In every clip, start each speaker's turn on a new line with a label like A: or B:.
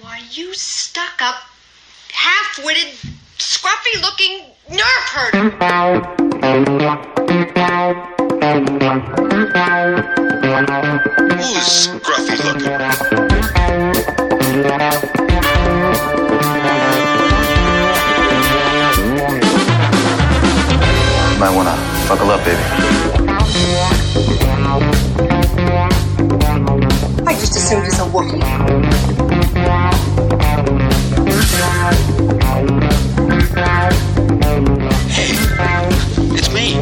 A: Why, you stuck up, half witted, scruffy looking nerve herder.
B: Who's scruffy looking?
C: Might wanna buckle up, baby.
D: I just assumed it's a Wookiee.
B: It's me.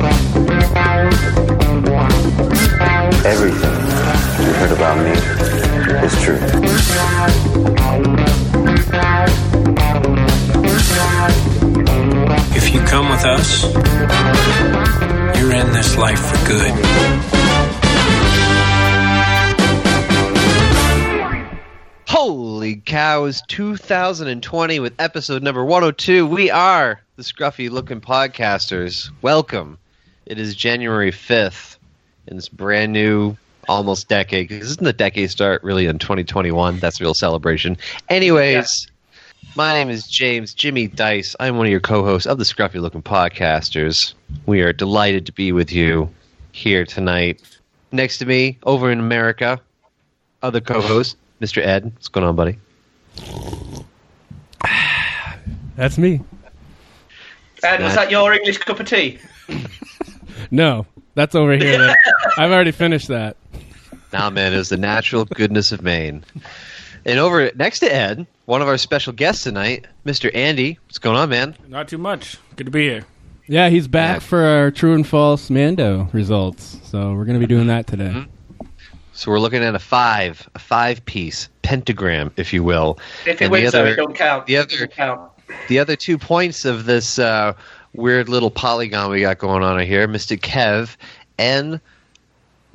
C: Everything you heard about me is true.
E: If you come with us, you're in this life for good.
F: Holy cows, 2020 with episode number 102. We are the scruffy looking podcasters. Welcome. It is January 5th, and it's brand new, almost decade. Because isn't the decade start really in 2021? That's a real celebration. Anyways, my name is James Jimmy Dice. I'm one of your co hosts of the scruffy looking podcasters. We are delighted to be with you here tonight. Next to me, over in America, other co-host, Mr. Ed. What's going on, buddy?
G: That's me.
H: And Uh,
F: Uh,
H: was that your English cup of tea?
G: No, that's over here. That- I've already finished that.
F: Nah, man, it was the natural goodness of Maine. And over next to Ed, one of our special guests tonight, Mr. Andy. What's going on, man?
I: Not too much. Good to be here.
G: Yeah, he's back
F: Yeah.
G: for our true and false Mando results. So we're going to be doing that today.
H: Mm-hmm.
F: So we're looking at a five, a five-piece pentagram, if you will. And
H: If it
F: the
H: wins, though,
F: other-
H: it don't count.
F: the
H: It
F: other-
H: doesn't count.
F: The other two points of this uh, weird little polygon we got going on here, Mr. Kev and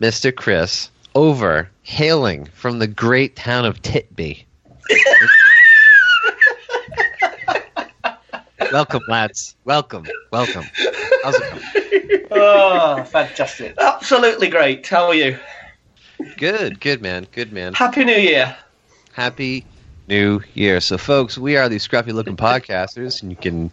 F: Mr. Chris, over hailing from the great town of Titby. welcome, lads. Welcome, welcome. How's it going?
H: Oh, fantastic! Absolutely great. How are you?
F: Good, good man, good man.
H: Happy New Year.
F: Happy New Year. So, folks, we are the Scruffy Looking Podcasters, and you can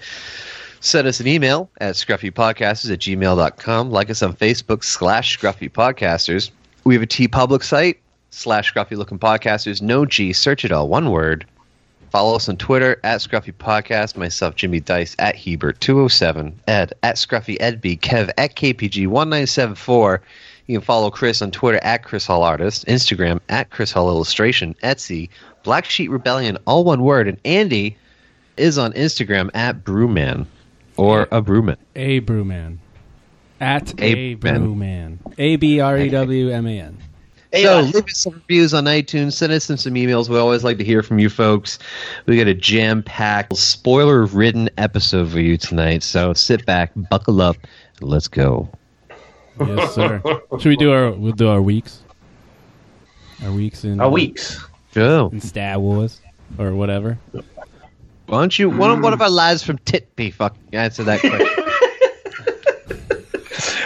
F: send us an email at scruffypodcasters at gmail.com. Like us on Facebook slash Scruffy Podcasters. We have a T Public site slash Scruffy Looking Podcasters. No G. Search it all. One word. Follow us on Twitter at Scruffy Podcast, myself, Jimmy Dice, at Hebert207, Ed, at Scruffy EdB, Kev, at KPG1974. You can follow Chris on Twitter at Chris Hall Artist, Instagram at Chris Hall Illustration, Etsy, Black Sheet Rebellion, all one word, and Andy is on Instagram at Brewman or a Brewman.
G: A Brewman. At
F: A
G: A, Brewman. A B R E W M A N.
H: uh,
F: So leave us some reviews on iTunes. Send us in some emails. We always like to hear from you folks. We got a jam-packed, spoiler-ridden episode for you tonight. So sit back, buckle up, and let's go.
G: Yes, sir. Should we do our we'll do our weeks? Our weeks in
H: Our weeks.
F: Go.
G: in Star Wars or whatever.
F: Why don't you? One, one of our lads from Titby, fuck, answer that question.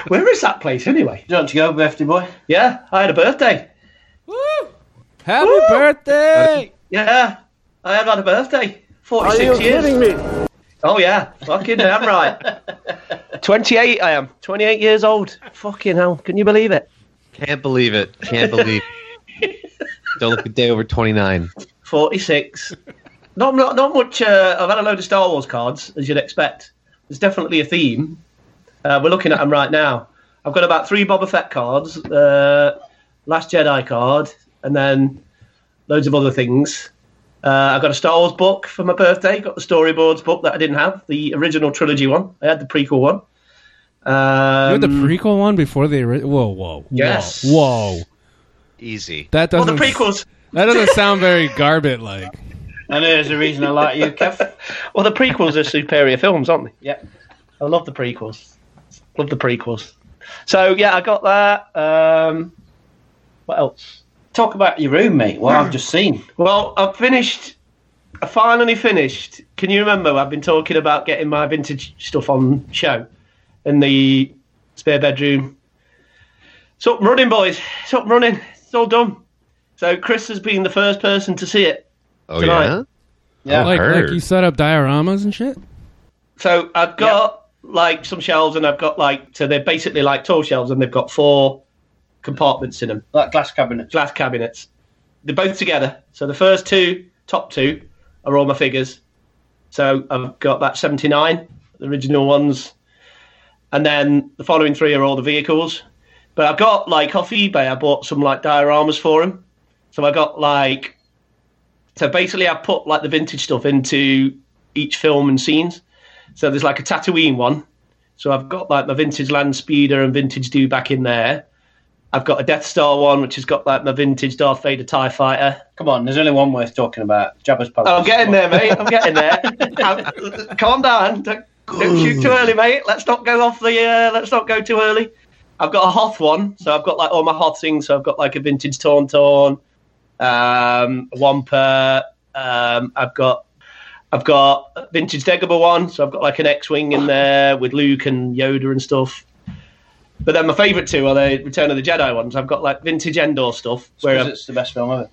H: Where is that place anyway? Do you want to go, birthday boy? Yeah, I had a birthday.
G: Happy birthday!
H: Yeah, I have had a birthday. Forty-six years. Oh yeah, fucking damn right. Twenty-eight, I am. Twenty-eight years old. Fucking hell, can you believe it?
F: Can't believe it. Can't believe. it. Don't look a day over twenty-nine.
H: 46. not, not not much. Uh, I've had a load of Star Wars cards, as you'd expect. There's definitely a theme. Uh, we're looking at them right now. I've got about three Boba Fett cards, uh, Last Jedi card, and then loads of other things. Uh, I got a Star Wars book for my birthday. Got the storyboards book that I didn't have, the original trilogy one. I had the prequel one.
G: you
H: Um,
G: had the prequel one before the original. Whoa, whoa,
H: Yes.
G: whoa, whoa!
F: Easy.
G: That
H: well,
G: doesn't.
H: the prequels.
G: That doesn't sound very garbage like.
I: I know there's a reason I like you, Kev.
H: Well, the prequels are superior films, aren't they? Yeah. I love the prequels. Love the prequels. So yeah, I got that. Um, what else?
I: Talk about your roommate. What I've just seen.
H: Well, I've finished. I finally finished. Can you remember? I've been talking about getting my vintage stuff on show in the spare bedroom. It's up and running, boys. It's up and running. It's all done. So Chris has been the first person to see it
F: Oh
H: Tonight.
F: yeah. Oh,
I: Yeah.
G: like, like
F: heard.
G: you set up dioramas and shit.
H: So I've got like some shelves, and I've got like so they're basically like tall shelves, and they've got four compartments in them,
I: Like glass cabinets.
H: glass cabinets. They're both together. So the first two, top two, are all my figures. So I've got that seventy nine, the original ones, and then the following three are all the vehicles. But I've got like off eBay, I bought some like dioramas for them. So I got like, so basically I put like the vintage stuff into each film and scenes. So there's like a Tatooine one. So I've got like my vintage land speeder and vintage do back in there. I've got a Death Star one, which has got like my vintage Darth Vader Tie Fighter.
I: Come on, there's only one worth talking about. Jabba's Palace.
H: Oh, I'm getting there, mate. I'm getting there. I'm- calm down. Don't, don't shoot too early, mate. Let's not go off the. Uh, let's not go too early. I've got a Hoth one, so I've got like all my Hoth things. So I've got like a vintage Tauntaun, um, a Wampa. Um, I've got. I've got a vintage Dagobah one, so I've got like an X-wing in there with Luke and Yoda and stuff. But then my favourite two are the Return of the Jedi ones. I've got like vintage Endor stuff, where
I: Because
H: I've
I: it's the best film ever.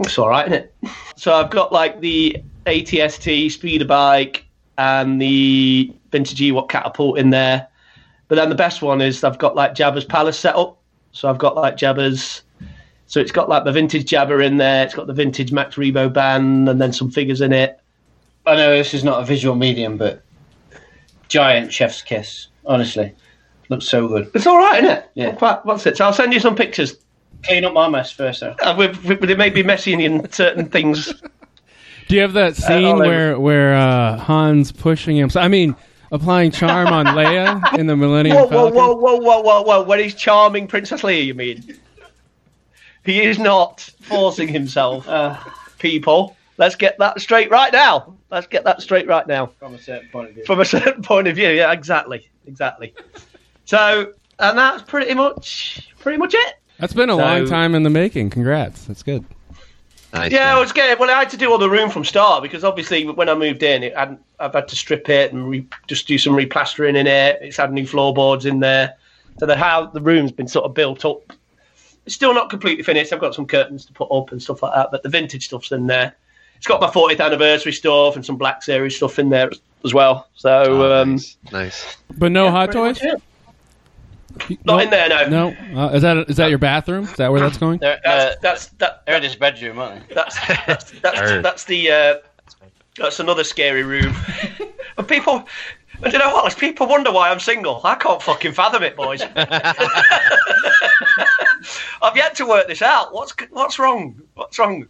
H: it's all right, isn't it? So I've got like the ATST speeder bike and the vintage Ewok catapult in there. But then the best one is I've got like Jabba's palace set up. So I've got like Jabba's. So it's got like the vintage Jabba in there. It's got the vintage Max Rebo band and then some figures in it.
I: I know this is not a visual medium, but giant chef's kiss. Honestly, looks so good.
H: It's all right, isn't it?
I: Yeah.
H: I'm Quite, what's it? So I'll send you some pictures.
I: Clean up my mess first, though.
H: Uh, we- we- They may be messy in certain things.
G: Do you have that scene
H: all over.
G: where where uh, Han's pushing him? I mean, applying charm on Leia in the Millennium
H: Whoa, whoa,
G: Falcon.
H: whoa, whoa, whoa, whoa, whoa. When he's charming Princess Leia, you mean? He is not forcing himself, uh, people. Let's get that straight right now. Let's get that straight right now.
I: From a certain point of view.
H: From a certain point of view, yeah, exactly. Exactly. So, and that's pretty much pretty much it.
G: That's been a long time in the making. Congrats. That's good.
F: Nice.
H: Yeah,
F: man.
H: I was getting. Well, I had to do all the room from start because obviously when I moved in, it had, I've had to strip it and re, just do some replastering in it. It's had new floorboards in there, so the how the room's been sort of built up. It's still not completely finished. I've got some curtains to put up and stuff like that, but the vintage stuff's in there. It's got my 40th anniversary stuff and some Black Series stuff in there as well. So
F: Oh,
H: um,
F: nice. nice.
G: But no hot toys.
H: not in there, no.
G: No. Uh, is that is that your bathroom? Is that where that's going?
I: They're, uh,
H: That's, that's that.
I: they're in his bedroom, aren't they?
H: That's that's that's,
F: Alright.
H: that's the uh, that's another scary room. and people, and you know what? Like, people wonder why I'm single. I can't fucking fathom it, boys. I've yet to work this out. What's what's wrong? What's wrong?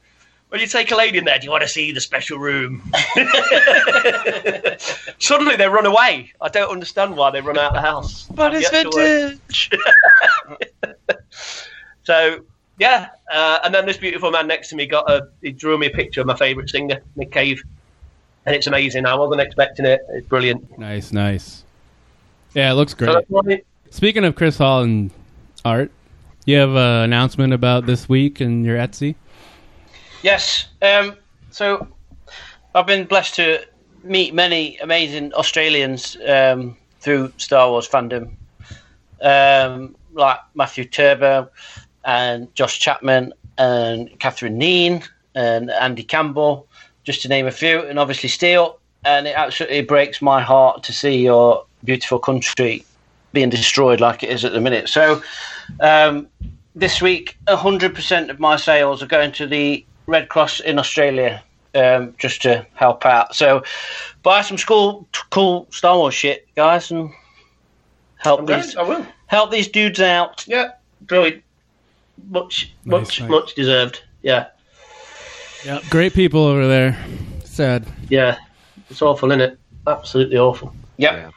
H: When you take a lady in there, do you want to see the special room? Suddenly they run away. I don't understand why they run out of the house. But
F: it's
H: vintage. so yeah, uh, and then this beautiful man next to me got a. He drew me a picture of my favourite singer, Nick Cave, and it's amazing. I wasn't expecting it. It's brilliant.
G: Nice, nice. Yeah, it looks
H: So
G: great.
H: that's what it-
G: Speaking of Chris Hall and art, you have an announcement about this week and your Etsy.
I: Yes. Um, so I've been blessed to meet many amazing Australians um, through Star Wars fandom, um, like Matthew Turbo and Josh Chapman and Catherine Neen and Andy Campbell, just to name a few, and obviously Steele. And it absolutely breaks my heart to see your beautiful country being destroyed like it is at the minute. So um, this week, 100% of my sales are going to the Red Cross in Australia um, just to help out. So buy some school, t- cool Star Wars shit, guys, and help
H: I'm
I: these
H: glad. I will.
I: help these dudes out.
H: Yeah, brilliant. Much, much,
G: nice.
H: much deserved. Yeah,
G: Great people over there. Sad.
H: yeah. It's awful, isn't it? Absolutely awful.
I: Yep.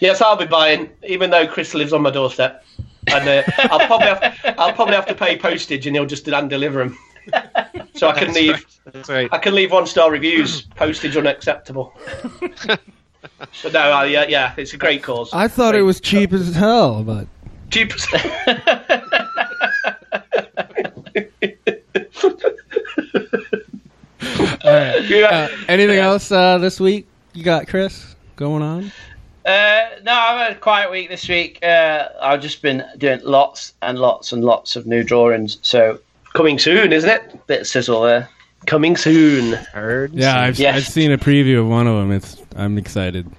H: Yes, I'll be buying, even though Chris lives on my doorstep, and uh, I'll probably have, I'll probably have to pay postage, and he'll just hand deliver them. So I can leave
F: That's right.
H: I can leave one star reviews, postage unacceptable. but no, I, yeah, yeah, it's a great cause.
J: I thought it was cheap as hell, but
H: Cheap.
J: all right. Uh,
H: yeah.
J: anything else uh, this week you got, Chris? Going on?
I: Uh, no, I've had a quiet week this week. Uh, I've just been doing lots and lots and lots of new drawings. So
H: Coming soon, isn't it?
I: bit of sizzle there.
H: Coming soon.
F: Heard?
G: Yeah, I've,
I: Yes.
G: I've seen a preview of one of them. It's I'm excited.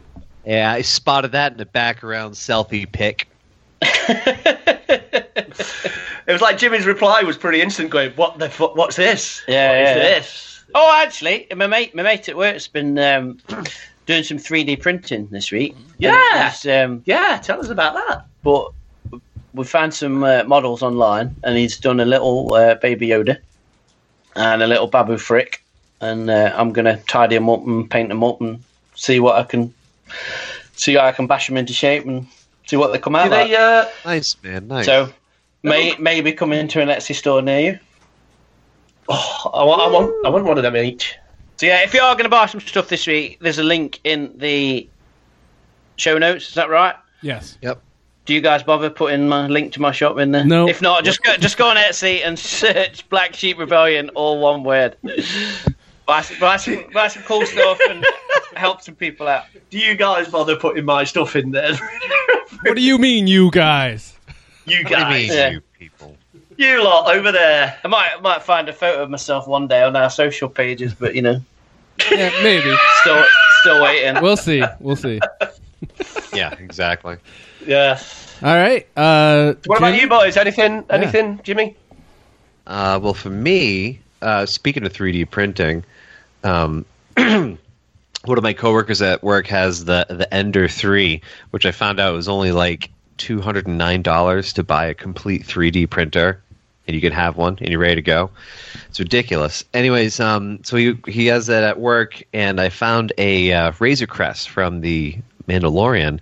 F: Yeah, I spotted that in the background selfie pic.
H: It was like Jimmy's reply was pretty instant, going, "What the fuck? What's this?
I: Yeah,
H: What is
I: yeah.
H: this?"
I: Oh, actually, my mate, my mate at work's been um, doing some 3D printing this week.
H: Yeah.
I: He's, um,
H: Yeah, tell us about that.
I: but we found some uh, models online, and he's done a little uh, baby Yoda and a little Babu Frick, and uh, I'm gonna tidy them up and paint them up and see what I can see how I can bash them into shape and see what they come
H: Do
I: out like.
H: they? Uh,
F: Nice man, nice.
I: So may maybe come into an Etsy store near you.
H: Oh, I, want, I want. I want one of them each.
I: So yeah, if you are going to buy some stuff this week, there's a link in the show notes. Is that right?
G: Yes.
I: Do you guys bother putting my link to my shop in there?
G: No.
I: If not, just go, just go on Etsy and search Black Sheep Rebellion, all one word. buy, some, buy, some, buy some cool stuff and help some people out.
H: Do you guys bother putting my stuff in there?
G: What do you mean, you guys?
F: What do
H: you
F: you
H: guys,
F: mean,
I: Yeah.
F: you people?
H: you lot over there.
I: I might might find a photo of myself one day on our social pages, but you know,
G: Yeah, maybe.
I: still still waiting.
G: We'll see. We'll see.
F: Yeah, exactly.
H: Yeah.
G: All right. Uh,
H: What about
G: Jim?
H: you boys? Anything? Anything, Jimmy?
F: Uh, well, for me, uh, speaking of 3D printing, um, one of my coworkers at work has the the Ender Three, which I found out was only like two hundred and nine dollars to buy a complete 3D printer, and you can have one and you're ready to go. It's ridiculous. Anyways, um, so he he has that at work, and I found a uh, Razor Crest from the Mandalorian.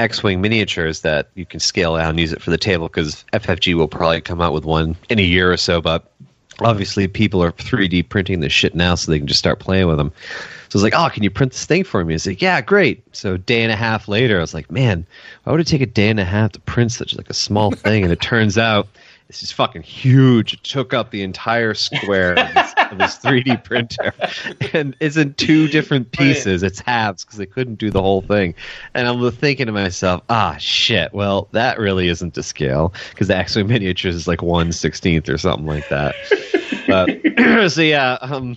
F: X-wing miniatures that you can scale out and use it for the table because FFG will probably come out with one in a year or so. But obviously, people are 3D printing this shit now, so they can just start playing with them. So I was like, "Oh, can you print this thing for me?" He's like, "Yeah, great." So a day and a half later, I was like, "Man, why would it take a day and a half to print such like a small thing?" And it turns out it's just fucking huge. It took up the entire square of this, of this 3D printer, and it's in two different pieces. It's halves because they couldn't do the whole thing. And I'm thinking to myself, "Ah, shit. Well, that really isn't to scale because the X-wing miniatures is like one sixteenth or something like that." But so yeah. um...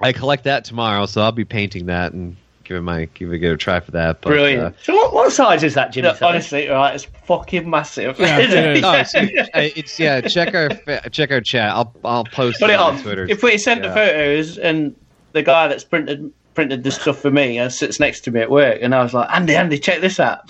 F: I collect that tomorrow, so I'll be painting that and giving my give it a try for that. But, uh,
I: Brilliant.
H: So what, what size is that, Jimmy?
I: No, honestly, right, it's fucking massive.
G: Yeah, it is.
F: Uh, no, it's, I- it's- yeah. Check our fa- check our chat. I'll I'll post
I: Put it
F: on,
I: on.
F: Twitter.
I: If we send
F: Yeah.
I: the photos and the guy that's printed printed the stuff for me and sits next to me at work and I was like, Andy, Andy, check this out.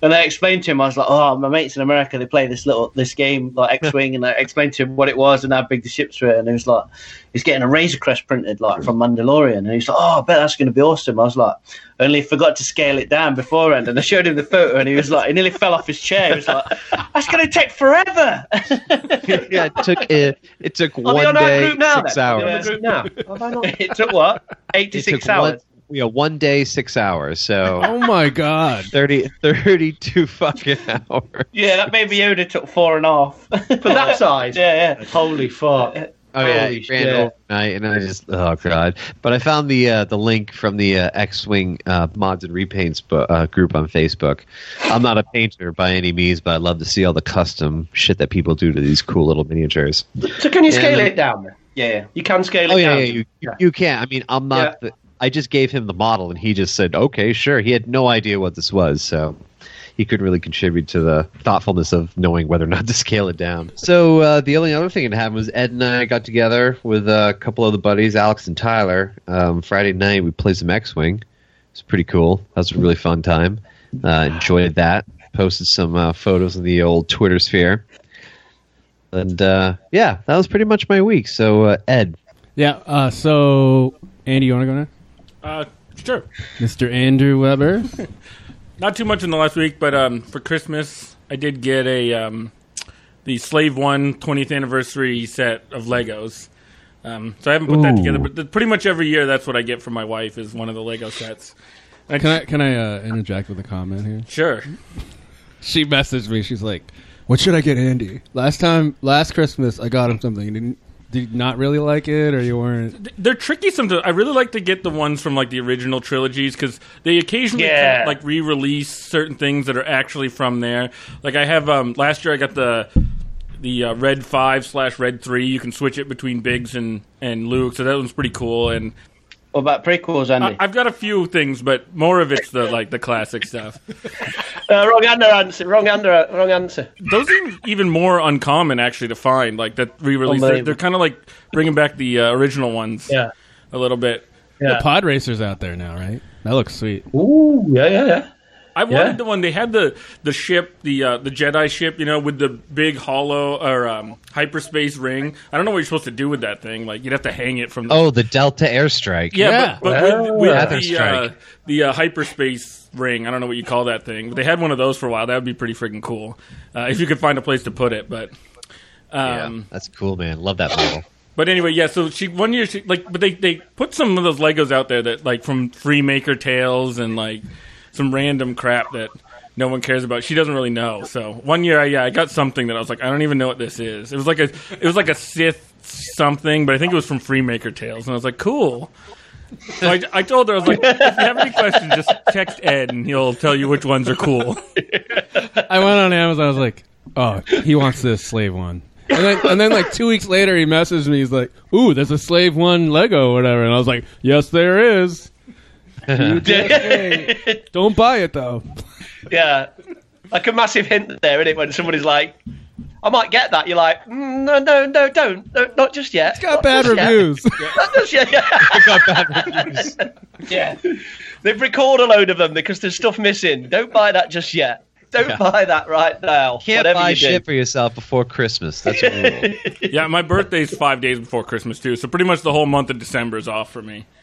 I: And I explained to him, I was like, Oh, my mates in America, they play this little this game like X Wing and I explained to him what it was and how big the ships were and he was like he's getting a razor crest printed like from Mandalorian and he's like, Oh I bet that's gonna be awesome. I was like, only forgot to scale it down beforehand and I showed him the photo and he was like he nearly fell off his chair. He was like, That's gonna take forever
F: yeah, it took it, it took
H: Are they
F: one
H: on our
F: day
H: group now?
F: six
H: then?
I: "Oh,
H: Are they
F: hours.
H: on the group now. Have I not?
I: It took what? Eight to
F: It
I: six
F: took
I: hours.
F: One, yeah, one day six hours. So
G: Oh my god.
F: 30, 32 fucking hours.
I: Yeah, that baby Yoda took four and a half. but
H: For that size.
I: yeah, yeah.
H: Holy fuck.
F: Oh yeah,
H: Holy
F: it ran
H: shit.
F: overnight, and I just oh god. But I found the uh, the link from the uh, X Wing uh, mods and repaints bu- uh, group on Facebook. I'm not a painter by any means, but I love to see all the custom shit that people do to these cool little miniatures.
H: So can you scale
F: Yeah.
H: it down? then?
I: Yeah.
H: You can scale it
F: Oh yeah,
H: down.
F: yeah, you you- you can. I mean, I'm not. The, I just gave him the model, and he just said, "Okay, sure." He had no idea what this was, so he couldn't really contribute to the thoughtfulness of knowing whether or not to scale it down. So uh, the only other thing that happened was Ed and I got together with a couple of the buddies, Alex and Tyler. Um, Friday night, we played some X-wing. It's pretty cool. That was a really fun time. Uh, enjoyed that. Posted some uh, photos in the old Twitter sphere. And uh, yeah, that was pretty much my week. So uh, Ed,
G: Yeah. Uh, so, Andy, you want to go next?
K: Uh, sure.
G: Mr. Andrew Weber.
K: Not too much in the last week, but um, for Christmas, I did get a um, the Slave One 20th anniversary set of Legos. Um, so I haven't put that
G: Ooh.
K: together, but th- pretty much every year, that's what I get from my wife is one of the Lego sets.
G: Can I can I uh, interject with a comment here?
K: Sure.
G: She messaged me. She's like, "What should I get Andy? Last time, last Christmas, I got him something. You Didn't did you not really like it, or you weren't?
K: they're tricky sometimes. I really like to get the ones from like the original trilogies because they occasionally
H: Yeah.
K: come- like re-release certain things that are actually from there. Like I have um last year I got the
I: the uh, Red Five slash Red Three. You can switch it between Biggs and and Luke, so that one's pretty cool. And
L: what about prequels, Andy?
I: I, have got a few things, but more of it's the like the classic stuff.
H: Uh, wrong under answer. Wrong under. Wrong answer.
I: Those are even more uncommon actually to find. Like that re-release, they're,
G: Unbelievable.
I: they're kind of like bringing back the uh, original ones.
G: Yeah.
I: a little bit.
G: The pod racers out there now, right? That looks sweet.
H: Ooh, yeah, yeah, yeah.
I: I
G: Yeah.
I: wanted the one they had the the ship, the uh, the Jedi ship, you know, with the big hollow or um, hyperspace ring. I don't know what you're supposed to do with that thing. Like you'd have to hang it from. The,
F: Oh, the Delta airstrike.
I: yeah, but, but with, with
F: Feather
I: the
F: strike.
I: uh, the uh, hyperspace ring, I don't know what you call that thing. But they had one of those for a while. That would be pretty freaking cool uh, if you could find a place to put it. But um,
F: That's cool, man. Love that model.
I: But anyway, yeah. So she one year she like, but they they put some of those Legos out there that like from Freemaker Tales and like some random crap that no one cares about. She doesn't really know. So one year, I, yeah, I got something that I was like, I don't even know what this is. It was like a it was like a Sith something, but I think it was from Freemaker Tales, and I was like, cool. So I, I told her I was like, if you have any questions, just text Ed and he'll tell you which ones are cool.
G: I went on Amazon. I was like, oh, he wants this slave one. And then, and then like two weeks later, he messaged me. He's like, ooh, there's a slave one Lego or whatever. And I was like, yes, there is. You just wait. Don't buy it though.
H: Yeah. Like a massive hint there, isn't it? When somebody's like, I might get that. You're like, mm, no, no, no, don't. No, not just yet. It's got
G: Bad reviews.
H: not just yet. Yeah. yeah. They've recorded a load of them because there's stuff missing. Don't buy that just yet. Don't
F: Yeah.
H: buy that right now.
F: Can't
H: Whatever
F: buy
H: you do.
F: shit for yourself before Christmas. That's a rule.
I: yeah, my birthday's five days before Christmas too, so pretty much the whole month of December is off for me.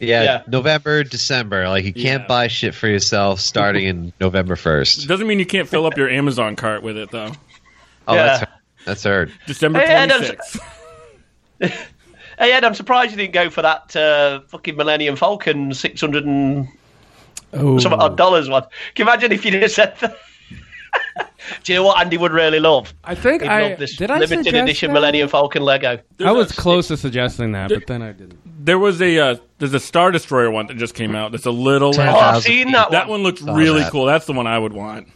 F: Yeah,
I: Yeah.
F: November, December. Like you can't buy shit for yourself starting in November first.
I: Doesn't mean you can't fill up your Amazon cart with it though.
F: Oh,
I: Yeah.
F: that's hard. that's hard.
I: December
H: Hey, Ed,
I: twenty
H: I'm
I: sixth.
H: Hey, Ed, I'm surprised you didn't go for that uh, fucking Millennium Falcon 600 and
G: Oh,
H: some
F: Mm.
H: odd dollars one. Can you imagine if you just said that? Do you know what Andy would really love?
G: I think
H: He'd
G: I-
H: love this
G: did I
H: limited
G: suggest
H: edition
G: that?
H: Millennium Falcon Lego.
G: I was close to suggesting that, but then I didn't.
I: There was a uh, there's a Star Destroyer one that just came out. That's a little.
H: Oh, I've seen that
I: That
H: one.
I: one looks
H: Saw
I: really
H: that.
I: cool. That's the one I would want.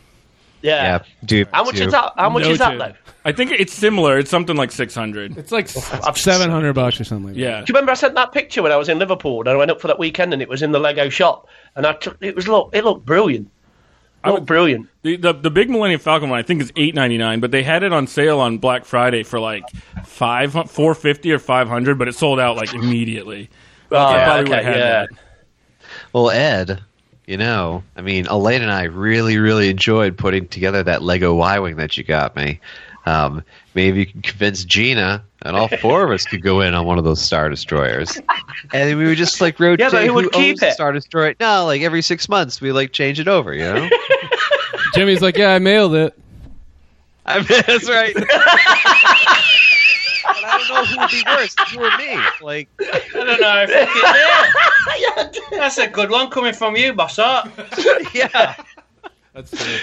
H: Yeah.
F: dude.
H: How much is that? How much is that though?
I: Noted. I think it's similar. It's something like six hundred.
G: It's like seven hundred bucks or something. Like
I: yeah.
H: Do you remember I sent that picture when I was in Liverpool and I went up for that weekend and it was in the Lego shop and I took it was look it looked brilliant.
I: I
H: looked brilliant.
I: The, the the big Millennium Falcon one I think is eight ninety nine, but they had it on sale on Black Friday for like five four fifty or five hundred, but it sold out like immediately.
H: Oh,
I: I
H: yeah,
I: probably
H: okay,
I: would've had
H: yeah.
I: that.
F: Well, Ed, you know, I mean, Elaine and I really, really enjoyed putting together that Lego Y wing that you got me. Um, maybe you can convince Gina, and all four of us could go in on one of those Star Destroyers, and we would just like rotate
H: Yeah, but who would keep
F: owns the
H: it?
F: Star Destroyer. No, like every six months we like change it over. You know,
G: Jimmy's like, yeah, I mailed it.
F: I mean, that's right. but I don't know who would be worse, you or me. Like,
L: I don't know. fuck it, yeah. That's a good one coming from you, boss. art.
F: yeah.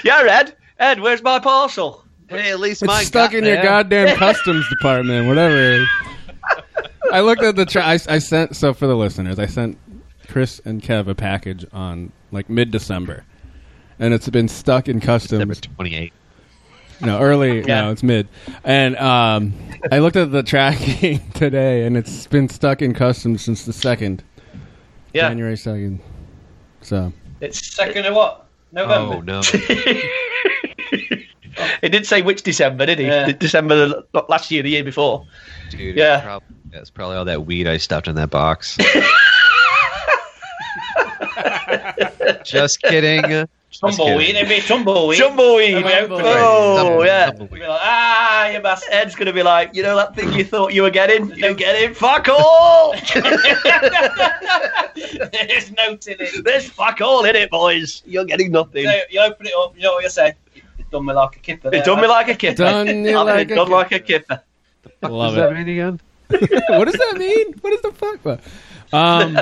H: Yeah, Ed. Ed, where's my parcel?
F: Hey, at least
G: It's stuck in your goddamn customs department, whatever. it is. I looked at the. Tra- I, I sent so for the listeners. I sent Chris and Kev a package on like mid December, and it's been stuck in customs.
F: Twenty eight.
G: No, early.
F: Yeah.
G: No, it's mid. And um, I looked at the tracking today, and it's been stuck in customs since the second.
L: Yeah.
G: January second. So
L: It's second of what? November.
F: Oh, no.
H: It did say which December, did he?
L: Yeah.
H: The December the- not last year, the year before.
F: Dude,
H: Yeah.
F: it's prob- that's probably all that weed I stuffed in that box. Just kidding. Just
L: Tumbleweed.
F: kidding.
L: It'd be tumbleweed.
H: Tumbleweed.
L: Am I out for it?
H: Oh
F: Tumbleweed,
H: yeah.
F: tumbleweed.
L: Be like, ah, you bastard.
H: Ed's gonna be like, you know that thing you thought you were getting? You don't get it. Fuck all.
L: There's no tin in it.
H: There's fuck all in it, boys. You're getting nothing.
L: You, know, you open it up, you know what you're saying? It done me like a kipper.
H: It done me like a kipper.
G: Done you
H: I've been
G: like a
H: done like a kipper.
F: Does
G: love
F: that
G: it.
F: mean again?
G: what does that mean? What is the fuck? Um,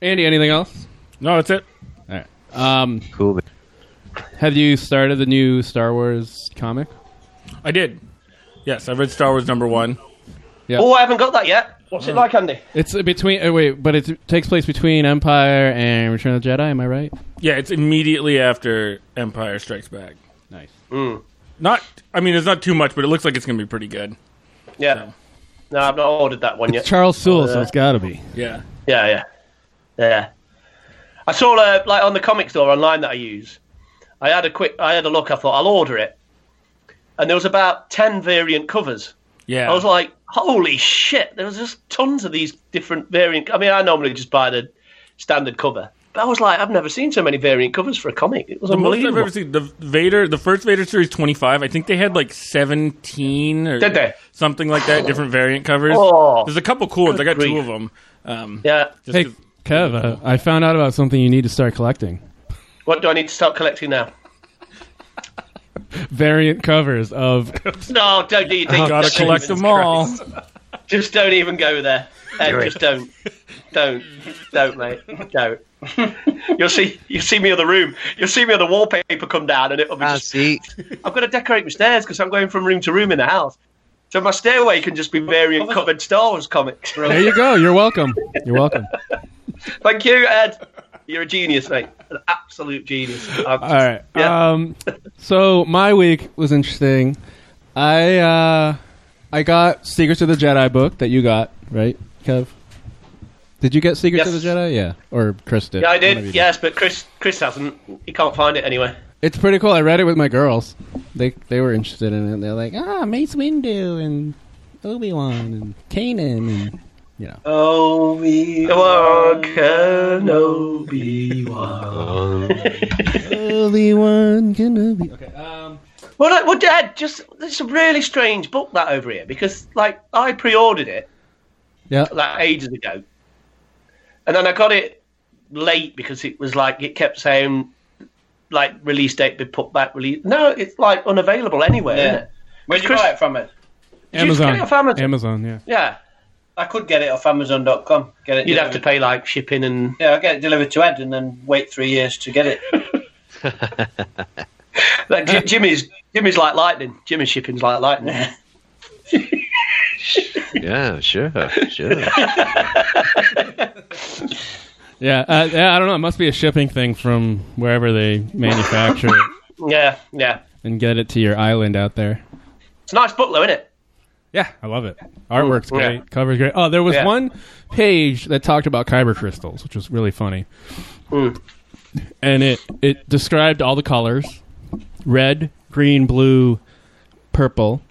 G: Andy, anything else?
I: No, that's it.
G: All right. Um,
F: Cool.
G: Have you started the new Star Wars comic?
I: I did. Yes, I read Star Wars number one.
G: Yeah.
H: Oh, I haven't got that yet. What's
L: Hmm.
H: it like, Andy?
G: It's between. Oh wait, but it takes place between Empire and Return of the Jedi. Am I right?
I: Yeah, it's immediately after Empire Strikes Back.
H: Mm.
G: Nice.
K: Not, I mean, it's not too much, but it looks like it's going to be pretty good.
H: Yeah. No, I've not ordered that one yet.
G: Charles Sewell, so
H: Uh,
G: it's got to be.
K: Yeah.
H: Yeah, yeah, yeah. I saw uh, like on the comic store online that I use. I had a quick, I had a look. I thought I'll order it, and there was about ten variant covers.
K: Yeah.
H: I was like, holy shit! There was just tons of these different variant. I mean, I normally just buy the standard cover, but I was like, I've never seen so many variant covers for a comic. It was
K: the most I've
H: unbelievable.
K: ever seen the Vader, the first Vader series twenty five. I think they had like seventeen or
H: Did they?
K: something like that, different variant covers.
H: Oh.
K: There's a couple cool ones. I got
H: Good
K: two
H: grief.
K: of them. Um,
H: yeah.
K: just
G: Hey,
K: 'cause-
G: Kev, uh, I found out about something you need to start collecting.
H: What do I need to start collecting now?
G: Variant covers of
H: No, don't do you think?
K: gotta
H: don't
K: collect
H: even-
K: them all.
H: Just don't even go there. Ed, just don't, don't, don't, mate, don't. you'll see, you'll see me in the room. You'll see me on the wallpaper come down, and it'll be.
F: Ah,
H: Just,
F: see,
H: I've got to decorate my stairs because I'm going from room to room in the house. So my stairway can just be variant covered Star Wars comics.
G: There you go. You're welcome. You're welcome.
H: Thank you, Ed. You're a genius, mate. An absolute genius. I'm
G: All right.
H: Yeah.
G: Um, so my week was interesting. I uh, I got Secrets of the Jedi book that you got right, Kev. Did you get Secrets of
H: Yes.
G: the Jedi? Yeah, or Chris did.
H: yeah, I
G: One of you
H: did. Yes, but Chris, Chris hasn't. He can't find it anyway.
G: It's pretty cool. I read it with my girls. They they were interested in it. They're like, ah, Mace Windu and Obi Wan and Kanan and you know.
I: Obi
H: Wan Kenobi.
G: Obi Wan Kenobi. Okay. Um,
H: Well, no, well, Dad, just it's a really strange book that over here because, like, I pre-ordered it
G: yeah.
H: like ages ago, and then I got it late because it was like it kept saying like release date be put back. Release no, it's like unavailable anywhere.
I: Yeah.
H: Isn't it?
I: Where'd you
H: Chris-
I: buy it from? It.
H: Did you just get it off Amazon?
G: Amazon. Yeah.
H: Yeah,
I: I could get it off Amazon.com. Get it.
H: you'd have to
I: delivered.
H: pay like shipping and
I: Yeah, I get it delivered to Ed and then wait three years to get it.
H: like J- Jimmy's. Jimmy's like lightning. Jimmy's shipping's like lightning.
F: yeah, sure, sure.
G: Yeah, uh, yeah, I don't know. It must be a shipping thing from wherever they manufacture it
H: yeah, yeah.
G: and get it to your island out there.
H: It's a nice book, though, isn't it?
G: Yeah, I love it. Artwork's
H: Yeah.
G: great, cover's great. Oh, there was
H: Yeah.
G: one page that talked about kyber crystals, which was really funny. And it it described all the colors: red, green, blue, purple.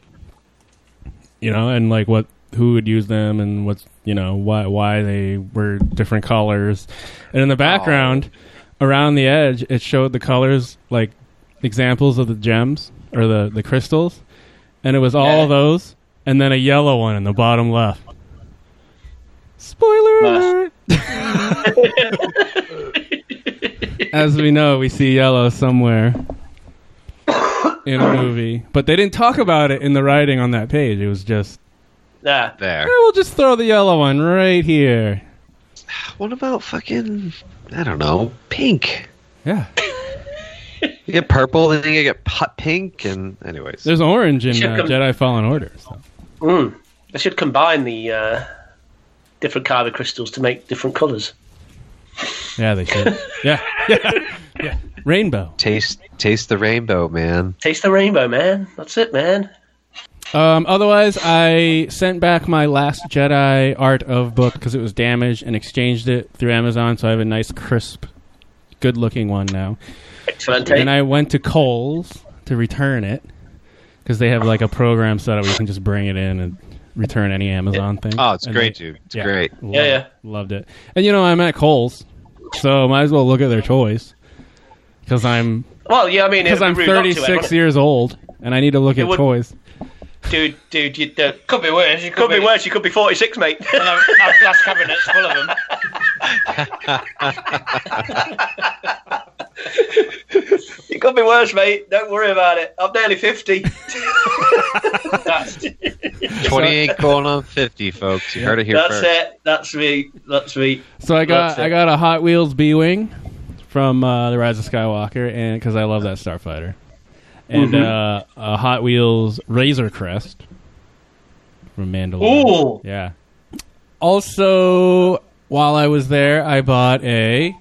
G: You know, and like what who would use them and what's you know why why they were different colors. And in the background, around the edge, it showed the colors like examples of the gems or the the crystals, and it was all
I: Yeah.
G: those, and then a yellow one in the bottom left. Spoiler
I: Nice.
G: alert! As we know, we see yellow somewhere in a movie, but they didn't talk about it in the writing on that page. It was just,
H: Yeah.
F: There.
G: "Eh, we'll just throw the yellow one right here.
F: What about fucking? I don't know. Pink.
G: Yeah,
F: You get purple, and then you get hot pink, and anyways.
G: there's orange in
H: Should
G: uh,
H: come-
G: Jedi Fallen Order. So.
H: Mm. I should combine the uh, different kyber crystals to make different colours.
G: Yeah, they should. yeah, yeah, yeah. Rainbow.
F: taste, taste the rainbow, man.
H: Taste the rainbow, man. That's it, man.
G: Um, otherwise, I sent back my Last Jedi art of book because it was damaged and exchanged it through Amazon, so I have a nice, crisp, good looking one now.
H: Excellent.
G: And I went to Kohl's to return it because they have like a program set up where you can just bring it in and return any Amazon thing.
F: Oh, it's
G: And
F: great,
G: they-
F: dude. It's
G: yeah.
F: great.
G: Loved,
H: Yeah, yeah.
G: Loved it. And you know, I'm at Kohl's, so might as well look at their toys because I'm
H: well, yeah, I mean,
G: because I'm
H: eh,
G: 36 years old and I need to look at
H: would-
G: toys.
H: Dude, dude, you, uh,
I: Could be worse. You
H: could be worse. You could be 46, mate.
I: And I've, I've glass cabinets full of them.
H: you could be worse, mate. Don't worry about it. I'm nearly 50. that's
F: 28 going on 50, folks. You heard it here
H: that's
F: first.
H: it. That's me. That's me.
G: So I got
H: That's it.
G: I got a Hot Wheels B wing from uh, the Rise of Skywalker, and because I love that starfighter, and uh,
H: Mm-hmm.
G: a Hot Wheels Razor Crest from Mandalorian.
H: Ooh.
G: Yeah. Also, while I was there, I bought a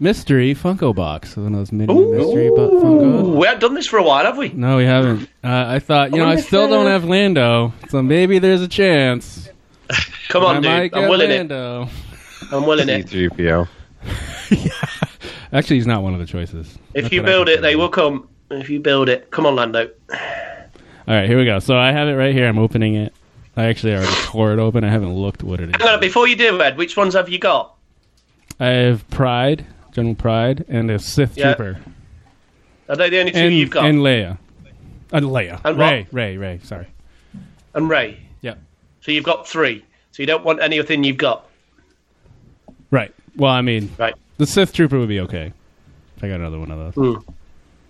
G: mystery Funko box. One of those mini mystery bu- Funko.
H: We haven't done this for a while, have we?
G: No, we haven't. Uh, I thought,
H: Oh,
G: you know, I still don't have Lando, so maybe there's a chance.
H: Come
G: I
H: on,
G: might
H: dude. I'm
G: get
H: willing it.
G: Lando.
H: I'm willing it.
F: C3PO.
G: Actually, he's not one of the choices.
H: If
G: Not
H: you
G: that I
H: build
G: can
H: it, they will come. If you build it, come on, Lando.
G: All right, here we go. So I have it right here. I'm opening it. I actually already tore it open. I haven't looked what it is.
H: Hang on, before you do, Ed, which ones have you got?
G: I have Pride, General Pride, and a Sith
H: Yeah.
G: Trooper,
H: Are they the only two
G: and
H: you've got?
G: and Leia, uh, Leia,
H: And what?
G: Ray, Ray, Ray. Sorry.
H: And Ray.
G: Yeah.
H: So you've got three. So you don't want anything you've got.
G: Right. Well, I mean,
H: Right.
G: the Sith Trooper would be okay. If I got another one of those.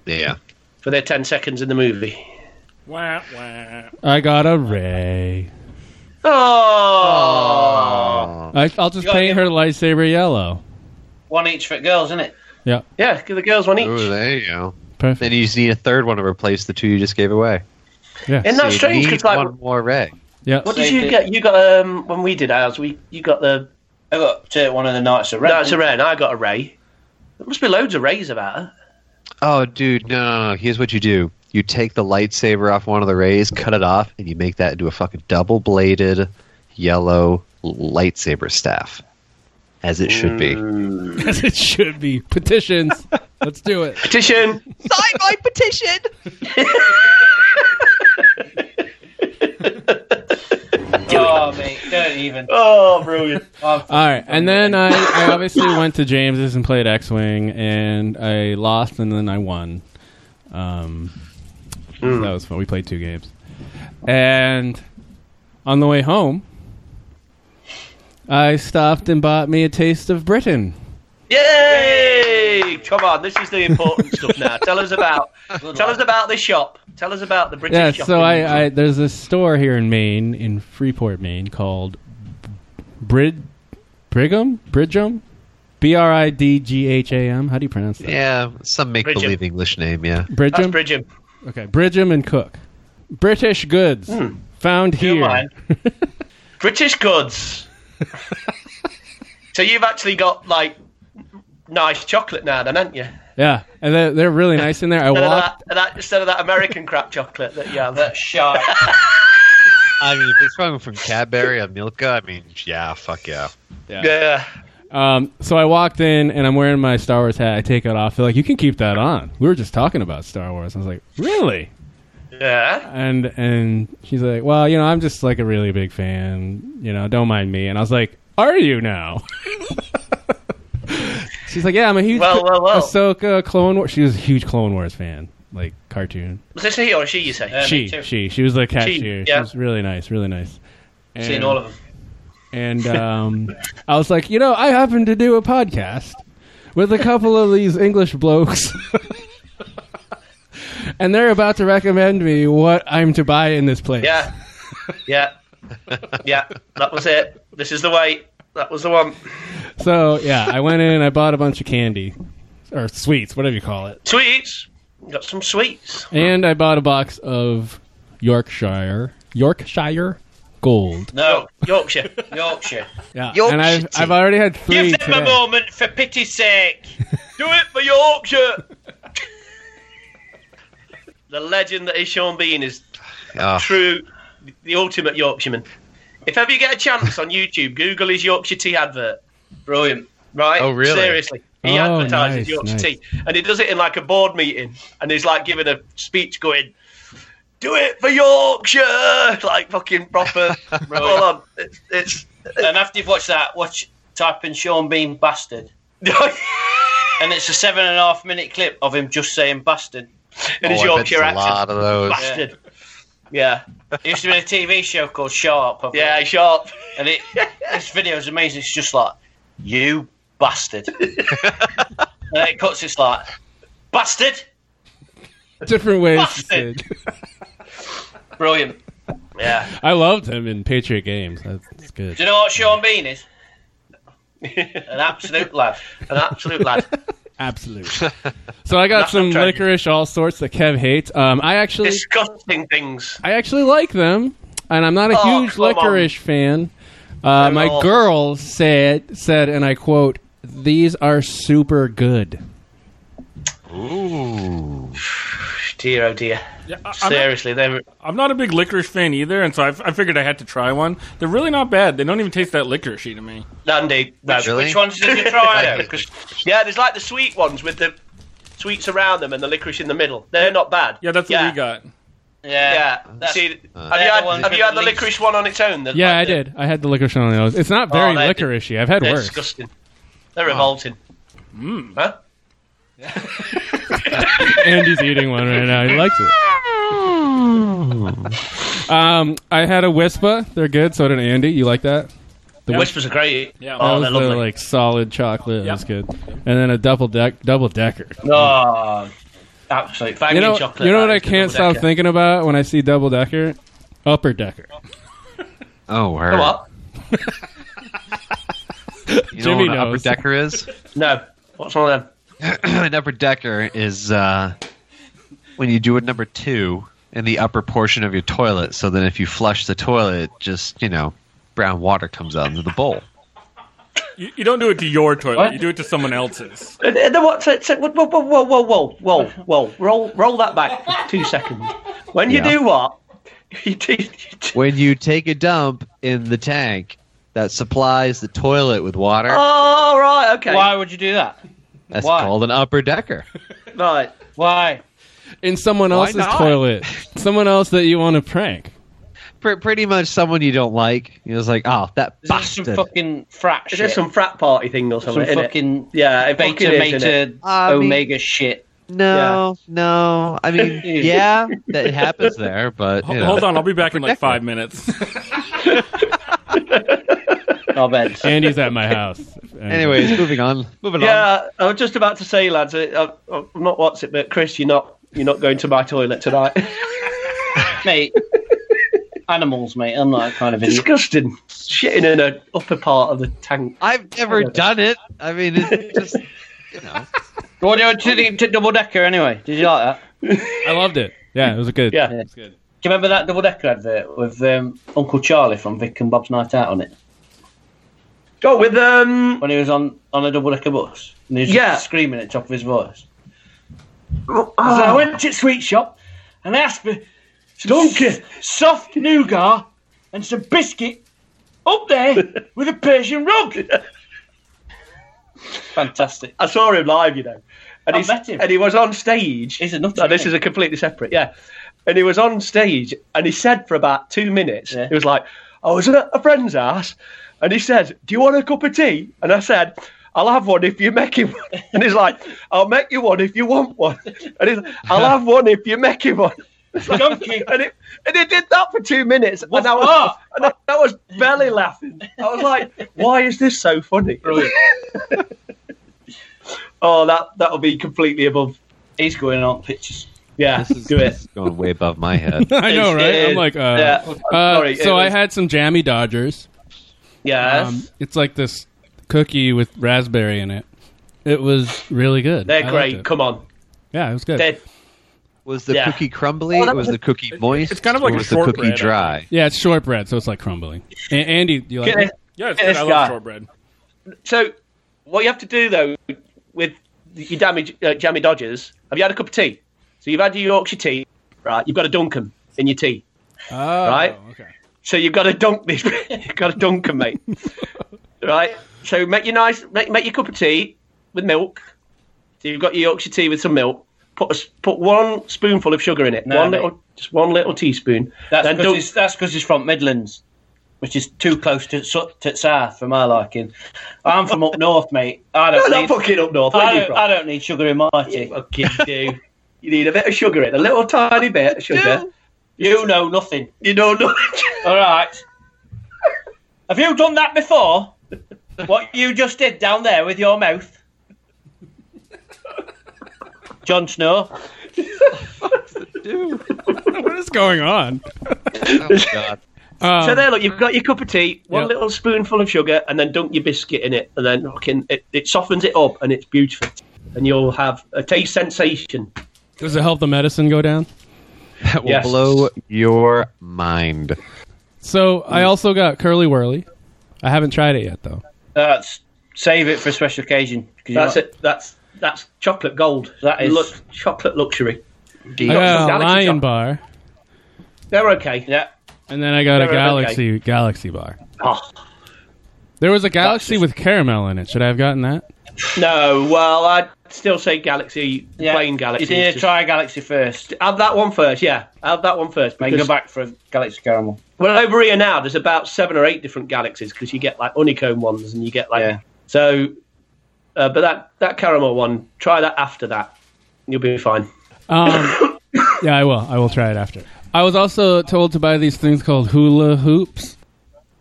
F: Yeah.
H: For their 10 seconds in the movie.
K: Wah, wah.
G: I got a Ray.
H: Oh.
G: I, I'll just
I: You gotta
G: paint
I: get-
G: her lightsaber yellow.
I: One each for girls, isn't it?
G: Yeah.
H: Yeah, give the girls one each.
F: Ooh, there you go.
G: Perfect.
F: Then you just need a third one to replace the two you just gave away.
G: Yeah.
H: Isn't that
F: So you
H: strange?
F: need
H: Because, like,
F: one more Ray.
G: yeah.
H: what did
I: Save
H: you
I: it.
H: get? You got, um, when we did ours, we you got the.
I: I got to one of the nights of red.
H: No, it's a Ray, and I got a Ray. There must be loads of Rays about her.
F: Oh, dude, no, no, no. Here's what you do. You take the lightsaber off one of the rays, cut it off, and you make that into a fucking double bladed yellow lightsaber staff. As it should be.
G: As it should be. Petitions. Let's do it.
H: Petition!
A: Sign my petition.
I: Oh, mate, don't even.
H: Oh, brilliant.
G: All right, and then I, I obviously went to James's and played X Wing, and I lost, and then I won. Um,
H: Hmm.
G: so that was fun. We played two games, and on the way home, I stopped and bought me a taste of Britain.
H: Yay! Come on, this is the important stuff now. Tell us about tell us about the shop. Tell us about the British
G: Yeah,
H: shop.
G: so I, I there's a store here in Maine, in Freeport, Maine, called Brid Brigham Bridgham, B R I D G H A M. How do you pronounce that?
F: Yeah, some make believe English name, yeah.
H: That's
G: Bridgham.
H: Bridgham.
G: Okay, Bridgham and Cook. British goods found here.
I: mind.
H: British goods. so you've actually got like nice chocolate now, then, haven't you?
G: Yeah, and they're, they're really nice in there. I
H: Instead of
G: walked.
H: that, that, instead of that American crap chocolate that you have.
I: That shy.
F: I mean, if it's coming from Cadbury or Milka, I mean, yeah, fuck yeah.
H: Yeah.
G: Um, so I walked in and I'm wearing my Star Wars hat. I take it off. They're like, "You can keep that on." We were just talking about Star Wars. I was like, "Really?"
H: Yeah.
G: And and she's like, "Well, you know, I'm just like a really big fan. You know, don't mind me." And I was like, "Are you now?" she's like, "Yeah, I'm a huge
H: Well, well, well.
G: Ahsoka Clone Wars." She was a huge Clone Wars fan, like cartoon.
H: Was this he or she, you say?
I: Yeah.
G: she
I: too.
G: she she was the cashier. She,
H: yeah.
G: was really nice, really nice. And,
I: Seen all of them.
G: And um, I was like, you know, I happen to do a podcast with a couple of these English blokes. And they're about to recommend me what I'm to buy in this place.
H: Yeah. Yeah. yeah. That was it. This is the way. That was the one.
G: So yeah, I went in. I bought a bunch of candy or sweets, whatever you call it,
H: Sweets. Got some sweets.
G: and I bought a box of Yorkshire Yorkshire Gold.
I: No,
H: Yorkshire.
I: Yorkshire.
G: Yeah,
F: Yorkshire
G: and I've,
F: tea.
G: I've already had three.
H: Give them
G: today.
H: a moment, for pity's sake. Do it for Yorkshire. the legend that is Sean Bean is
F: Oh,
H: true, the ultimate Yorkshireman. If ever you get a chance on YouTube, Google his Yorkshire tea advert. Brilliant, right?
F: Oh, really?
H: Seriously, he
G: Oh,
H: advertises
G: nice,
H: Yorkshire
G: nice.
H: tea, and he does it in like a board meeting, and he's like giving a speech, going, "Do it for Yorkshire!" Like fucking proper. Hold on, it's. it's
I: And after you've watched that, watch type in Sean Bean bastard, and it's a seven and a half minute clip of him just saying bastard.
H: in his
F: oh, I bet
H: Yorkshire
F: there's a
H: accent.
F: lot of those.
H: Bastard. Yeah.
I: It used to be a TV show called Sharp. I
H: Yeah,
I: think.
H: sharp.
I: And it, this video is amazing. It's just like you bastard, and it cuts. It's like bastard.
G: different ways. to
I: Fuck
G: say
I: it.
G: it.
I: Brilliant.
H: Yeah.
G: I loved him in Patriot Games. That's, that's good.
I: Do you know what Sean Bean is? An absolute lad.
H: An absolute lad.
G: Absolute. so I got
H: Not
G: some
H: trying to-
G: licorice, all sorts that Kev hates. Um, I actually,
H: Disgusting things.
G: I actually like them, and I'm not a
H: Oh,
G: huge
H: come on.
G: licorice fan. Uh, my
H: all-
G: girl said said, and I quote, these are super good.
I: Ooh. Dear, oh dear.
K: I- I'm not-
I: Seriously, they're.
K: I'm not a big licorice fan either, and so I, I figured I had to try one. They're really not bad. They don't even taste that licoricey to me.
H: Andy, no,
K: Really?
H: which ones did you try? 'Cause- yeah, there's like the sweet ones with the sweets around them and the licorice in the middle. They're not bad. Yeah,
K: that's
H: yeah.
K: what we got.
H: Yeah, see, have you
I: They're
H: had,
I: the ones
H: have you
I: with
H: had the
I: least-
H: licorice one on its own? The-
G: Yeah, I
H: like the-
G: did. I had the licorice on those. It's not very
H: Oh, they-
G: licoricey. I've had
H: they're
G: worse. Mm.
H: Disgusting. They're revolting. Huh?
G: Andy's eating one right now. He likes it. Um, I had a Wispa. They're good. So did Andy. You like that? The
H: The
G: Wispa-
H: whispers are great.
K: Yeah,
G: that
H: oh,
G: was
H: they're
G: the,
H: lovely.
G: like solid chocolate. It was good. And then a double deck, double decker.
I: Oh, absolute
G: You
I: fanging
G: know,
I: chocolate.
G: you know
I: that
G: what I
I: is, the
G: can't
I: double
G: stop
I: decker.
G: thinking about when I see double decker, upper decker.
F: Oh, word.
G: The
H: what?
F: You know
G: Jimmy
F: what an upper
G: knows.
F: decker is?
H: No. What's one of
F: them? an upper decker is uh, when you do a number two in the upper portion of your toilet, so then if you flush the toilet, just, you know, brown water comes out into the bowl.
K: You, you don't do it to your toilet.
H: What?
K: You do it to someone else's.
H: Uh, uh, what- so- so- Whoa, whoa, whoa, whoa, whoa, whoa, whoa! Roll, roll that back for two seconds. When you
F: Yeah.
H: do what?
F: when you take a dump in the tank that supplies the toilet with water,
H: Oh, right, okay.
I: Why would you do that?
F: that's
I: why?
F: called an upper decker.
H: Right.
I: Why?
G: In someone
F: Why
G: else's
F: not?
G: toilet. Someone else that you want to prank.
F: Pr- pretty much someone you don't like. You're just like, oh, that bastard.
I: Fucking frat
H: Is
I: shit.
H: this some frat party thing or something?
I: Some
H: innit?
I: fucking
H: yeah, it
I: beta,
H: fucking is, innit?
I: meta,
F: I mean-
I: omega shit.
F: no, no. I mean, yeah, that it happens there, but you know.
K: Hold on, I'll be back in like five minutes.
I: I'll bet.
G: Andy's at my house.
F: Anyways, moving on. Moving on.
H: Yeah, I was just about to say, lads. I, I, I'm not what's it, but Chris, you're not you're not going to my toilet tonight.
I: mate. Animals, mate. I'm not that kind of idiot.
H: Disgusting. Shitting in an upper part of the tank.
F: I've never done it. I mean, it's just you know.
I: What do you to the to double decker anyway? Did you like that?
G: I loved it. Yeah, it was good.
H: Yeah.
I: It's good. Do you remember that double decker advert with um, Uncle Charlie from Vic and Bob's Night Out on it
H: Go with um.
I: when he was on on a double decker bus and he was
H: Yeah.
I: just screaming at the top of his voice. So I
H: Oh,
I: went to the sweet shop and asked for some s- soft nougat and some biscuit up there with a Persian rug. Fantastic.
H: I saw him live, you know, and
I: I
H: he's
I: met him.
H: and he was on stage.
I: He's a nutter,
H: Now, this
I: isn't
H: is a completely separate, yeah. And he was on stage, and he said for about two minutes,
I: Yeah.
H: he was like, "I was at a friend's house," and he said, "Do you want a cup of tea?" And I said. I'll have one if you make him one. And he's like, I'll make you one if you want one. And he's like, I'll have one if you make him one. It's like-
I: Donkey.
H: and, it, and it did that for two minutes. and I was,
I: fuck?
H: and I, I was belly laughing. I was like, why is this so funny?
I: Brilliant.
H: Oh, that that'll be completely above.
I: He's going on pictures.
H: Yeah,
F: This is,
H: do it.
F: this is going way above my head.
G: I know,
H: It
G: right?
H: is-
G: I'm like, uh,
H: yeah.
G: uh,
H: Sorry, it
G: so I
H: was-
G: had some jammy Dodgers.
H: Yes,
G: Um, it's like this cookie with raspberry in it. It was really good.
H: they're
G: I liked
H: great.
G: it.
H: Come on,
G: Yeah, it was good.
H: they're
F: Was the
H: Yeah.
F: cookie crumbly?
H: Oh, that
F: was
H: was-
F: the cookie moist?
K: it's kind of like
F: or
K: a
F: was the cookie
K: shortbread, I
F: dry?
G: Yeah, it's shortbread, so it's like crumbling. A- Andy, do you like
H: Get
G: it?
H: it.
K: Yeah, it's
H: Get
K: good.
H: this
K: I
H: guy.
K: love shortbread.
H: So, what you have to do though with your damage, uh, jammy Dodgers? Have you had a cup of tea? So you've had your Yorkshire tea, right? You've got to dunk 'em in your tea,
G: Oh,
H: right?
G: okay.
H: So you've got to dunk this. you've got to dunk 'em, mate. right. So make your nice, make, make your cup of tea with milk. So you've got your Yorkshire tea with some milk. Put a s put one spoonful of sugar in it.
I: No,
H: one
I: mate.
H: little, just one little teaspoon.
I: That's
H: Then
I: because
H: dunk-
I: he's, that's 'cause he's from Midlands, which is too close to, su- to south for my liking. I'm from up north, mate. I don't
H: Not
I: need.
H: fucking up north. Where
I: I
H: are you
I: don't,
H: from?
I: I don't need sugar in my tea.
H: fucking do. You need a bit of sugar in, a little tiny bit of sugar.
I: You know nothing.
H: You don't know.
I: All right. Have you done that before? What you just did down there with your mouth? Jon Snow.
G: What is going on?
F: Oh, God.
G: Um,
H: so there, look, you've got your cup of tea, one
G: Yep.
H: little spoonful of sugar, and then dunk your biscuit in it, and then fucking it, it softens it up, and it's beautiful. And you'll have a taste sensation.
G: does it help the medicine go down?
F: That will
H: Yes.
F: blow your mind.
G: Mm. So I also got Curly Whirly. I haven't tried it yet, though.
I: That's Save it for a special occasion. 'cause you
H: That's
I: might-
H: it. That's that's chocolate gold.
I: That is-
H: Lux- chocolate luxury.
G: I
H: got some
G: got a
H: galaxy
G: lion
H: chocolate.
G: bar,
H: They're okay.
I: Yeah.
G: and then I got a
H: They're okay.
G: galaxy galaxy bar.
H: Oh,
G: There was a galaxy with caramel in it. Should I have gotten that?
H: no, well, I'd still say Galaxy,
I: Yeah.
H: plain Galaxy.
I: You need to try Galaxy first.
H: Have that one first, yeah. Have that one first.
I: Then go
H: because-
I: back for a Galaxy Caramel.
H: Well, over here now, there's about seven or eight different galaxies because you get like honeycomb ones and you get like
I: Yeah.
H: so. Uh, but that that caramel one, try that after that, you'll be fine.
G: Um, yeah, I will. I will try it after. I was also told to buy these things called hula hoops.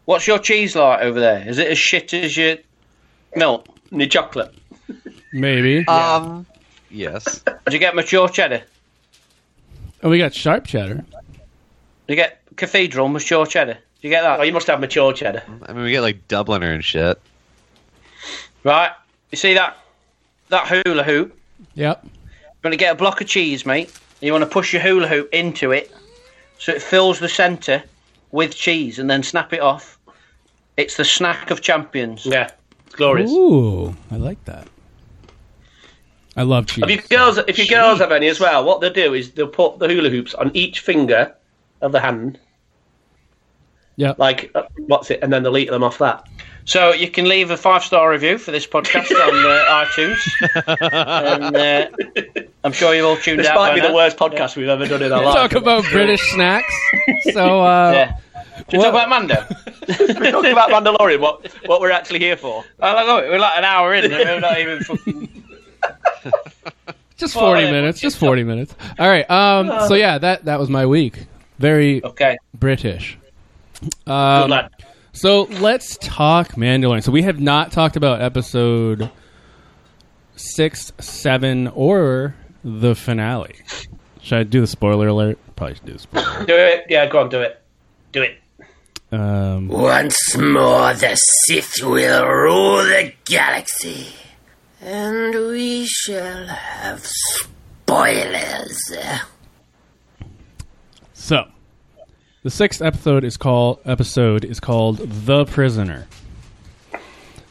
I: What's your cheese like over there? Is it as shit as your milk?
H: And the chocolate.
G: Maybe.
F: Um, yes.
I: Do you get mature cheddar? Do
G: oh, we got sharp cheddar.
I: you get cathedral mature cheddar? Do you get
H: Oh,
I: that?
H: you must have mature cheddar.
F: I mean, we get like Dubliner and shit.
I: Right. You see that that hula hoop? You're
G: Yep.
I: gonna get a block of cheese, mate. and You want to push your hula hoop into it, so it fills the centre with cheese, and then snap it off. It's the snack of champions.
H: Yeah, it's glorious.
G: Ooh, I like that. I love cheese.
H: If you girls, if you girls have any as well, what they'll do is they'll put the hula hoops on each finger of the hand,
G: yep.
H: like uh, what's it, and then they'll eat them off that.
I: So you can leave a five star review for this podcast on uh, iTunes, and uh, I'm sure you've all tuned
H: This
I: out.
H: might
I: by
H: be
I: now.
H: the worst podcast we've ever done in our lives.
G: Talk about British snacks. So, uh,
I: Yeah. Should we
G: Well-
I: talk about Mando?
H: we talked about Mandalorian, what what we're actually here for.
I: I love it. We're like an hour in, and we're not even fucking.
G: just forty
I: Well,
G: minutes. Just forty minutes. All right. Um. So yeah, that that was my week. Very
I: Okay.
G: British.
H: Good
G: Um,
H: lad.
G: so let's talk Mandalorian. So we have not talked about episode six, seven, or the finale. Should I do the spoiler alert? Probably should do the spoiler. alert.
H: Do it. Yeah, go on, do it. Do it.
G: Um,
M: Once more, the Sith will rule the galaxy. And we shall have spoilers.
G: So, the sixth episode is called episode is called "The Prisoner."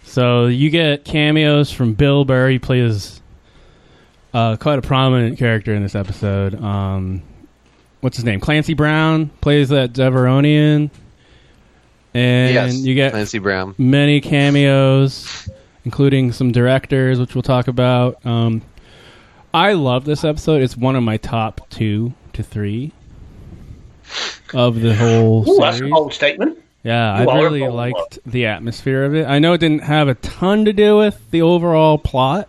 G: So you get cameos from Bill Burr. He plays uh, quite a prominent character in this episode. Um, what's his name? Clancy Brown plays that Deveronian, and
F: yes.
G: you get
F: Clancy Brown.
G: many cameos, including some directors, which we'll talk about. Um, I love this episode. It's one of my top two to three of the whole
H: Ooh, that's
G: series.
H: an old statement.
G: Yeah, I
H: You are
G: really
H: a bold
G: liked the atmosphere of it. I know it didn't have a ton to do with the overall plot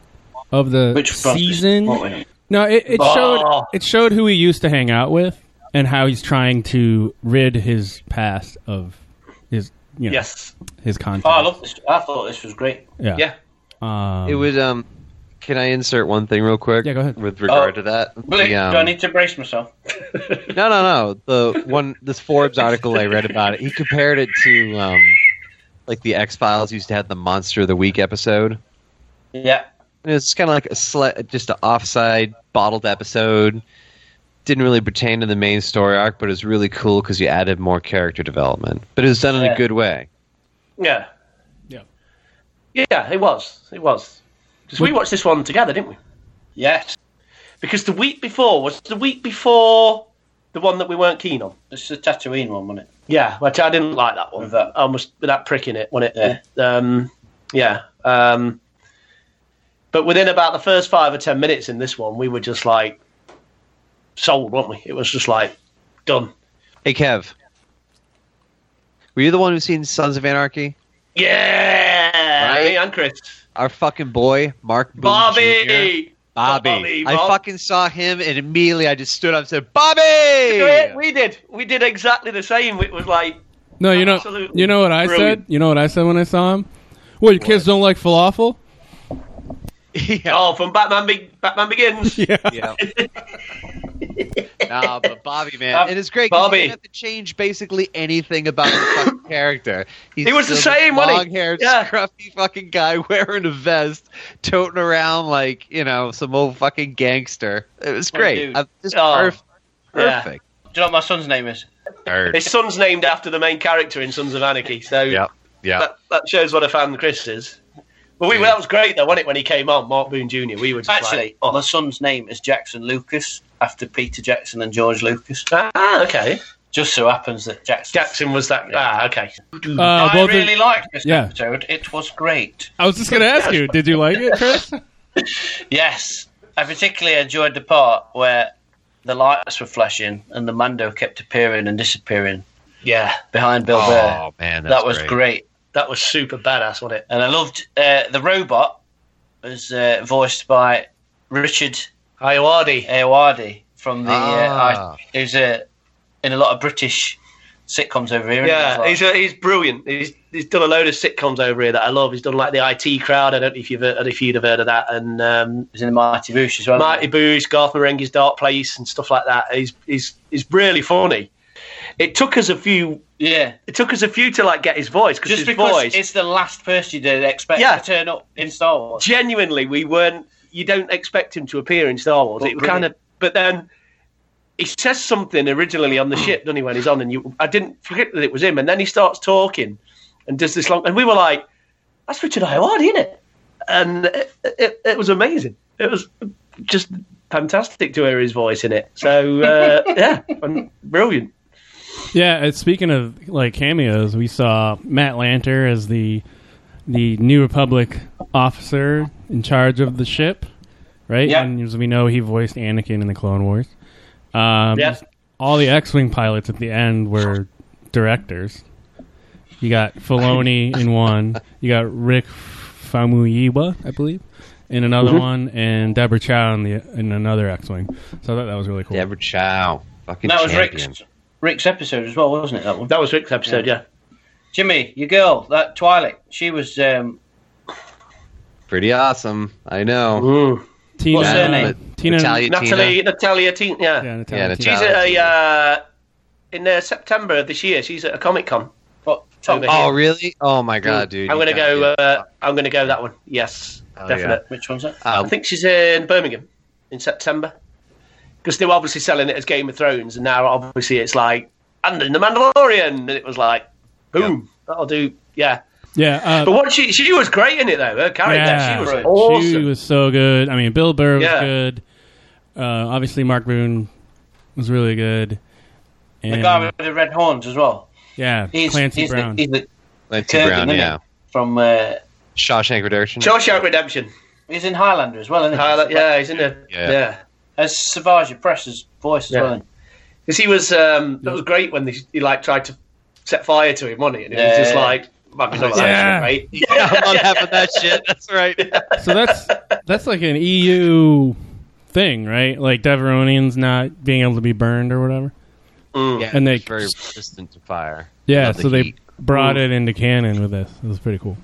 G: of the
I: Which part?
G: season.
I: What way?
G: No, it, it
H: Bah.
G: showed it showed who he used to hang out with and how he's trying to rid his past of his you know,
H: Yes. Ah,
G: his contact.
I: Oh, I love this. I thought this was great.
G: Yeah.
H: Yeah.
G: Um,
F: It would. Um, can I insert one thing real quick?
G: Yeah, go ahead.
F: With regard
I: Oh,
F: to that,
I: Really?
F: The, um,
I: Do I need to brace myself?
F: No, no, no. The one, this Forbes article I read about it, he compared it to um, like the X Files used to have the Monster of the Week episode.
I: Yeah.
F: And it's kind of like a sle- just an offside bottled episode. Didn't really pertain to the main story arc, but it was really cool because you added more character development. But it was done in
I: Yeah.
F: a good way.
H: Yeah.
G: Yeah.
H: Yeah, it was. It was. Because we watched this one together, didn't we?
I: Yes.
H: Because the week before was the week before the one that we weren't keen on.
I: It's the Tatooine one, wasn't it?
H: Yeah, which I didn't like that one.
I: With that-
H: I almost with that prick in it when it. Um, yeah. Um, but within about the first five or ten minutes in this one, we were just like sold, weren't we? It was just like done.
F: Hey, Kev, were you the one who's seen Sons of Anarchy?
H: Yeah,
F: Right?
H: me and Chris,
F: Our fucking boy, Mark Boone Jr.
H: Bobby.
F: Bobby.
H: Bobby,
F: I
H: Bob.
F: fucking saw him, and immediately I just stood up and said, Bobby!
H: We did. We did exactly the same. It was like,
G: no, you know,
H: Absolutely
G: you know what I
H: brilliant.
G: said. You know what I said when I saw him. Well, your kids don't like falafel.
F: yeah.
H: oh, from Batman, Be- Batman Begins.
G: Yeah,
F: yeah. nah, but Bobby, man,
H: Uh,
F: it is great. 'cause
H: Bobby.
F: you didn't have to change basically anything about the fucking character. He's
H: He was the
F: still
H: same, wasn't he?
F: long-haired,
H: Yeah.
F: scruffy fucking guy wearing a vest, toting around like you know some old fucking gangster. It was
I: Oh,
F: great.
I: dude.
F: I'm just
H: Oh,
F: perf-
H: yeah.
F: perfect.
I: Do you know what my son's name is?
F: Nerd.
H: His son's named after the main character in Sons of Anarchy, so
F: Yeah, yeah.
H: that, that shows what a fan Chris is. But we, that was great though, wasn't it? When he came on, Mark Boone Jr. We were just oh.
I: Actually, my son's name is Jackson Lucas after Peter Jackson and George Lucas.
H: Ah, okay.
I: Just so happens that Jackson
H: Jackson was that. Ah, okay.
I: Mm.
G: Uh,
I: I
G: Oh, both are-
I: really liked this
G: yeah.
I: episode. It was great.
G: I was just going to ask you, did you like it, Chris?
I: Yes, I particularly enjoyed the part where the lights were flashing and the Mando kept appearing and disappearing.
H: Yeah,
I: behind Bill
H: Oh,
I: Burr.
H: man, that's
I: that was
H: great.
I: great.
H: That was super badass, wasn't it?
I: And I loved uh, the robot was uh, voiced by Richard
H: Ayoade.
I: Ayoade from the
H: Ah.
I: uh, I, who's uh, in a lot of British sitcoms over here.
H: Yeah,
I: isn't he, as
H: he's,
I: well?
H: a, he's brilliant. He's, he's done a load of sitcoms over here that I love. He's done like the IT Crowd. I don't know if you've heard, if you'd have heard of that. And um,
I: he's in the Mighty Boosh as well.
H: Mighty Boosh, Garth Marenghi's Dark Place, and stuff like that. He's he's he's really funny. It took us a few.
I: Yeah,
H: it took us a few to like get his voice because his
I: just because
H: voice.
I: it's the last person you'd expect
H: Yeah.
I: to turn up in Star Wars.
H: genuinely we weren't you don't expect him to appear in Star Wars.
I: But
H: it kind of
I: brilliant.
H: but then he says something originally on the ship, doesn't he, when he's on and you I didn't forget that it was him and then he starts talking and does this long and we were like, That's Richard Howard, isn't it? And it, it, it was amazing. It was just fantastic to hear his voice in it. So uh, yeah, and brilliant.
G: Yeah, and uh, speaking of like cameos, we saw Matt Lanter as the the New Republic officer in charge of the ship, right?
I: Yeah.
G: And as we know, he voiced Anakin in the Clone Wars. Um,
I: Yeah.
G: All the X-wing pilots at the end were directors. You got Filoni in one. You got Rick Famuyiwa, I believe, in another
F: Mhm.
G: one, and Deborah Chow in the in another X-wing. So I thought that was really cool.
F: Deborah Chow, fucking
I: that was
F: champion.
I: Rick's, Rick's episode as well, wasn't it? That one.
H: That was Rick's episode, yeah.
I: Jimmy, your girl, that Twilight, she was. Um,
F: Pretty awesome. I know.
I: Tina- What's her name?
F: Nat-
I: Tina-
F: Natalia
H: Natalie
F: Tina.
H: Natalia Teen yeah.
F: Natalia Yeah, Tina.
H: She's at a uh, in uh, September of this year, she's at a comic con.
I: What
H: Tom
F: Oh, really? Oh my god, dude.
H: Mm, I'm
F: you
H: gonna
F: got-
H: go. Uh, I'm gonna go that one. Yes,
F: Oh,
H: definite.
F: yeah.
I: Which one's that?
F: Oh,
H: I think she's in Birmingham in September because they were obviously selling it as Game of Thrones, and now obviously it's like and in the Mandalorian, and it was like, boom, that'll do. Yeah,
G: Yeah, uh,
H: but what she she was great in it though. Her character, she was awesome.
G: She was so good. I mean, Bill Burr was
H: Yeah.
G: good. Uh, obviously, Mark Boone was really good. And,
I: the guy with the red horns as well.
G: yeah, Clancy
I: he's
G: Brown.
I: The, he's the
F: Clancy
I: Kurgan,
F: Brown,
I: isn't he?
F: yeah.
I: From uh,
F: Shawshank Redemption.
H: Shawshank Redemption.
I: He's in Highlander as well, isn't he?
H: Highlander, yeah, he's in there.
F: Yeah.
H: yeah.
I: As Savage Press's voice as
H: Yeah.
I: well. isn't
H: Because he was, um, that was great when they, he like tried to set fire to him, wasn't it? And it was
I: Yeah.
H: just like, I'm
G: Yeah.
H: not having that shit, mate. Yeah,
F: I'm not having that shit. That's right.
G: so that's that's like an EU thing, right? Like Deveronians not being able to be burned or whatever.
F: Yeah,
G: And they-
F: it's very resistant to fire.
G: Yeah,
F: Love the
G: so they
F: heat.
G: brought
H: Ooh.
G: it into canon with this. It was pretty cool.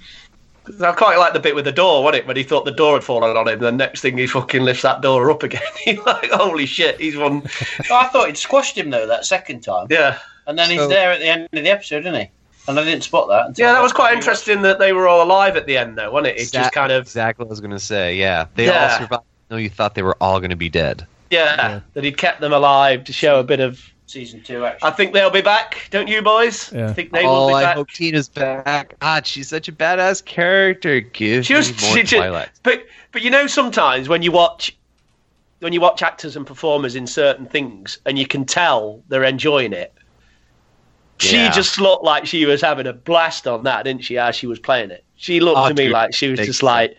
H: I quite like the bit with the door, wasn't it? When he thought the door had fallen on him, the next thing he fucking lifts that door up again. He's like, holy shit, he's one.
I: he? Oh, I thought he'd squashed him though that second time.
H: Yeah.
I: And then he's
H: So-
I: there at the end of the episode, isn't he? And I didn't spot that. Until
H: Yeah, that was quite interesting that they were all alive at the end, though, wasn't it? It
F: That-
H: just kind of,
F: exactly what I was gonna say. Yeah, they
H: Yeah.
F: all survived. No, you thought they were all gonna be dead.
H: yeah, that he'd kept them alive to show a bit of.
I: season two. Actually,
H: I think they'll be back, don't you, boys? I think they
F: oh,
H: will be
F: I
H: back.
F: hope Tina's back. God, she's such a badass character. Give
H: She was,
F: me more
H: she ju-
F: Twilight.
H: but but you know sometimes when you watch when you watch actors and performers in certain things and you can tell they're enjoying it.
F: Yeah.
H: She just looked like she was having a blast on that, didn't she? How she was playing it. She looked
F: Oh,
H: to me
F: dude,
H: like she was
F: big
H: just like,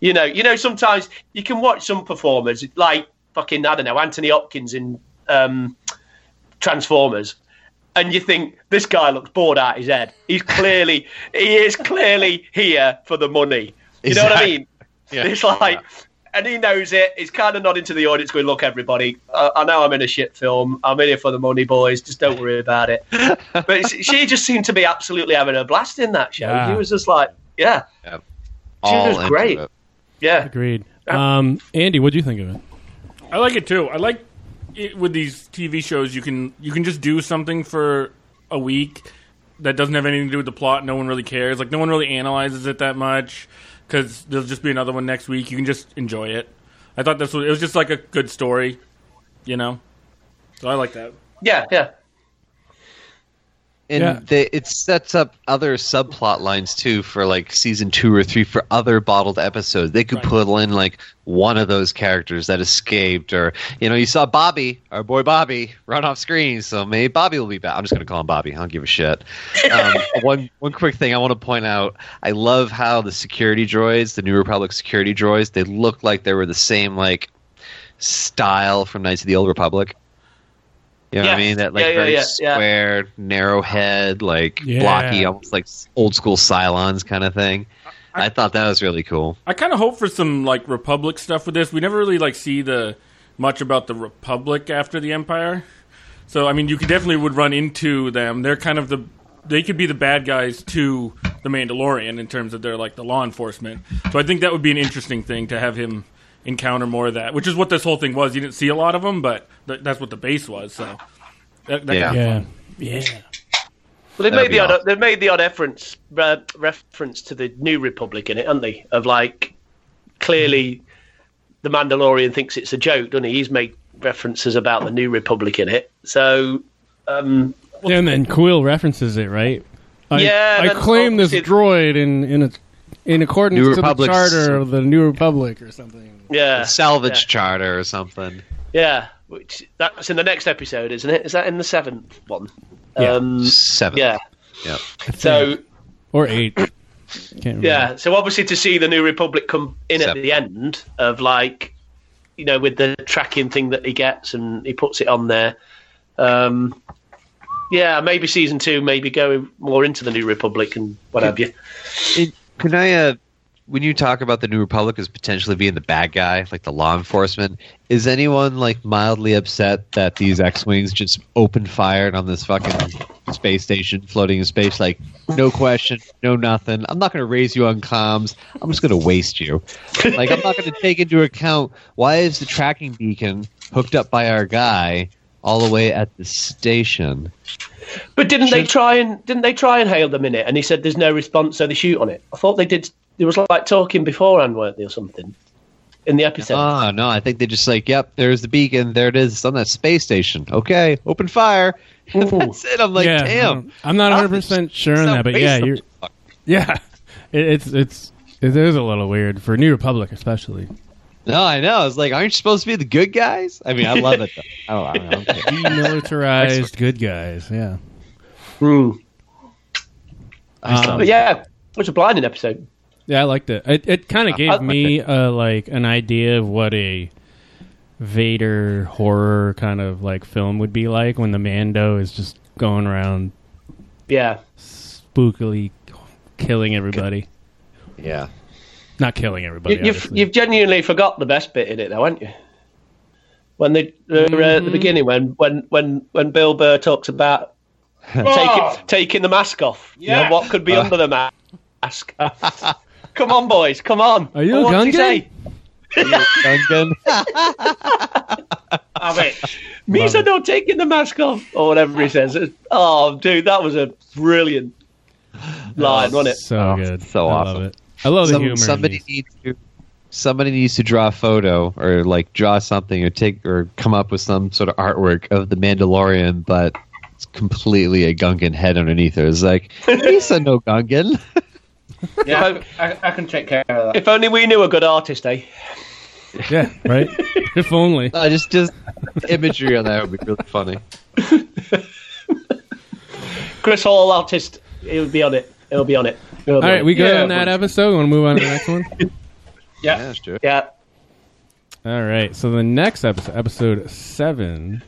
H: you know, you know. Sometimes you can watch some performers like fucking I don't know Anthony Hopkins in um, Transformers, and you think this guy looks bored out his head. He's clearly he is clearly here for the money. You know what I
F: Exactly.
H: mean?
F: Yeah.
H: It's like, and he knows it. He's kind of nodding to the audience, going, "Look, everybody, I, I know I'm in a shit film. I'm in here for the money, boys. Just don't worry about it." but it's- she just seemed to be absolutely having a blast in that show.
G: Yeah.
H: She was just like, "Yeah,
F: Yep.
H: she
F: All
H: was
F: into
H: great."
F: it.
H: Yeah,
G: Agreed. Um, Andy, what'd you think of it?
K: Uh, I like it too. I like it with these TV shows. You can you can just do something for a week that doesn't have anything to do with the plot. No one really cares. Like no one really analyzes it that much because there'll just be another one next week. You can just enjoy it. I thought this was it was just like a good story, you know. So I like that.
H: yeah, yeah.
F: and
G: Yeah.
F: they, it sets up other subplot lines too for like season two or three for other bottled episodes. They could pull in like one of those characters that escaped, or you know, you saw Bobby, our boy Bobby, run off screen, so maybe Bobby will be back. I'm just gonna call him Bobby. I don't give a shit. Um, one one quick thing I want to point out: I love how the security droids, the New Republic security droids, they look like they were the same like style from Knights of the Old Republic. You know what I
H: Yes.
F: mean? That like
H: Yeah, yeah,
F: very
H: yeah, yeah.
F: square, narrow head, like
K: Yeah.
F: blocky, almost like old school Cylons kind of thing. I, thought that was really cool.
K: I kind of hope for some like Republic stuff with this. We never really like see the much about the Republic after the Empire. So I mean, you could definitely would run into them. They're kind of the they could be the bad guys to the Mandalorian in terms of their like the law enforcement. So I think that would be an interesting thing to have him encounter more of that, which is what this whole thing was. You didn't see a lot of them, but th- that's what the base was. So that, that
F: Yeah.
K: could be fun.
G: Yeah.
H: Well, they've
K: That'd
H: made
K: be
H: the odd they've made the odd reference uh, reference to the New Republic in it, haven't they? Of like clearly, the Mandalorian thinks it's a joke, doesn't he? He's made references about the New Republic in it, so. Um,
G: and then Quill references it, right? I,
H: Yeah,
G: I
H: that's
G: claim this
H: all- it-
G: droid in in a, in accordance
F: New
G: to the
F: Republic's-
G: charter of the New Republic or something.
H: Yeah.
F: salvage charter or something.
H: Yeah, which that's in the next episode, isn't it? Is that in the seventh one?
F: Yeah.
H: Um,
F: Seven.
H: Yeah.
F: Yep.
H: So
G: Or eight. Can't remember.
H: yeah, so obviously to see the New Republic come in at the end of like, you know, with the tracking thing that he gets and he puts it on there. Um, yeah, maybe season two, maybe go more into the New Republic and what have you.
F: It- can I, uh, when you talk about the New Republic as potentially being the bad guy, like the law enforcement, is anyone like mildly upset that these X Wings just opened fired on this fucking space station floating in space? Like, no question, no nothing. I'm not going to raise you on comms. I'm just going to waste you. Like, I'm not going to take into account why is the tracking beacon hooked up by our guy all the way at the station?
H: But didn't they try and didn't they try and hail them in it? And he said there's no response, so they shoot on it. I thought they did. There was like talking beforehand, weren't they, or something? In the episode.
F: Oh no, I think they just like, yep, there's the beacon, there it is, it's on that space station. Okay, open fire. That's it. I'm like,
G: Yeah, I
F: damn.
G: don't- I'm not 100 percent sure on that, but yeah, you're. Yeah, it, it's it's it is a little weird for New Republic, especially.
F: No, I know. It's like, aren't you supposed to be the good guys? I mean, I love it. Though. Oh, I don't, I don't
G: Um,
F: care.
G: Demilitarized good guys, yeah. Um,
H: but yeah, it was a blinding episode.
G: Yeah, I liked it. It, it kind of
H: I
G: gave
H: liked
G: me uh, like an idea of what a Vader horror kind of like film would be like when the Mando is just going around
H: Yeah.
G: spookily killing everybody.
F: Yeah,
G: not killing everybody.
H: you, you've,
G: obviously.
H: you've genuinely forgot the best bit in it, though, haven't you? When they uh, uh,
G: Mm-hmm.
H: the beginning, when when when when Bill Burr talks about
I: Oh!
H: taking taking the mask off, yeah,
I: Yes.
H: what could be
I: Uh.
H: under the ma- mask? come on, boys, come on. Are
G: you a
H: what
G: Gungan?
F: Gungan?
H: Means I'm not taking the mask off, or whatever he says. It's- Oh, dude, that was a brilliant line, wasn't it?
G: So good,
F: so
G: I love
F: awesome.
G: it. I love the humor in
F: Somebody needs to. Somebody needs to draw a photo or like draw something or take or come up with some sort of artwork of the Mandalorian, but it's completely a Gungan head underneath her. It's like he's a no Gungan.
H: Yeah,
I: I, I can take care of that.
H: If only we knew a good artist, eh?
G: Yeah, right. if only.
F: No, just just imagery on that would be really funny.
H: Chris Hall, artist, he'll be on it. He'll be on it. He'll
G: All
H: be
G: right, we good
H: Yeah,
G: on that uh, episode. Want to move on to the next one?
H: Yeah.
F: that's true.
H: Yeah.
G: All right. So the next episode, episode seven.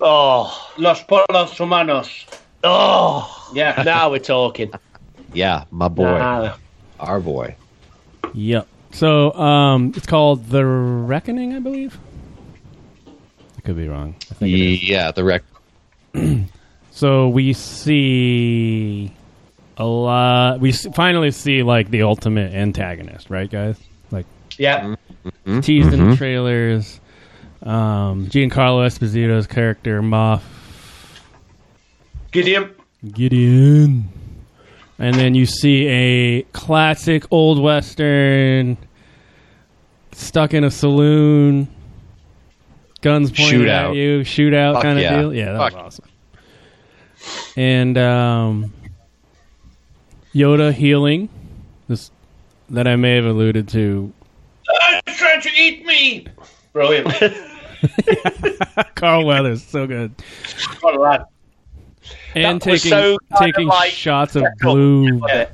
H: Oh,
I: Los polos humanos.
H: oh.
I: Yeah. Ah.
H: Now we're talking.
F: Yeah, my boy,
H: Nah.
F: our boy.
G: Yep. So um, it's called The Reckoning, I believe. I could be wrong. I think it is.
F: Yeah, the wreck.
G: So we see a lot. We s- finally see like the ultimate antagonist, right, guys? Like
H: Yeah.
G: teased in the trailers. Um, Giancarlo Esposito's character Moff
H: Gideon.
G: Gideon, and then you see a classic old western stuck in a saloon, guns pointed at
F: Shootout.
G: you, shootout
F: Fuck
G: kind of
F: yeah.
G: deal. Yeah, that was
F: Fuck.
G: awesome. and um, Yoda healing. This that I may have alluded to.
I: It's trying to eat me. Brilliant.
G: Carl Weathers, so good.
I: What a lad.
G: And
I: That was
G: taking
I: so kinda
G: taking
I: like-
G: shots of blue.
I: Yeah.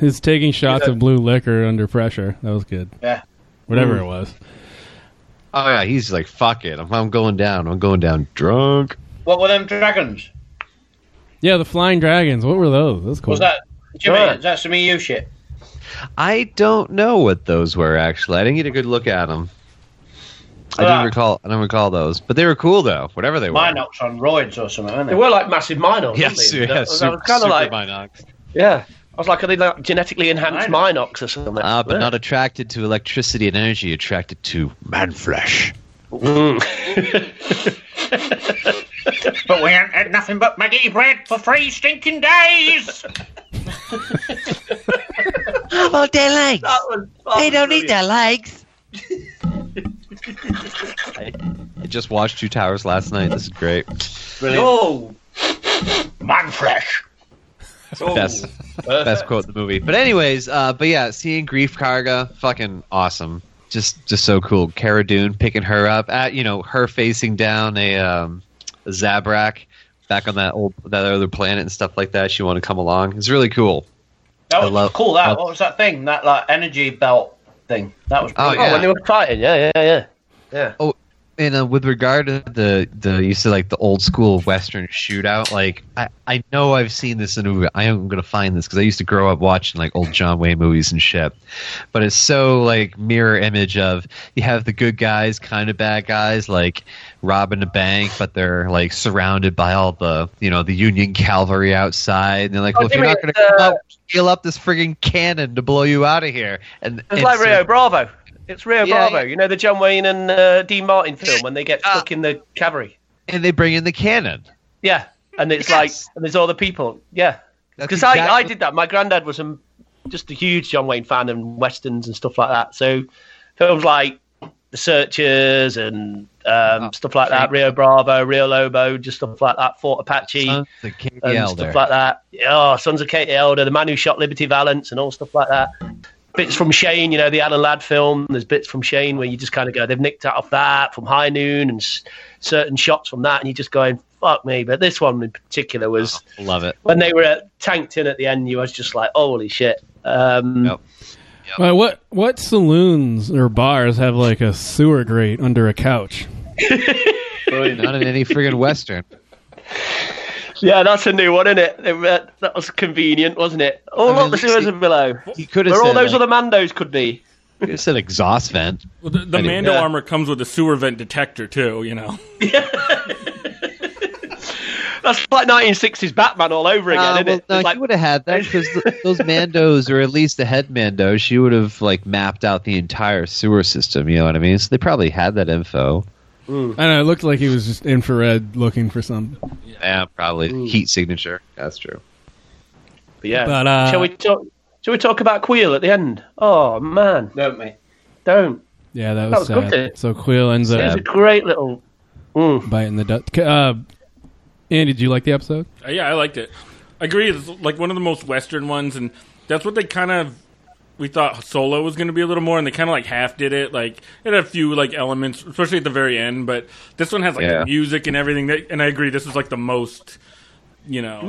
G: His taking shots of blue liquor under pressure. That was good.
I: Yeah.
G: Whatever
F: Mm.
G: it was.
F: Oh yeah, he's like, fuck it, I'm, I'm going down. I'm going down drunk.
I: What were them dragons?
G: Yeah, the flying dragons. What were those? That's cool.
I: Was that Jimmy?
F: Sure.
I: Is that some EU shit?
F: I don't know what those were actually. I didn't get a good look at them. I
I: Ah.
F: don't recall. I don't recall those, but they were cool though. Whatever they were.
I: Minox on roids or something, aren't
H: They were like massive Minox.
F: Yes,
H: weren't
F: yes,
H: they? I was
F: super-
H: kind of
F: super
H: like
F: Minox.
H: Yeah, I was like, are they like genetically enhanced Minox or something?
F: Ah, but
H: Yeah.
F: not attracted to electricity and energy. Attracted to man flesh.
I: but we haven't had nothing but maggoty bread for three stinking days.
N: About their legs. they don't need their legs.
F: I just watched Two Towers last night. This is great.
H: No,
I: Oh. man flesh.
F: Best, best quote in the movie. But anyways, uh, but yeah, seeing Grief Karga, fucking awesome. Just just so cool. Cara Dune picking her up at you know her facing down a um, Zabrak back on that old that other planet and stuff like that. She want to come along. It's really cool.
I: That was
F: love-
I: cool. That
F: love-
I: what was that thing? That like energy belt thing. That was.
F: Oh,
I: brilliant.
F: yeah. Oh, when they were
H: fighting. Yeah, yeah, yeah. Yeah.
F: Oh, and uh, with regard to the the you said like the old school Western shootout, like I I know I've seen this in a movie. I am gonna find this because I used to grow up watching like old John Wayne movies and shit. But it's so like mirror image of you have the good guys, kind of bad guys, like robbing a bank, but they're like surrounded by all the you know the Union cavalry outside, and they're like,
H: Oh,
F: well, if you're
H: Jimmy,
F: not gonna
H: it's,
F: come
H: uh,
F: up, heal up this friggin' cannon to blow you out of here, and
H: It's like
F: so-
H: Rio Bravo. It's Rio
F: Yeah, Ah.
H: Bravo.
F: yeah.
H: You know the John Wayne and uh, Dean Martin film when they get stuck in the cavalry.
F: and they bring in the cannon.
H: Yeah, and it's like and there's all the people. Yeah,
F: That's
H: because I, I
F: exactly-
H: did that. My granddad was a, just a huge John Wayne fan and westerns and stuff like that. So films like The Searchers and
F: Oh,
H: um, stuff like that, Rio Bravo, Rio Lobo, just stuff like that, Fort Apache.
F: Sons of Katie
H: and
F: Elder.
H: stuff like that. Oh, Sons of Katie Elder, the man who shot Liberty Valance, and all stuff like that. Bits from Shane, you know, the Alan Ladd film. There's bits from Shane where you just kind of go, they've nicked out of that from High Noon and s- certain shots from that, and you're just going, fuck me. But this one in particular was
F: Love it.
H: when they were uh, tanked in at the end. You was just like, holy shit. Um,
G: Uh, what what saloons or bars have like a sewer grate under a couch?
F: Not in any friggin' western.
H: Yeah, that's a new one, isn't it? They were- That was convenient, wasn't it? Oh,
F: I mean,
H: look, the sewers are below.
F: He could have
H: Where all
F: said,
H: those
F: like-
H: other Mandos could be.
F: It's said exhaust vent.
K: Well, the the
F: Anyway.
K: Mando
F: Yeah.
K: armor comes with a sewer vent detector too. You know.
H: That's like 1960s Batman all over again,
F: Uh,
H: isn't
F: well,
H: it?
F: no,
H: It's like-
F: he would have had that because those Mandos, or at least the head Mando, she would have like mapped out the entire sewer system. You know what I mean? So they probably had that info.
G: I know it looked like he was just infrared looking for something.
F: Yeah, probably heat signature. That's true.
H: But yeah,
G: But, uh,
H: shall we talk? Shall we talk about Queel at the end? Oh man,
I: don't me.
H: Don't.
G: Yeah, that
H: That
G: was,
H: was good,
G: sad.
H: didn't it?
G: So Quill ends
H: It was
G: up
H: a great little.
G: biting the duck. Uh, Andy, did you like the episode?
K: Uh, yeah, I liked it. I agree. It's like one of the most Western ones, and that's what they kind of. We thought Solo was going to be a little more, and they kind of like half did it. Like it had a few like elements, especially at the very end. But this one has like
F: Yeah.
K: the music and everything. That, and I agree, this is like the most, you know,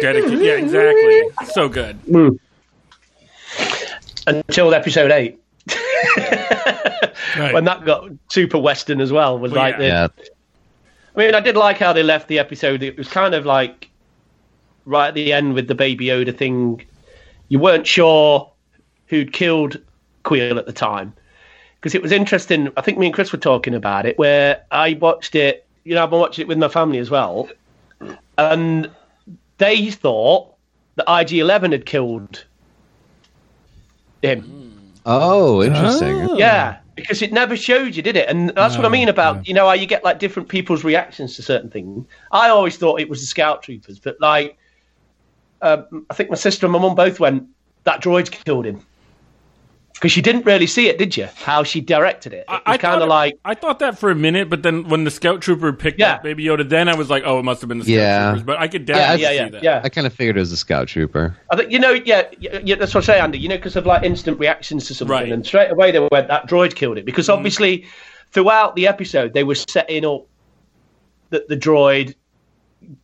K: dedicated. Yeah, exactly. So good.
H: Until episode eight, when that got super western as well, was
K: Well,
H: like
K: yeah.
H: the.
K: Yeah.
H: I mean, I did like how they left the episode. It was kind of like right at the end with the Baby Yoda thing. You weren't sure who'd killed Queel at the time. because it was interesting. I think me and Chris were talking about it, where I watched it. You know, I've been watching it with my family as well, and they thought that IG Eleven had killed him.
F: Oh, interesting.
H: Yeah, because it never showed you, did it? And that's what I mean about you know how you get like different people's reactions to certain things. I always thought it was the scout troopers, but like, um I think my sister and my mum both went that droid's killed him. Because you didn't really see it, did you? How she directed it. It was kind of like
K: I thought that for a minute, but then when the scout trooper picked up Baby Yoda, then I was like, oh, it must have been the scout
F: Yeah.
K: troopers. But I could definitely
H: Yeah, yeah,
K: see
H: yeah,
K: that.
H: yeah.
F: I kind of figured it was a scout trooper.
H: I think you know, yeah, yeah, yeah, that's what I say, Andy. You know, because of like instant reactions to something, and straight away they went, "That droid killed it."
K: Mm.
H: Because obviously, throughout the episode, they were setting up that the droid,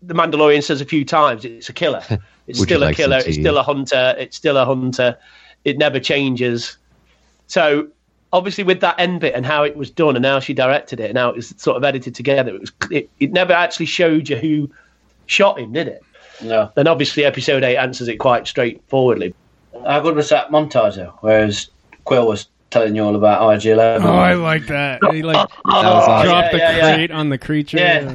H: the Mandalorian says a few times, "It's a killer. It's
O: Would you
H: still a
O: like some
H: killer. It's
O: tea?"
H: still a hunter. It's still a hunter. It never changes." So obviously, with that end bit and how it was done, and how she directed it, and how it was sort of edited together, it was it, it never actually showed you who shot him, did it?
I: No.
H: Then obviously, episode eight answers it quite straightforwardly.
I: How good was that montage though? Whereas Quill was telling you all about IG Eleven.
G: Oh, I like that. He like
H: Ah.
I: was awesome.
G: dropped
I: Yeah,
G: the
I: yeah, yeah.
G: crate on the creature.
I: Yeah.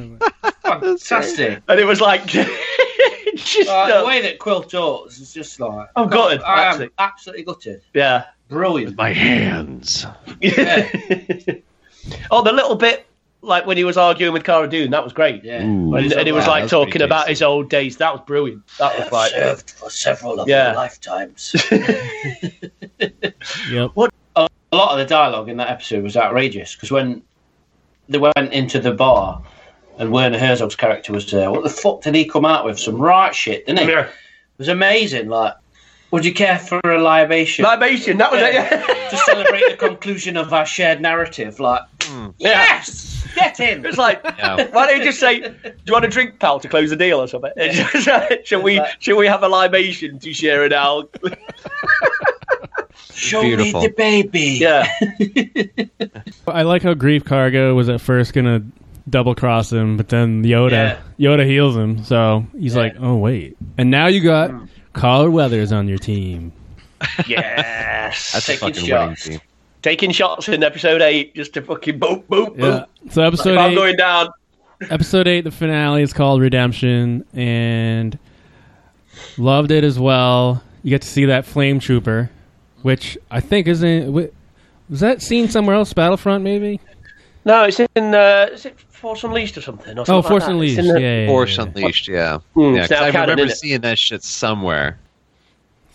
I: Fantastic.
H: And it was like just
I: uh, the way that Quill talks is just like
H: I'm gutted.
I: I am
H: Absolutely.
I: absolutely gutted.
H: Yeah.
I: Brilliant.
F: My hands.
H: Oh, the little bit like when he was arguing with Cara Dune, that was great. Yeah.
F: Mm.
I: Ooh.
H: and, and he was
I: Wow,
H: like
I: that's pretty
H: talking about his old days. That was brilliant. That was
I: I've
H: like
I: served for several of
H: Yeah.
I: my lifetimes.
G: yep.
I: What a a lot of the dialogue in that episode was outrageous because when they went into the bar and Werner Herzog's character was there, what the fuck did he come out with? Some right shit, didn't he? It was amazing. Like, would you care for a libation?
H: Libation, that was it,
I: to celebrate the conclusion of our shared narrative, like, yes, get in.
H: It's like, why don't you just say, "Do you want a drink, pal, to close the deal or something?" shall we? Shall we have a libation to share it out?
I: Show
G: Beautiful.
I: me the baby.
H: Yeah.
G: I like how Grief Cargo was at first gonna double cross him, but then Yoda Yoda heals him, so he's like, "Oh wait!" And now you got
I: Mm.
G: Collar Weathers on your team.
H: yes.
G: That's a fucking winning
H: shots.
G: team.
H: Taking shots in episode eight just to fucking boop boop
G: Yeah.
H: boop.
G: So episode
H: If Oh. I'm
G: eight-
H: going down.
G: Episode eight, the finale is called Redemption, and loved it as well. You get to see that flame trooper, which I think is in. wa- Was that seen somewhere else? Battlefront, maybe.
H: No, it's in. Uh, is it Force Unleashed or something? Or something
G: Oh,
H: like
G: Force
H: that?
G: Unleashed.
H: It's in the-
G: yeah, yeah,
F: Force
G: yeah, yeah.
F: Unleashed, yeah.
H: Mm,
F: yeah
H: it's
F: 'cause
H: now
F: I
H: canon,
F: remember
H: isn't it?
F: seeing that shit somewhere.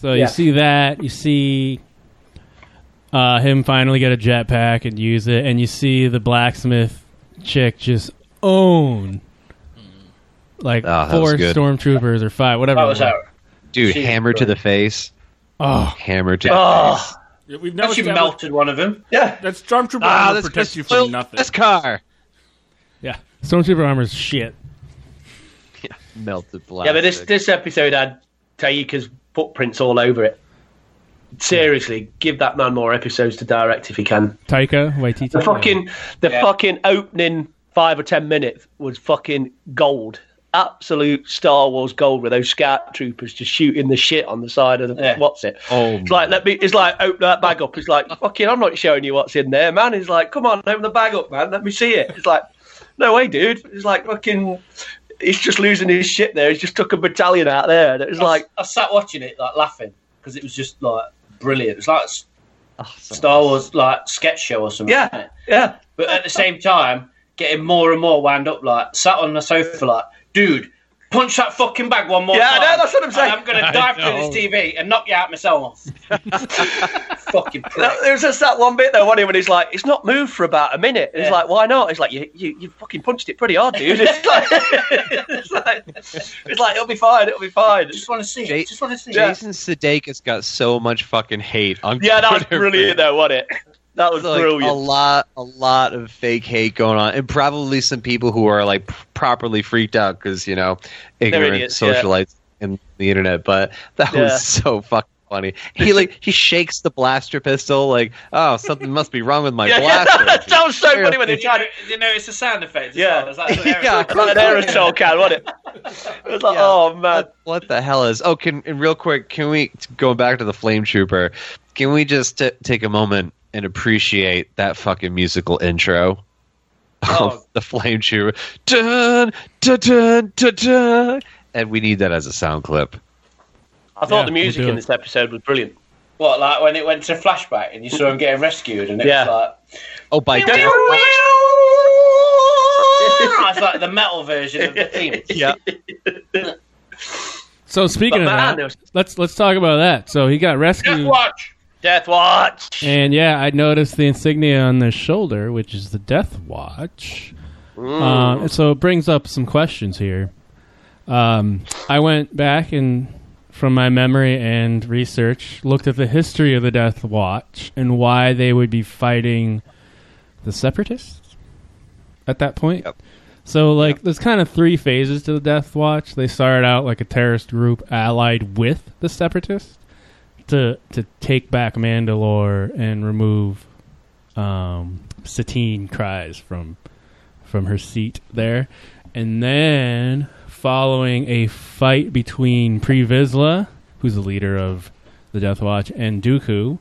G: So
F: Yeah.
G: you see that, you see uh, him finally get a jetpack and use it, and you see the blacksmith chick just own like
F: Oh, that was
G: four
F: good.
G: stormtroopers or five, whatever.
I: That
G: it
I: was
G: was.
I: our-
F: Dude,
I: She-
F: hammer to the face.
G: Oh.
F: Hammer to the face.
K: We've never
I: Actually,
K: established-
I: melted one of them.
H: Oh, Yeah.
K: That's Stormtrooper
F: Ah,
K: armor
F: that's-
K: protects
F: that's
K: you from nothing.
F: This car.
G: Yeah. Stormtrooper armor's shit.
F: Melted
H: Yeah,
F: plastic.
H: but this this episode had Taika's footprints all over it. Seriously, give that man more episodes to direct if he can.
G: Taika Waititi.
H: The fucking the fucking opening five or ten minutes was fucking gold. Absolute Star Wars gold with those scout troopers just shooting the shit on the side of the what's it.
F: Oh,
H: It's like let me it's like open that bag up. It's like fucking I'm not showing you what's in there, man. He's like, Come on, open the bag up, man, let me see it. It's like, No way, dude. It's like fucking he's just losing his shit there. He's just took a battalion out there and it was
I: I s-
H: like
I: I sat watching it like laughing because it was just like brilliant. It was like s- Star Wars like sketch show or something.
H: Yeah,
I: wasn't it?
H: yeah.
I: But at the same time, getting more and more wound up. Like sat on the sofa, like dude, punch that fucking bag one more
H: Yeah, I
I: time.
H: know, that's what I'm saying.
I: And I'm gonna
H: I
I: dive through
H: know.
I: this TV and knock you out myself. fucking prick.
H: That- There's just that one bit though, wasn't it, when he's like, it's not moved for about a minute. And He's like, why not? He's like, you, you, you fucking punched it pretty hard, dude. It's like, it's like, it's like, it'll be fine, it'll be fine. Just
I: want to see
F: it,
I: just want to see
F: Jason Sudeikis got so much fucking hate on
H: Yeah, that was
F: Twitter.
H: brilliant though, wasn't it? That was
F: like
H: brilliant.
F: a
I: oh,
F: lot, a lot of fake hate going on, and probably some people who are like p- properly freaked out because you know ignorant
O: idiots, yeah.
F: socialites in the internet. But that
O: Yeah.
F: was so fucking funny. He like he shakes the blaster pistol like, oh, something must be wrong with my
I: Yeah, yeah,
F: blaster.
H: that was so funny when
I: Did
H: they
I: you,
H: tried.
I: know, did you know it's a sound effect. As
H: Yeah.
I: well? It's like-
H: Yeah, it's like an aerosol can, wasn't it? It was like, oh man,
F: what the hell is? Oh, can and real quick, can we go back to the flame trooper? Can we just t- take a moment and appreciate that fucking musical intro? of the flame trooper. Dun, dun, dun, dun, dun. And we need that as a sound clip.
H: I thought
F: Yeah,
H: the music
F: we'll do
H: in
F: it.
H: this episode was brilliant.
I: What, like when it went to flashback and you saw him getting rescued and it
H: Yeah.
I: was like.
F: Oh, by
H: Dale.
I: It's like the metal version of the theme.
F: Yeah.
G: So speaking
I: But
G: of
I: man,
G: that, let's let's talk about that. So he got rescued.
I: Watch!
H: Death Watch.
G: And yeah, I noticed the insignia on their shoulder, which is the Death Watch.
H: Mm.
G: Um, and so it brings up some questions here. Um, I went back and from my memory and research looked at the history of the Death Watch and why they would be fighting the Separatists at that point. So like there's kind of three phases to the Death Watch. They started out like a terrorist group allied with the Separatists to to take back Mandalore and remove um, Satine cries from from her seat there, and then following a fight between Pre Vizsla, who's the leader of the Death Watch, and Dooku,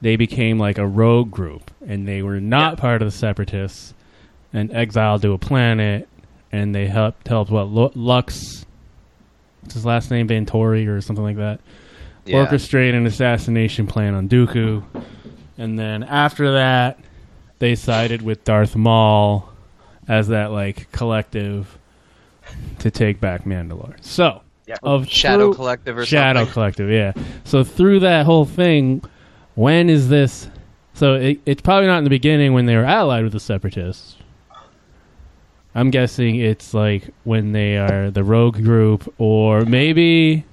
G: they became like a rogue group, and they were not part of the Separatists, and exiled to a planet, and they helped helped what Lu- Lux, what's his last name Vantori or something like that,
P: Yeah.
G: orchestrate an assassination plan on Dooku, and then after that, they sided with Darth Maul as that like collective to take back Mandalore. So
F: Yeah.
G: of
F: Shadow
G: through-
F: Collective or
G: Shadow
F: something.
G: Collective, yeah. So through that whole thing, when is this? So it, it's probably not in the beginning when they were allied with the Separatists. I'm guessing it's like when they are the rogue group, or maybe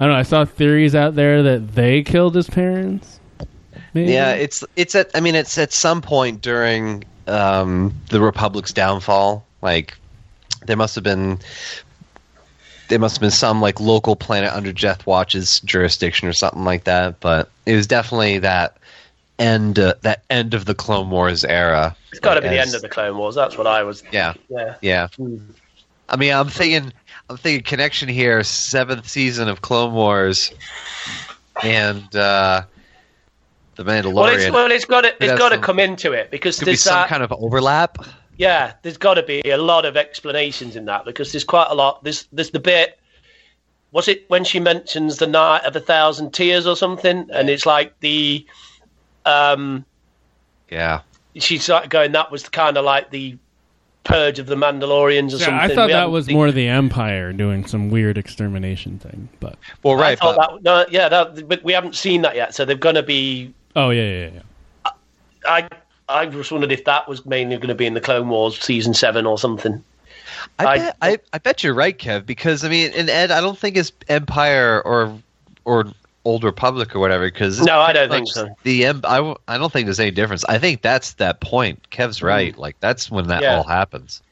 G: I don't know. I saw theories out there that they killed his parents. Maybe?
F: Yeah, it's it's at I mean it's at some point during um, the Republic's downfall. Like there must have been there must have been some like local planet under Death Watch's jurisdiction or something like that. But it was definitely that end uh, that end of the Clone Wars era.
H: It's got to be the end of the Clone Wars. That's what I was.
F: Yeah.
H: Yeah.
F: Yeah. I mean, I'm thinking, I'm thinking connection here. Seventh season of Clone Wars, and uh, the Mandalorian.
H: Well, it's well, it's got to it's
F: That's
H: got to
F: some-
H: come into it because
F: could be
H: there's
F: some
H: that.
F: kind of overlap.
H: Yeah, there's got to be a lot of explanations in that because there's quite a lot. There's there's the bit. Was it when she mentions the night of a thousand tears or something? And it's like the, um,
F: Yeah.
H: she's like going. That was kind of like the purge of the Mandalorians or
G: Yeah,
H: something.
G: I thought
H: We
G: that
H: haven't
G: was
H: seen-
G: more the Empire doing some weird extermination thing, but
F: well,
H: I thought that, no, yeah, that, but we haven't seen that yet, so they're going to be.
G: oh yeah, yeah, yeah.
H: I I just wondered if that was mainly going to be in the Clone Wars season seven or something.
F: I, bet, I I bet you're right, Kev. Because I mean, and Ed, I don't think it's Empire or or Old Republic or whatever. Because
H: No, I don't think so.
F: The em- I, w- I don't think there's any difference. I think that's that point. Kev's right. Like that's when that
H: Mm. Yeah.
F: all happens.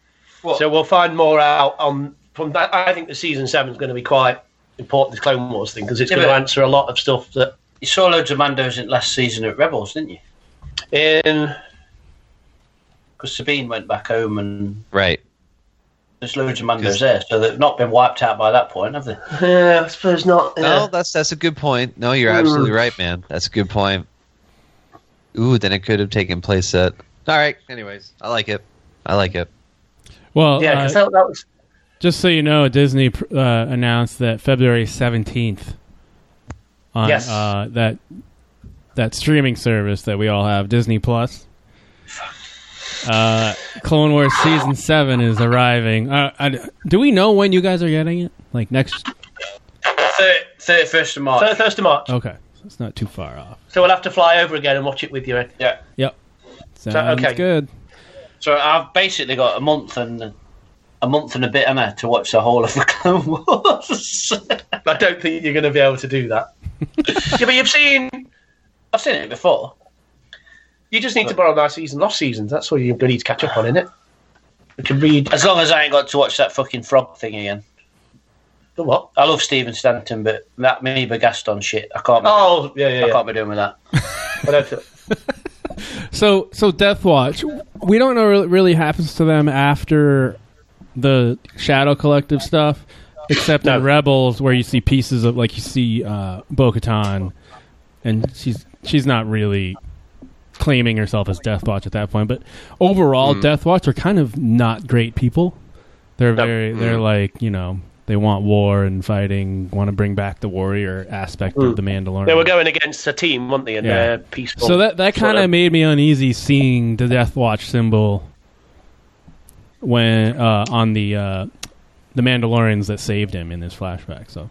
H: So we'll find more out on from that. I think the season seven is going to be quite important, the Clone Wars thing, because it's
I: Yeah,
H: going to
I: but-
H: answer a lot of stuff that
I: You saw loads of Mandos in last season at Rebels, didn't you?
H: in
I: Because Sabine went back home and
F: right.
I: There's loads of Mandos there, so they've not been wiped out by that point, have they?
H: Yeah, I suppose not.
F: No, that's that's a good point. No, you're absolutely
I: Mm.
F: right, man. That's a good point. Ooh, then it could have taken place at. All right. Anyways, I like it. I like it.
G: Well,
F: Yeah,
G: uh,
F: 'cause
H: that, that was
G: just so you know, Disney pr- uh, announced that February seventeenth on
H: Yes.
G: uh, that that streaming service that we all have, Disney Plus. Uh, Clone Wars season seven is arriving. Uh, I, do we know when you guys are getting it? Like next?
I: Thirty first of March.
H: Thirty first of March.
I: Oh.
G: Okay, so it's not too far off.
H: So we'll have to fly over again and watch it with you. eh? Ed.
I: Yeah.
G: Yep.
I: So,
G: Sounds
I: okay.
G: good.
I: So I've basically got a month and a month and a bit, am I, to watch the whole of the Clone Wars?
H: I don't think you're going to be able to do that. yeah, but you've seen.
I: I've seen it before.
H: You just need to borrow last season, lost seasons. That's all you're going to need to catch up on, isn't it? We can read.
I: As long as I ain't got to watch that fucking frog thing again.
H: The what?
I: I love Steven Stanton, but that Amoeba Gaston shit, I can't.
H: Oh, yeah, yeah,
I: I
H: yeah.
I: can't be doing with that.
H: I don't feel-
G: So, so Death Watch, we don't know what really happens to them after the Shadow Collective stuff, except in Rebels, where you see pieces of, like, you see uh, Bo Katan, and she's she's not really claiming herself as Death Watch at that point. But overall,
P: Mm.
G: Death Watch are kind of not great people. They're very, they're like, you know, they want war and fighting, want to bring back the warrior aspect of the Mandalorian.
H: They were going against a team, weren't they? And
G: Yeah.
H: they're peaceful.
G: So that that kind
H: um,
G: of made me uneasy seeing the Death Watch symbol when uh, on the uh, the Mandalorians that saved him in this flashback. So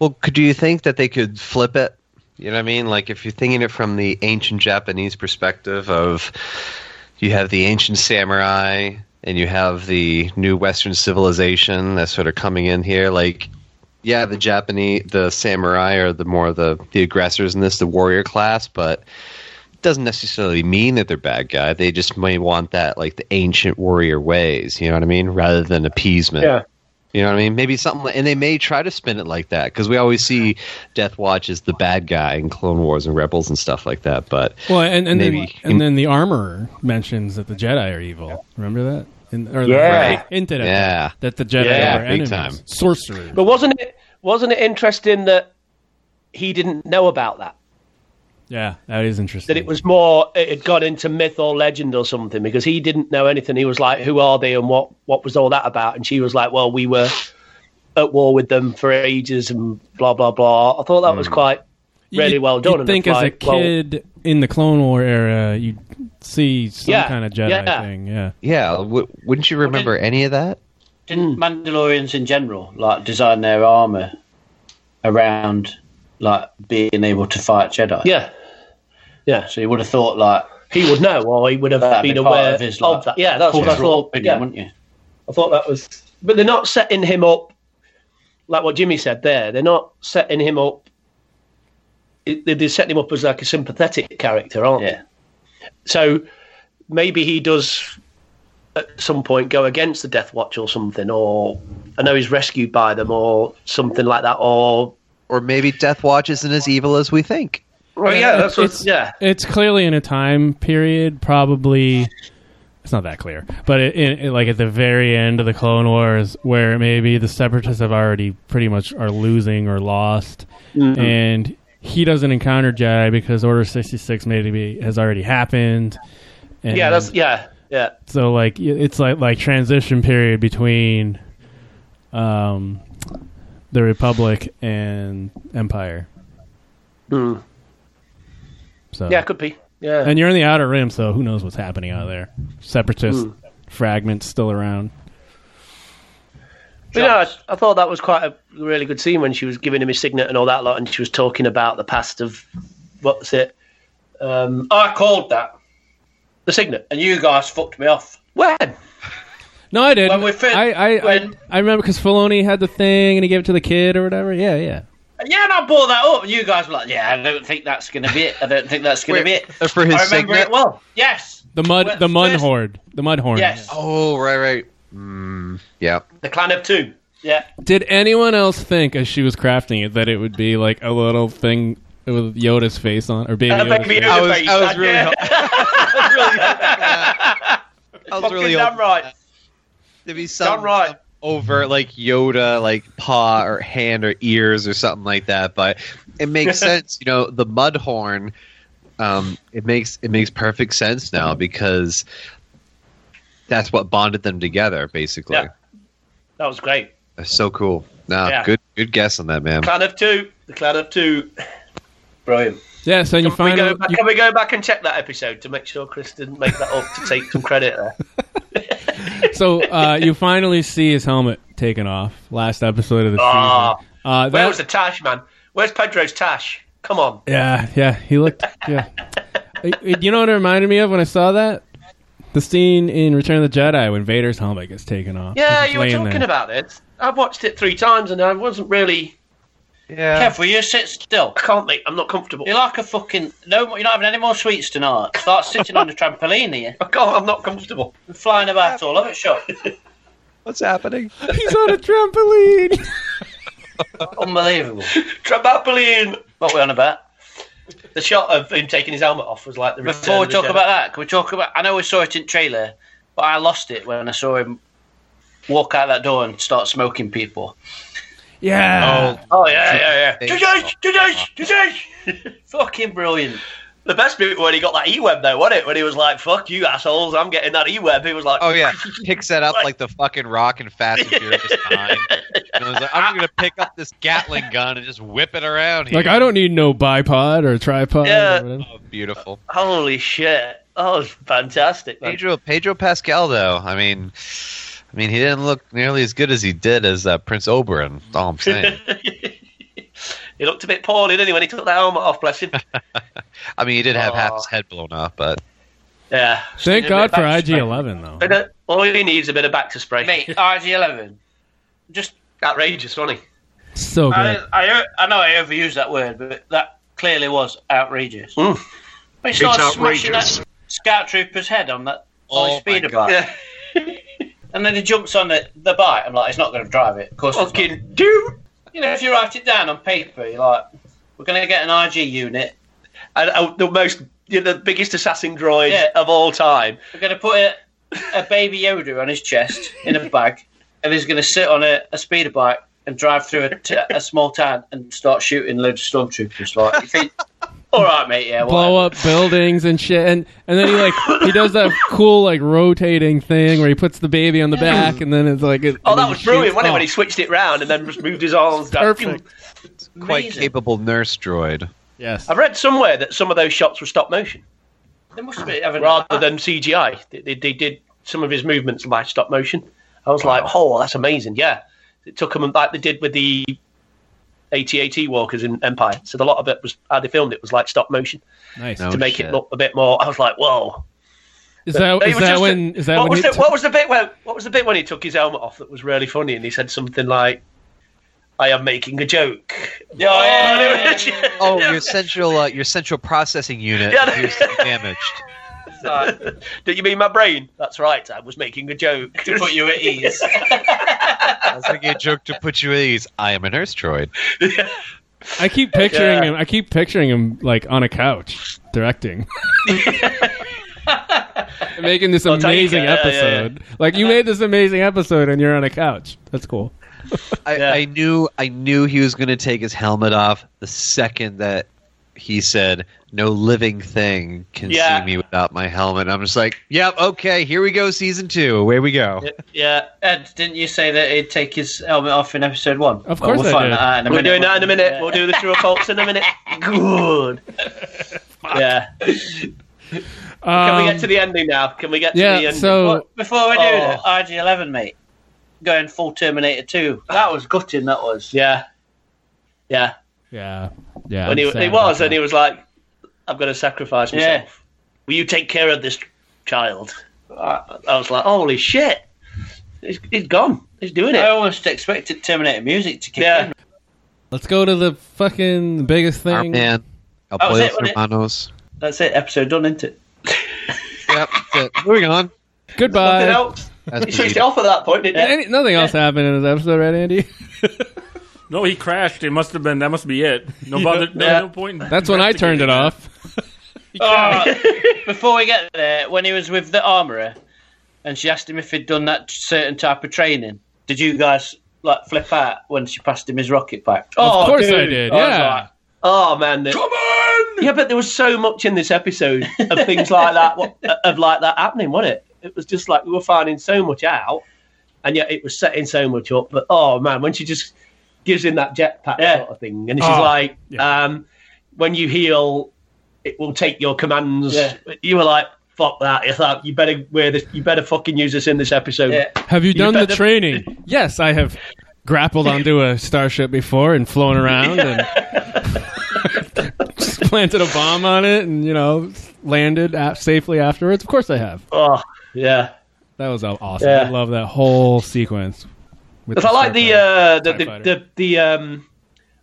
F: Well, could do you think that they could flip it? You know what I mean? Like if you're thinking it from the ancient Japanese perspective of you have the ancient samurai and you have the new Western civilization that's sort of coming in here, like yeah, the Japanese, the samurai are the more the the aggressors in this, the warrior class, but it doesn't necessarily mean that they're bad guy. They just may want that like the ancient warrior ways, you know what I mean, rather than appeasement.
H: Yeah.
F: You know what I mean? Maybe something, like, and they may try to spin it like that because we always see Death Watch as the bad guy in Clone Wars and Rebels and stuff like that. But
G: Well, and and,
F: maybe
G: then, and then the armorer mentions that the Jedi are evil. Remember that? In, or
H: Yeah.
G: the, hinted at
F: Yeah.
G: that, that the Jedi
F: Yeah,
G: are
F: big
G: enemies,
F: time.
G: sorcerers.
H: But wasn't it wasn't it interesting that he didn't know about that?
G: Yeah, that is interesting.
H: That it was more it had gone into myth or legend or something because he didn't know anything. He was like, "Who are they and what what was all that about?" And she was like, "Well, we were at war with them for ages and blah blah blah." I thought that was quite really well done.
G: I
H: and
G: think
H: it's
G: as a
H: like, well,
G: kid in the Clone War era, you would see some
I: Yeah,
G: kind of Jedi
I: yeah.
G: thing. Yeah.
F: Yeah, w- wouldn't you remember any of that?
I: Didn't Mandalorians in general like design their armor around like being able to fight Jedi?
H: Yeah. Yeah.
I: So you would have thought like
H: he would know, or he would have
I: That'd
H: been
I: be part
H: aware
I: of his, like,
H: that. Yeah, that's what I
I: cultural
H: thought.
I: opinion,
H: yeah.
I: wouldn't you?
H: I thought that was, but they're not setting him up like what Jimmy said there. They're not setting him up. it- They're setting him up as like a sympathetic character, aren't they? So maybe he does at some point go against the Death Watch or something, or I know he's rescued by them or something like that, or
F: or maybe Death Watch isn't as evil as we think.
H: Well, yeah, that's what.
G: it's,
H: Yeah,
G: It's clearly in a time period, probably. It's not that clear, but it, in it, like at the very end of the Clone Wars, where maybe the Separatists have already pretty much are losing or lost,
Q: Mhm.
H: Mm-hmm.
G: and he doesn't encounter Jedi because Order sixty six maybe has already happened. And
H: yeah, that's yeah, yeah.
G: so like y- it's like like transition period between um the republic and empire so
H: Mm. Yeah, could be. Yeah.
G: and you're in the outer rim so who knows what's happening out there separatist
H: Mm.
G: fragments still around
H: But no, I, I thought that was quite a really good scene when she was giving him his signet and all that lot, and she was talking about the past of what's it? Um,
I: I called that,
H: the signet,
I: and you guys fucked me off.
H: When?
G: no i didn't
I: When we fin-
G: I, I,
I: when-
G: I i remember because Filoni had the thing and he gave it to the kid or whatever yeah yeah
I: Yeah, and I brought that up, and you guys were like, "Yeah, I don't think that's going to be it. I don't think that's going to be it."
F: uh, for his
I: I remember
F: signet?
I: it well. Yes,
G: the mud
I: Well,
G: the mud
I: first-
G: horde the mud horn
I: yes,
F: Oh, right, right. Mm, yeah.
I: the Clan of Two. Yeah,
G: Did anyone else think as she was crafting it that it would be like a little thing with Yoda's face on or baby
I: And a
G: Yoda's
I: baby
G: face?
I: Yoda face, like, yeah.
F: I was
I: Fucking
F: really
I: damn
F: hoping
I: right.
F: There'd be some, some over
H: Mm-hmm.
F: like Yoda, like paw or hand or ears or something like that. But it makes sense, you know. The Mudhorn, um, it makes it makes perfect sense now because that's what bonded them together. Basically,
H: Yeah. That was great.
F: that's so cool. Nah,
H: Yeah.
F: good good guess on that, man.
H: Clan of two, the clan of two. Brilliant.
G: Yeah, so you
H: Can we,
G: find
H: go
G: out
H: back, can we go back and check that episode to make sure Chris didn't make that up to take some credit there?
G: so uh, you finally see his helmet taken off last episode of the
H: Ah.
G: season. Uh,
H: Where
G: that-
H: was the Tash, man? Where's Pedro's Tash? Come on.
G: yeah, yeah, he looked yeah. Uh, you know what it reminded me of when I saw that? The scene in Return of the Jedi when Vader's helmet gets taken off.
H: Yeah,
G: It's
H: you were
G: laying
H: talking
G: there.
H: about it. I've watched it three times and I wasn't really.
F: Yeah.
I: Kev, will you sit still? I
H: can't, mate. I'm not comfortable.
I: You're like a fucking no. more- You're not having any more sweets tonight. Start sitting on the trampoline here. I
H: can't. I'm not comfortable.
I: I'm flying about all over the shop.
F: What's happening?
G: He's on a trampoline.
I: Unbelievable.
H: Trampoline. What are we on about? The shot of him taking his helmet off was like the.
I: Before we
H: return of
I: talk
H: the Jedi.
I: about that, can we talk about? I know we saw it in trailer, but I lost it when I saw him walk out that door and start smoking people.
G: Yeah.
H: Oh yeah, yeah, yeah.
I: Hey.
H: Judge, judge, judge.
I: Fucking brilliant.
H: The best bit when he got that e-web though, wasn't it? When he was like, "Fuck you, assholes! I'm getting that e-web." He was like,
F: Oh yeah, picks that up like the fucking Rock and Fast and Furious Nine. And I was like, I'm gonna pick up this Gatling gun and just whip it around here. Oh,
G: Like I don't need no bipod or tripod.
H: Oh, Yeah.
G: Or whatever.
F: Beautiful.
H: "Holy shit, that was fantastic." Man.
F: Pedro Pedro Pascal though. I mean, I mean he didn't look nearly as good as he did as uh, Prince Oberyn. That's all I'm saying.
H: He looked a bit poorly, didn't he, when he took that helmet off? Bless him.
F: I mean, he did have half his head blown off, but
H: yeah.
G: Thank God for IG11 though.
H: Bit of- all he needs is a bit of back to spray.
I: Mate, RG11. Just
H: outrageous, wasn't he?
G: So good.
I: I, I, I know I overused that word, but that clearly was outrageous.
H: Mm.
I: But he
H: It's
I: started smashing
H: outrageous.
I: that scout trooper's head on that
H: Oh
I: on his speeder bike. and then he jumps on the, the bike. I'm like, he's not going to drive it. Of course
H: Fucking dude.
I: You know, if you write it down on paper, you're like, we're going to get an IG unit.
H: And uh, the most, you know, the biggest assassin droid of all time.
I: We're going to put a, a baby Yoda on his chest in a bag, and he's going to sit on a, a speeder bike and drive through a, t- a small town and start shooting loads of stormtroopers. Like, you think, all right, mate, yeah, well,
G: blow up buildings and shit and, and then he like he does that cool like rotating thing where he puts the baby on the back and then it's like it,
H: Oh, that was brilliant, wasn't it, when he switched it round and then just moved his arms down.
G: Perfect.
F: quite capable nurse droid.
G: Yes.
H: I've read somewhere that some of those shots were stop motion
I: there must be having
H: rather than CGI. They, they, they did some of his movements by stop motion. I was like, oh, that's amazing. Yeah. It took them like they did with the AT-AT walkers in Empire. So a lot of it was how they filmed it was like stop motion
G: nice
F: Oh,
H: to make it look a bit more. I was like, whoa.
G: Is
H: But
G: that
H: they
G: is
H: were
G: that
H: just-
G: when is that
H: what
G: when
H: was
G: he
H: the,
G: t-
H: what was the bit when what was the bit when he took his helmet off that was really funny and he said something like, "I am making a joke." Oh,
F: Oh, your central uh, your central processing unit
H: Yeah.
F: appears to be damaged.
H: Do you mean my brain? That's right. I was making a joke to
I: put you at ease.
F: I was making a joke to put you at ease. I am a nurse droid.
G: I keep picturing
F: Yeah.
G: him I keep picturing him like on a couch directing making this
F: I'll tell you,
G: amazing
H: uh,
F: yeah, yeah, yeah.
G: episode like
H: Uh-huh.
G: you made this amazing episode and you're on a couch that's cool
F: I, I knew I knew he was going to take his helmet off the second that he said no living thing can
H: Yeah.
F: see me without my helmet. I'm just like, yep, okay, here we go, season two, away we go.
I: Yeah, Ed, didn't you say that he'd take his helmet off in episode one?
F: Of
I: Well,
F: course
I: we'll
F: I
I: find
F: did.
I: that out in a
H: We're
I: minute.
H: doing that in a minute. We'll do the true or false in a minute. Good. Yeah. Can we
G: Um,
H: get to the ending now? Can we get
G: yeah,
H: to the ending?
G: so- What?
I: Before we do
H: Oh.
I: that, RG11, mate, going full Terminator 2. That was gutting, that was.
H: Yeah. Yeah.
G: yeah yeah
H: when
G: I'm
H: he,
G: sad
H: he
G: about
H: was, and he was like, "I'm going to sacrifice myself.
I: Yeah.
H: Will you take care of this child?" I, I was like, "Holy shit, he's, he's gone. He's doing it."
I: I almost expected Terminator music to kick in.
G: Let's go to the fucking biggest thing.
F: Our man, El
I: That was
F: Pollo
I: it, wasn't it?
F: Hermanos.
I: That's it, episode done, isn't it?
F: Yep, that's it. moving on.
G: Goodbye.
H: Nothing else.
F: That's
H: He switched it off at that point, didn't he?
G: Any- nothing else happened in this episode, right, Andy?
K: No, he crashed. It must have been. That must be it. No bother. no-
I: Yeah.
K: No, point. In
G: That's when I turned it off.
I: Oh, before we get there, when he was with the armourer and she asked him if he'd done that certain type of training, did you guys like flip out when she passed him his rocket pack?
H: Oh,
G: course I
H: dude.
G: did,
H: was
G: yeah.
H: like, oh man. Come on. Yeah, but there was so much in this episode of things like that, what, uh, of like that happening, wasn't it? It was just like we were finding so much out, and yet it was setting so much up. But oh man, when she just gives him that jetpack sort of thing, and she's
O: Oh,
H: like, um, "When you heal, it will take your commands."
I: Yeah.
H: You were like, "Fuck that!" You thought you better wear this. You better fucking use this in this episode.
I: Yeah.
G: Have you done the
H: better-
G: training? yes, I have grappled onto a starship before and flown around and just planted a bomb on it and, you know, landed a safely afterwards. Of course I have.
H: Oh yeah.
G: That was aw- awesome.
H: Yeah.
G: I love that whole sequence. with
H: Because I like the, uh, the, the,
G: Fighter.
H: the the um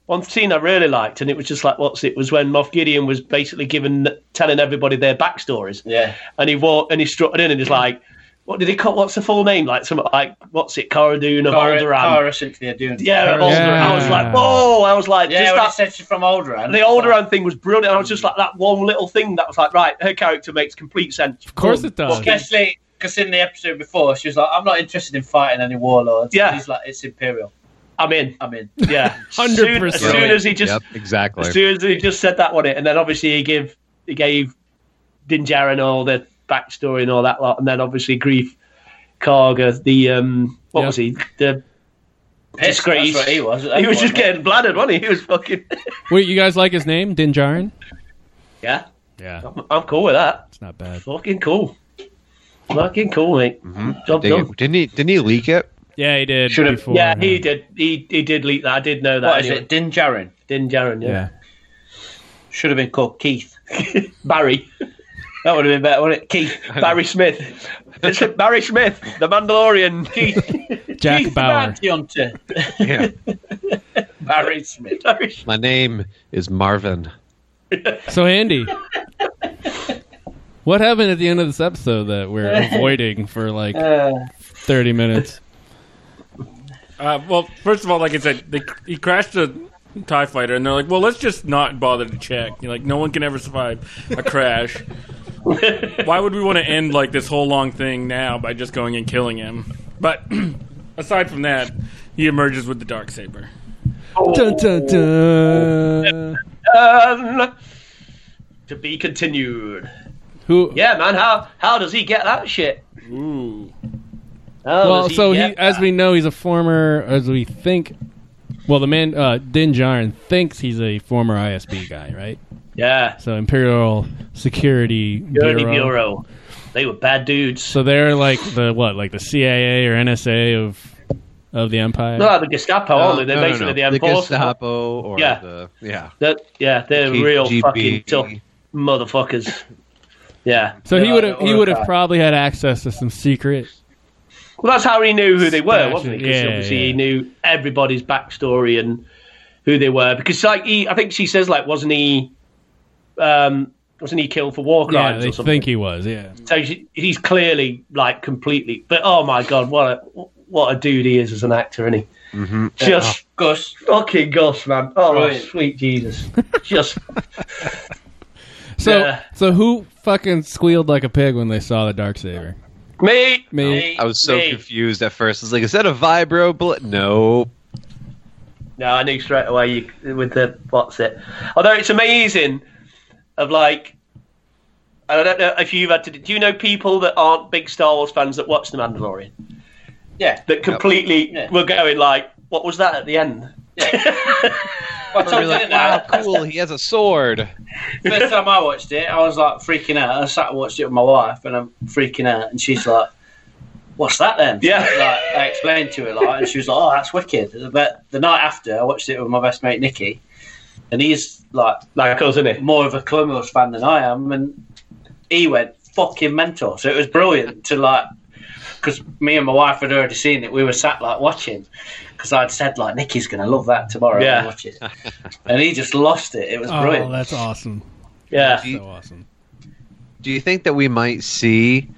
H: one scene I really liked, and it was just like what's it was when Moff Gideon was basically given telling everybody their backstories,
I: Yeah.
H: and he walked and he strutted in and he's like, "What did he call? What's the full name? Like some like what's it? Coradun of
I: Cara-
H: Alderaan."
I: Cara Cynthia Dune.
H: yeah, of Alderaan. I was like, whoa! I was like,
I: Yeah,
H: just
I: when
H: that
I: he said she's from Alderaan.
H: the Alderaan thing was brilliant. I was just like that one little thing that was like, right, her character makes complete sense. Of
G: course it does.
I: Especially because in the episode before, she was like, I'm not interested in fighting any warlords.
H: Yeah.
I: He's like, it's Imperial.
H: I'm in.
I: I'm in.
H: Yeah, Soon- As soon as he just
F: Yep, exactly.
H: As soon as he just said that one, it, and then obviously he give he gave Dinjarin all the backstory and all that lot, and then obviously Grief Karga, the um, what was he? The
I: Pissed,
H: disgrace.
I: that's what he was.
H: He was just getting bladdered, wasn't he? He was fucking
G: Wait, you guys like his name? Dinjarin?
H: yeah.
G: Yeah.
H: I'm, I'm cool with that. It's
G: not bad.
H: Fucking cool. Fucking cool, mate. Job
F: Dig
H: done.
F: it. Didn't he? Didn't he leak it?
G: Yeah, he did.
H: Should have.
G: before,
H: Yeah, he did. He he did leak that. I did know that.
I: What is
H: anyway.
I: it? Din Djarin.
H: Din Djarin. Yeah.
G: Yeah.
I: Should have been called Keith.
H: Barry.
I: That would have been better, wouldn't it? Keith.
H: Barry Smith. It's Barry Smith, the Mandalorian.
I: Keith.
G: Jack
I: Keith
G: Bauer.
I: The bounty hunter.
F: Yeah.
I: Barry Smith.
H: Barry Smith.
F: My name is Marvin.
G: So Andy, what happened at the end of this episode that we're avoiding for like
H: Uh.
G: thirty minutes?
K: Uh, well, first of all, like I said, they, he crashed a Tie Fighter, and they're like, "Well, let's just not bother to check. You're like, no one can ever survive a crash. Why would we want to end like this whole long thing now by just going and killing him?" But aside from that, he emerges with the dark saber.
G: Dun, dun, dun.
H: Um, to be continued.
G: Who?
H: Yeah, man. How how does he get that shit?
K: Ooh,
H: How
G: Well,
H: does he
G: so he, uh,
H: get
G: as we know, he's a former, as we think. Well, the man uh, Din Djarin thinks he's a former ISB guy, right?
H: yeah,
G: So Imperial Security
H: Security
G: Bureau.
H: Bureau. They were bad dudes.
G: So they're like the what, like the CIA or NSA of of the Empire.
H: no, the Gestapo, aren't Oh, they? They're
F: No, no,
H: basically
F: no.
H: the enforcement.
F: Gestapo or
H: Yeah.
F: the yeah.
H: That- yeah, they're
F: The
H: real
F: KGB.
H: fucking tough motherfuckers. Yeah.
G: So he
H: Yeah,
G: would have he
H: or
G: would have
H: that.
G: probably had access to some secret.
H: Well, that's how he knew who they were, wasn't he? Because
G: Yeah,
H: obviously
G: yeah.
H: he knew everybody's backstory and who they were. Because like he, I think she says like, wasn't he, um, wasn't he killed for war
G: Yeah,
H: crimes
G: they
H: or something?
G: think he was. Yeah.
H: So she, he's clearly like completely. But oh my god, what a what a dude he is as an actor, isn't he?
F: Mm-hmm.
H: Just
I: Gus.
H: fucking gosh, man. Oh my
I: Brilliant.
H: sweet Jesus, just
G: So
H: Yeah.
G: so who fucking squealed like a pig when they saw the dark saber?
H: me.
G: Me.
F: I was so
H: Me.
F: confused at first. I was like, is that a vibro bullet? No.
H: No, I knew straight away you, with the what's it. Although it's amazing, of like, I don't know if you've had to. Do you know people that aren't big Star Wars fans that watch The Mandalorian
I: Yeah.
H: that completely
I: Yeah.
H: were going like, "What was that at the end?"
I: Well, I
F: I
I: told
F: was
I: you
F: like, wow,
I: that.
F: cool. He has a sword.
I: First time I watched it, I was like freaking out. I sat and watched it with my wife, and I'm freaking out, and she's like, "What's that then?"
H: Yeah.
I: Like, I explained to her, like, and she was like, "Oh, that's wicked." But the night after, I watched it with my best mate Nicky, and he's like
H: Like us, isn't it?
I: more of a Columbus fan than I am, and he went fucking mental. So it was brilliant to like, because me and my wife had already seen it. We were sat like watching, because I'd said like Nikki's gonna love that tomorrow.
H: Yeah.
I: Yeah, watch it, and he just lost it. It was
G: Oh,
I: brilliant.
G: that's awesome.
H: Yeah,
G: So awesome.
F: Do you think that we might see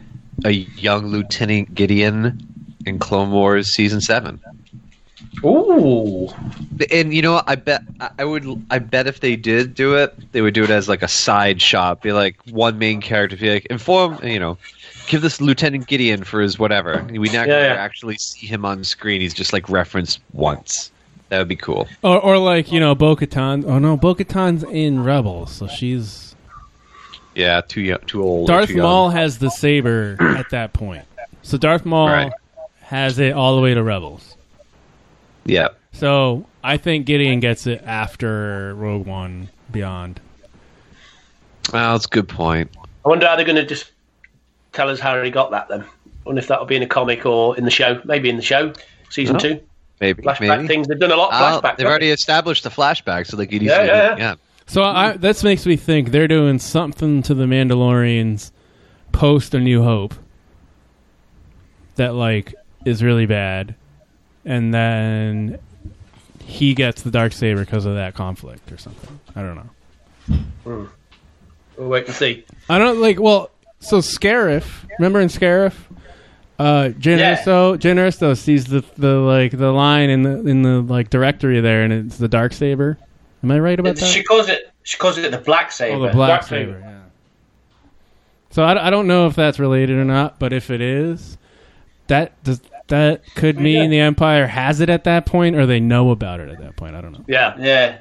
F: a young Lieutenant Gideon in Clone Wars season seven?
H: Ooh.
F: And you know, what? I bet I- I would. I bet if they did do it, they would do it as like a side shot. Be like one main character. Be like inform. You know, give this Lieutenant Gideon for his whatever. We never
H: Yeah, yeah.
F: actually see him on screen. He's just like referenced once. That would be cool.
G: Or or like you know Bo Katan. Oh no, Bo Katan's in Rebels, so she's
F: Yeah, too young, too old. or
G: Darth
F: too young.
G: Maul has the saber at that point. So Darth Maul
F: Right.
G: has it all the way to Rebels.
F: Yeah,
G: So I think Gideon gets it after Rogue One Beyond.
F: well, that's a good point.
H: I wonder how they're going to just tell us how he got that then. wonder if that'll be in a comic or in the show. Maybe in the show, season
F: No.
H: two.
F: Maybe,
H: Flashback
F: maybe.
H: things. They've done a lot
F: I'll-
H: of flashbacks.
F: they've already established the flashback, so they could easily.
H: Yeah, yeah, yeah.
G: So I, this makes me think they're doing something to the Mandalorians post A New Hope that like is really bad, and then he gets the dark saber because of that conflict or something. I don't know.
H: We'll wait and see.
G: I don't like. Well, so Scarif, remember in Scarif, uh, Jyn
H: Yeah.
G: Erso, Jyn Erso sees the the like the line in the in the like directory there, and it's the dark saber. Am I right about that?
I: She calls it. She calls it the black saber.
G: Oh, the black
K: Dark Saber.
G: saber. Yeah. So I, I don't know if that's related or not, but if it is, that does that could mean the Empire has it at that point, or they know about it at that point. I don't know.
H: Yeah.
I: Yeah.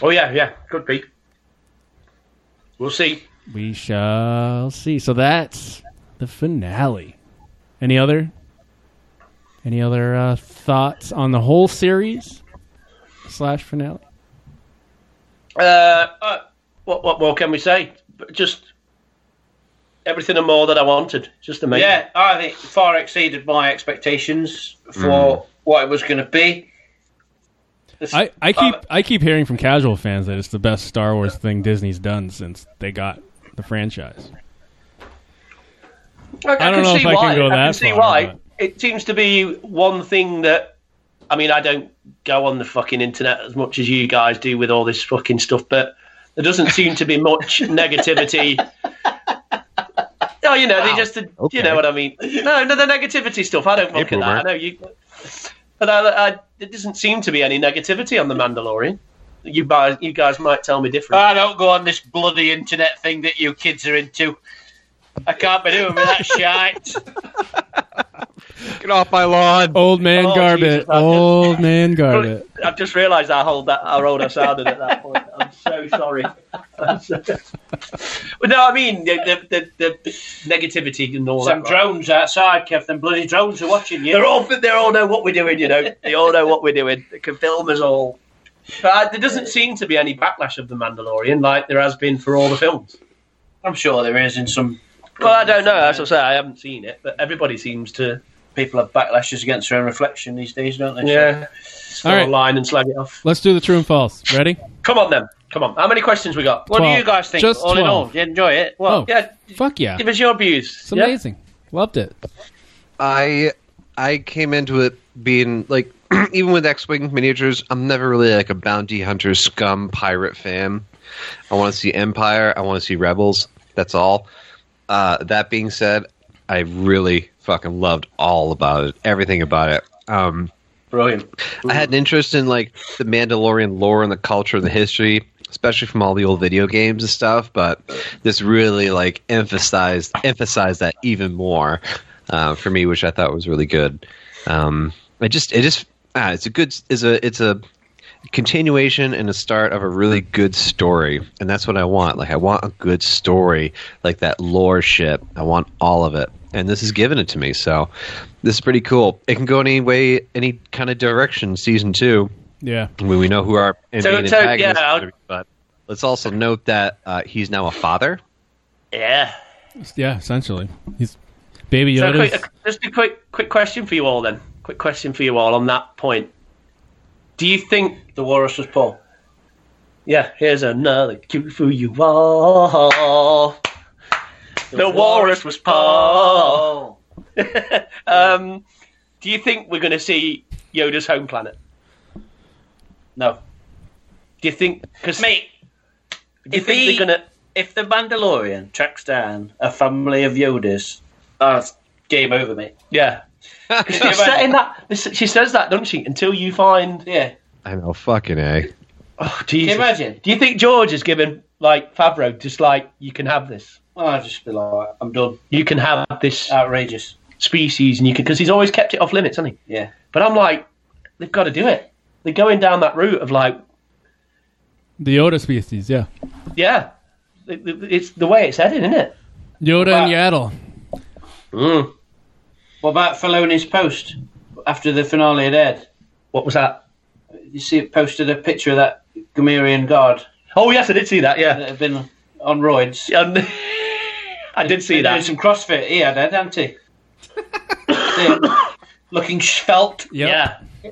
H: Oh yeah, yeah. Could be. We'll see.
G: We shall see. So that's the finale. Any other? Any other uh, thoughts on the whole series slash finale?
H: Uh, uh, what what more can we say? Just everything and more that I wanted. Just amazing.
I: Yeah, I think far exceeded my expectations for
H: Mm.
I: what it was going to be.
G: I, I keep I keep hearing from casual fans that it's the best Star Wars thing Disney's done since they got the franchise.
H: I, I
G: don't know if I can go that
H: see
G: far,
H: why.
G: but-
H: It seems to be one thing that, I mean, I don't go on the fucking internet as much as you guys do with all this fucking stuff, but there doesn't seem to be much negativity. Oh, you know, they just, you know what I mean. No, no, the negativity stuff. I don't look at that. I
O: boomer.
H: know you, but I, I, it doesn't seem to be any negativity on the Mandalorian. You guys, you guys might tell me different.
I: I don't go on this bloody internet thing that you kids are into. I can't be doing with that shite.
F: Get off my lawn.
G: Old man
H: Oh,
G: Garbett.
H: Jesus, I
G: Old man Garbett.
H: I've just realised how old that how old I sounded at that point. I'm so sorry. I'm so- But no, I mean the the, the, the negativity and all
I: Some
H: that.
I: drones outside, Kev. Them bloody drones are watching you.
H: They're all they all know what we're doing. You know, they all know what we're doing. They can film us all. But I, there doesn't seem to be any backlash of the Mandalorian like there has been for all the films.
I: I'm sure there is in some.
H: Well, I don't know. As I say, I haven't seen it, but everybody seems to.
I: People have backlashes against their own reflection these days, don't they?
H: Yeah.
G: All right.
H: online and slag it off.
G: Let's do the true and false. Ready?
H: Come on then. Come on. How many questions we got?
I: What do you guys think?
G: Just
I: all in all,
G: 12.
I: you enjoy it? Well,
G: Oh.
I: yeah.
G: Fuck yeah.
H: Give us your views.
G: It's amazing. Loved it.
F: I I came into it being like even with X Wing miniatures, I'm never really like a bounty hunter scum pirate fan. I want to see Empire, I want to see Rebels, that's all. Uh, that being said, I really fucking loved all about it, everything about it. Um,
H: Brilliant.
F: I had an interest in like the Mandalorian lore and the culture and the history, especially from all the old video games and stuff. But this really like emphasized emphasized that even more uh, for me, which I thought was really good. Um, it just it just ah, it's a good is a it's a continuation and a start of a really good story and that's what i want like i want a good story like that lore shit i want all of it and this is giving it to me so this is pretty cool it can go any way any kind of direction season two
G: Yeah.
F: I mean, we know who our main
H: So-
F: antagonist
H: so,
F: is
H: yeah, I'll-
F: gonna be, but let's also note that uh, he's now a father
H: Yeah.
G: Yeah, essentially. He's baby
H: So
G: Yoda.
H: quick, just a quick, quick question for you all then. Quick question for you all on that point. Do you think the walrus was Paul? Yeah, here's another cue for you all. The, walrus was Paul. um, do you think we're going to see Yoda's home planet?
I: No.
H: Do you think? Because
I: mate,
H: do you
I: if
H: think
I: he-
H: they're going to?
I: if the Mandalorian tracks down a family of Yodas, that's game over, mate.
H: Yeah. 'Cause she's setting that. She says that, doesn't she? Until you find.
I: Yeah.
F: i know fucking a
H: Oh, Jesus.
I: Can you imagine?
H: Do you think George is giving like Favreau just like you can have this?
I: Oh, I'd just be like, I'm done.
H: You can have this
I: Outrageous.
H: species, and you can because he's always kept it off limits, hasn't he?
I: Yeah.
H: But I'm like, they've got to do it. They're going down that route of like,
G: the Yoda species, yeah.
H: yeah, it- it- it's the way it's headed, isn't it?
G: Yoda and Yaddle.
H: Hmm.
I: What about Filoni's post after the finale had aired?
H: What was that?
I: You see, it posted a picture of that Gamerian guard
H: Oh yes, I did see that. Yeah,
I: that had been on roids.
H: Um, I did see
I: Been doing
H: that.
I: some CrossFit. He had, hadn't he? Yeah. Looking svelte.
G: Yep.
H: Yeah,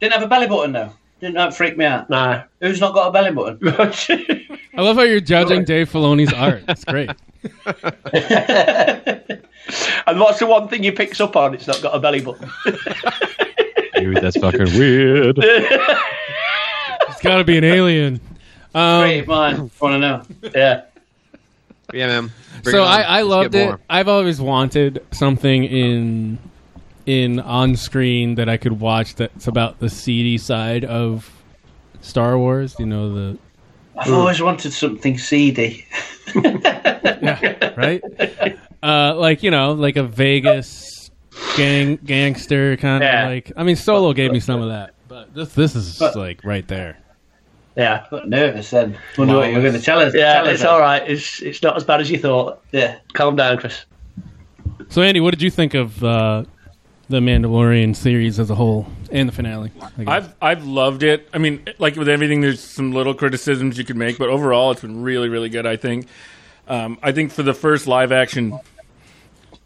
I: Didn't have a belly button though. Didn't that freak me out?
H: nah.
I: Who's not got a belly button?
G: I love how you're judging Dave Filoni's art. It's great.
H: and what's the one thing you picks up on? It's not got a belly button.
F: dude that's fucking weird
G: It's got to be an alien. Um,
I: Great mind. Want to know?
H: yeah.
F: yeah man Bring
G: so
F: it on.
G: I, I
F: Let's
G: loved
F: get
G: it.
F: more.
G: I've always wanted something in in on screen that I could watch that's about the seedy side of Star Wars. You know the
I: I've always wanted something seedy.
G: right? Uh, like you know, like a Vegas gang gangster kind of
H: Yeah.
G: like. I mean, Solo gave me some of that, but this this is
I: But-
G: like right there.
H: Yeah,
I: Got nervous then. Wonder what you were going to tell us.
H: yeah,
I: tell us
H: it's
I: then.
H: all right. It's it's not as bad as you thought.
I: Yeah.
H: Calm down, Chris.
G: So, Andy, what did you think of uh, the Mandalorian series as a whole and the finale? I guess?
K: I've I've loved it. I mean, like with everything, there's some little criticisms you could make, but overall, it's been really, really good. I think.
I: Um, I think for the first live action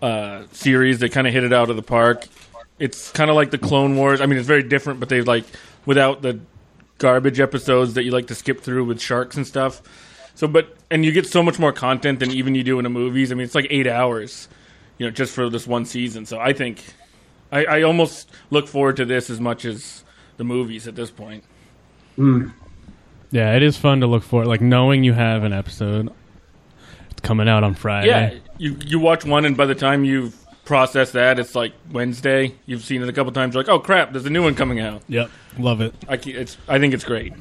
I: uh, series, they kind of hit it out of the park. It's kind of like the Clone Wars. I mean, it's very different, but they like without the garbage episodes that you like to skip through with sharks and stuff. So, but and you get so much more content than even you do in the movies. I mean, it's like eight hours, you know, just for this one season. So, I think I, I almost look forward to this as much as the movies at this point.
G: Mm. Yeah, it is fun to look for. Like knowing you have an episode, it's coming out on Friday.
I: Yeah, you you watch one, and by the time you've processed that, it's like Wednesday. You've seen it a couple times. You're like, oh crap, there's a new one coming out.
G: Yep, love it.
I: I ke- it's I think it's great.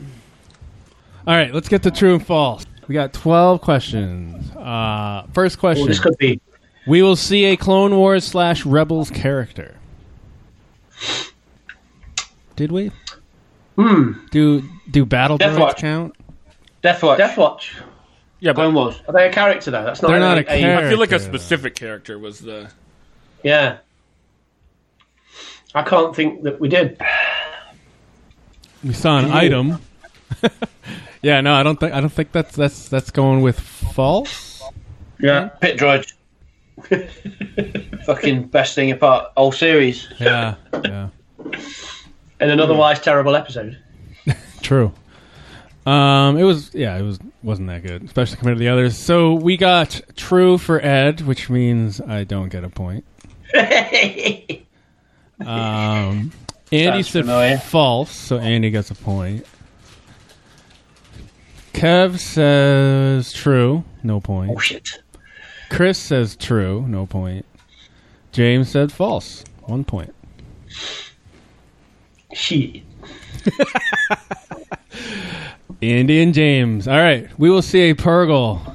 G: All right, let's get to true and false. We got twelve questions. Uh, first question:
H: Ooh, this could be.
G: We will see a Clone Wars slash Rebels character. Did we?
H: Hmm.
G: Do do battle
H: Death
G: droids
H: Watch.
G: count?
H: Death Watch. Death Watch.
I: Yeah,
H: Clone Wars. Are they a character though? That's not.
G: They're not
H: a,
G: a character.
I: I feel like a specific character was the.
H: Yeah. I can't think that we did.
G: We saw an item. yeah, no, I don't think I don't think that's that's that's going with false.
H: Yeah.
R: Pit droid. Fucking best thing about whole series.
G: Yeah, yeah,
H: In an otherwise terrible episode.
G: true. Um, it was yeah, it was wasn't that good, especially compared to the others. So we got true for Ed, which means I don't get a point. Um, Andy
R: Sounds
G: said
R: familiar.
G: false, so Andy gets a point. Kev says true, no point.
R: oh shit.
G: Chris says true, no point. James said false, one point.
H: Shit.
G: Andy and James. All right, we will see a Purgle,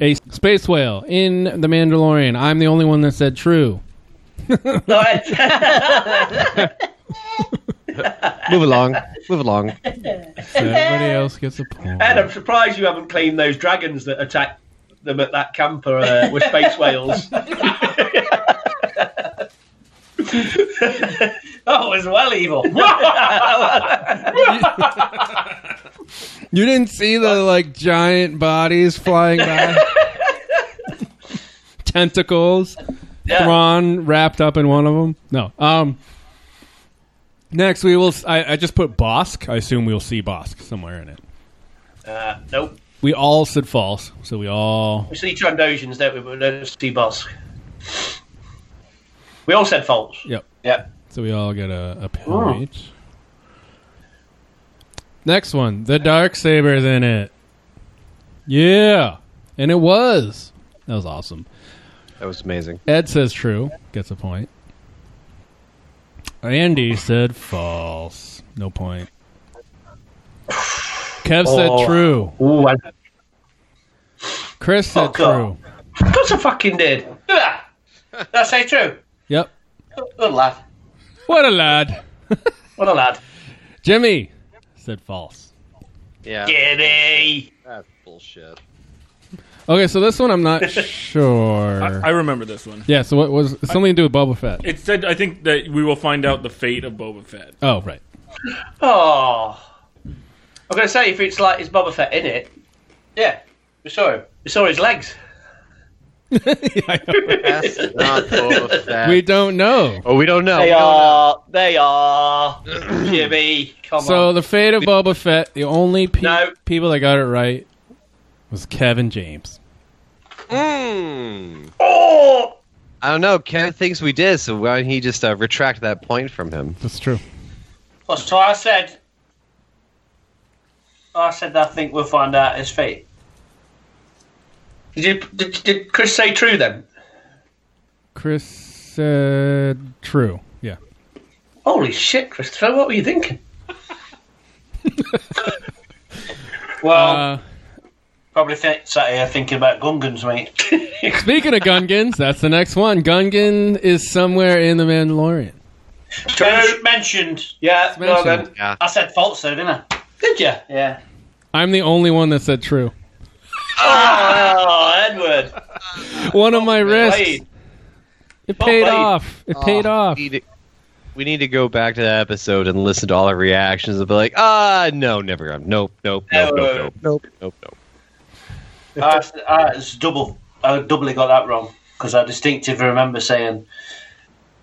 G: a space whale in The Mandalorian. I'm the only one that said true.
H: No, it's-
F: Move along. Move along.
G: So everybody else gets a point.
H: Ed, I'm surprised you haven't cleaned those dragons that attacked them at that camper uh, with space whales.
R: That
H: Oh,
R: was well evil.
G: You didn't see the like giant bodies flying by, tentacles. Thrawn wrapped up in one of them. No. Um. Next, we will. s- I, I just put Bosk. I assume we'll see Bosk somewhere in it.
H: Uh, nope.
G: We all said false, so we all.
H: We see Trandosians, don't we? But we don't see Bosk. We all said false.
G: Yep.
H: Yep.
G: So we all get a, a point. Next one, the dark sabers in it. Yeah, and it was. That was awesome.
F: That was amazing.
G: Ed says true, gets a point. Andy said false, no point. Kev
H: Oh.
G: said true.
H: Ooh, I, of
G: Chris said
R: Fuck off.
G: true.
H: course I fucking did.
R: That's so true.
G: Yep.
R: Good lad.
G: What a lad.
R: What a lad.
G: Jimmy said false.
F: Yeah.
R: Jimmy.
F: That's bullshit.
G: Okay, so this one I'm not sure.
I: I, I remember this one.
G: yeah, so what was something to do with Boba Fett?
I: It said, I think that we will find out the fate of Boba Fett.
G: Oh, right.
H: Oh. I'm going to say, if it's like, is Boba Fett in it? Yeah. We saw him. We saw his legs.
F: That's not Boba Fett.
G: we don't know.
F: oh, we don't know.
H: They are. They are. Jimmy, come
G: So
H: on.
G: the fate of Boba Fett, the only pe-
H: No.
G: people that got it right was Kevin James.
F: Mm.
H: Oh!
F: I don't know. Ken thinks we did, so why don't he just uh, retract that point from him?
G: That's true.
R: So I said, I said, I think we'll find out his fate.
H: Did, you, did, did Chris say true then?
G: Chris said true. Yeah.
H: Holy shit, Christopher, what were you thinking?
R: Well,
G: Uh,
R: probably th- sat here thinking about Gungans, mate.
G: speaking of Gungans, that's the next one. Gungan is somewhere in the Mandalorian.
R: Who mentioned?
H: Yeah, no,
G: mentioned.
H: then.
F: Yeah.
R: I said false, though, didn't I?
H: Did you?
R: Yeah.
G: I'm the only one that said true.
H: Oh, Edward.
G: One of my wrists.
H: Wait.
G: It paid
H: played.
G: off. It paid
H: Ah.
G: off.
F: We need, to, we need to go back to that episode and listen to all our reactions and be like, ah, no, never. Nope, nope, nope, nope, nope, nope, nope, nope.
S: I, I, it's double. I doubly got that wrong because I distinctively remember saying,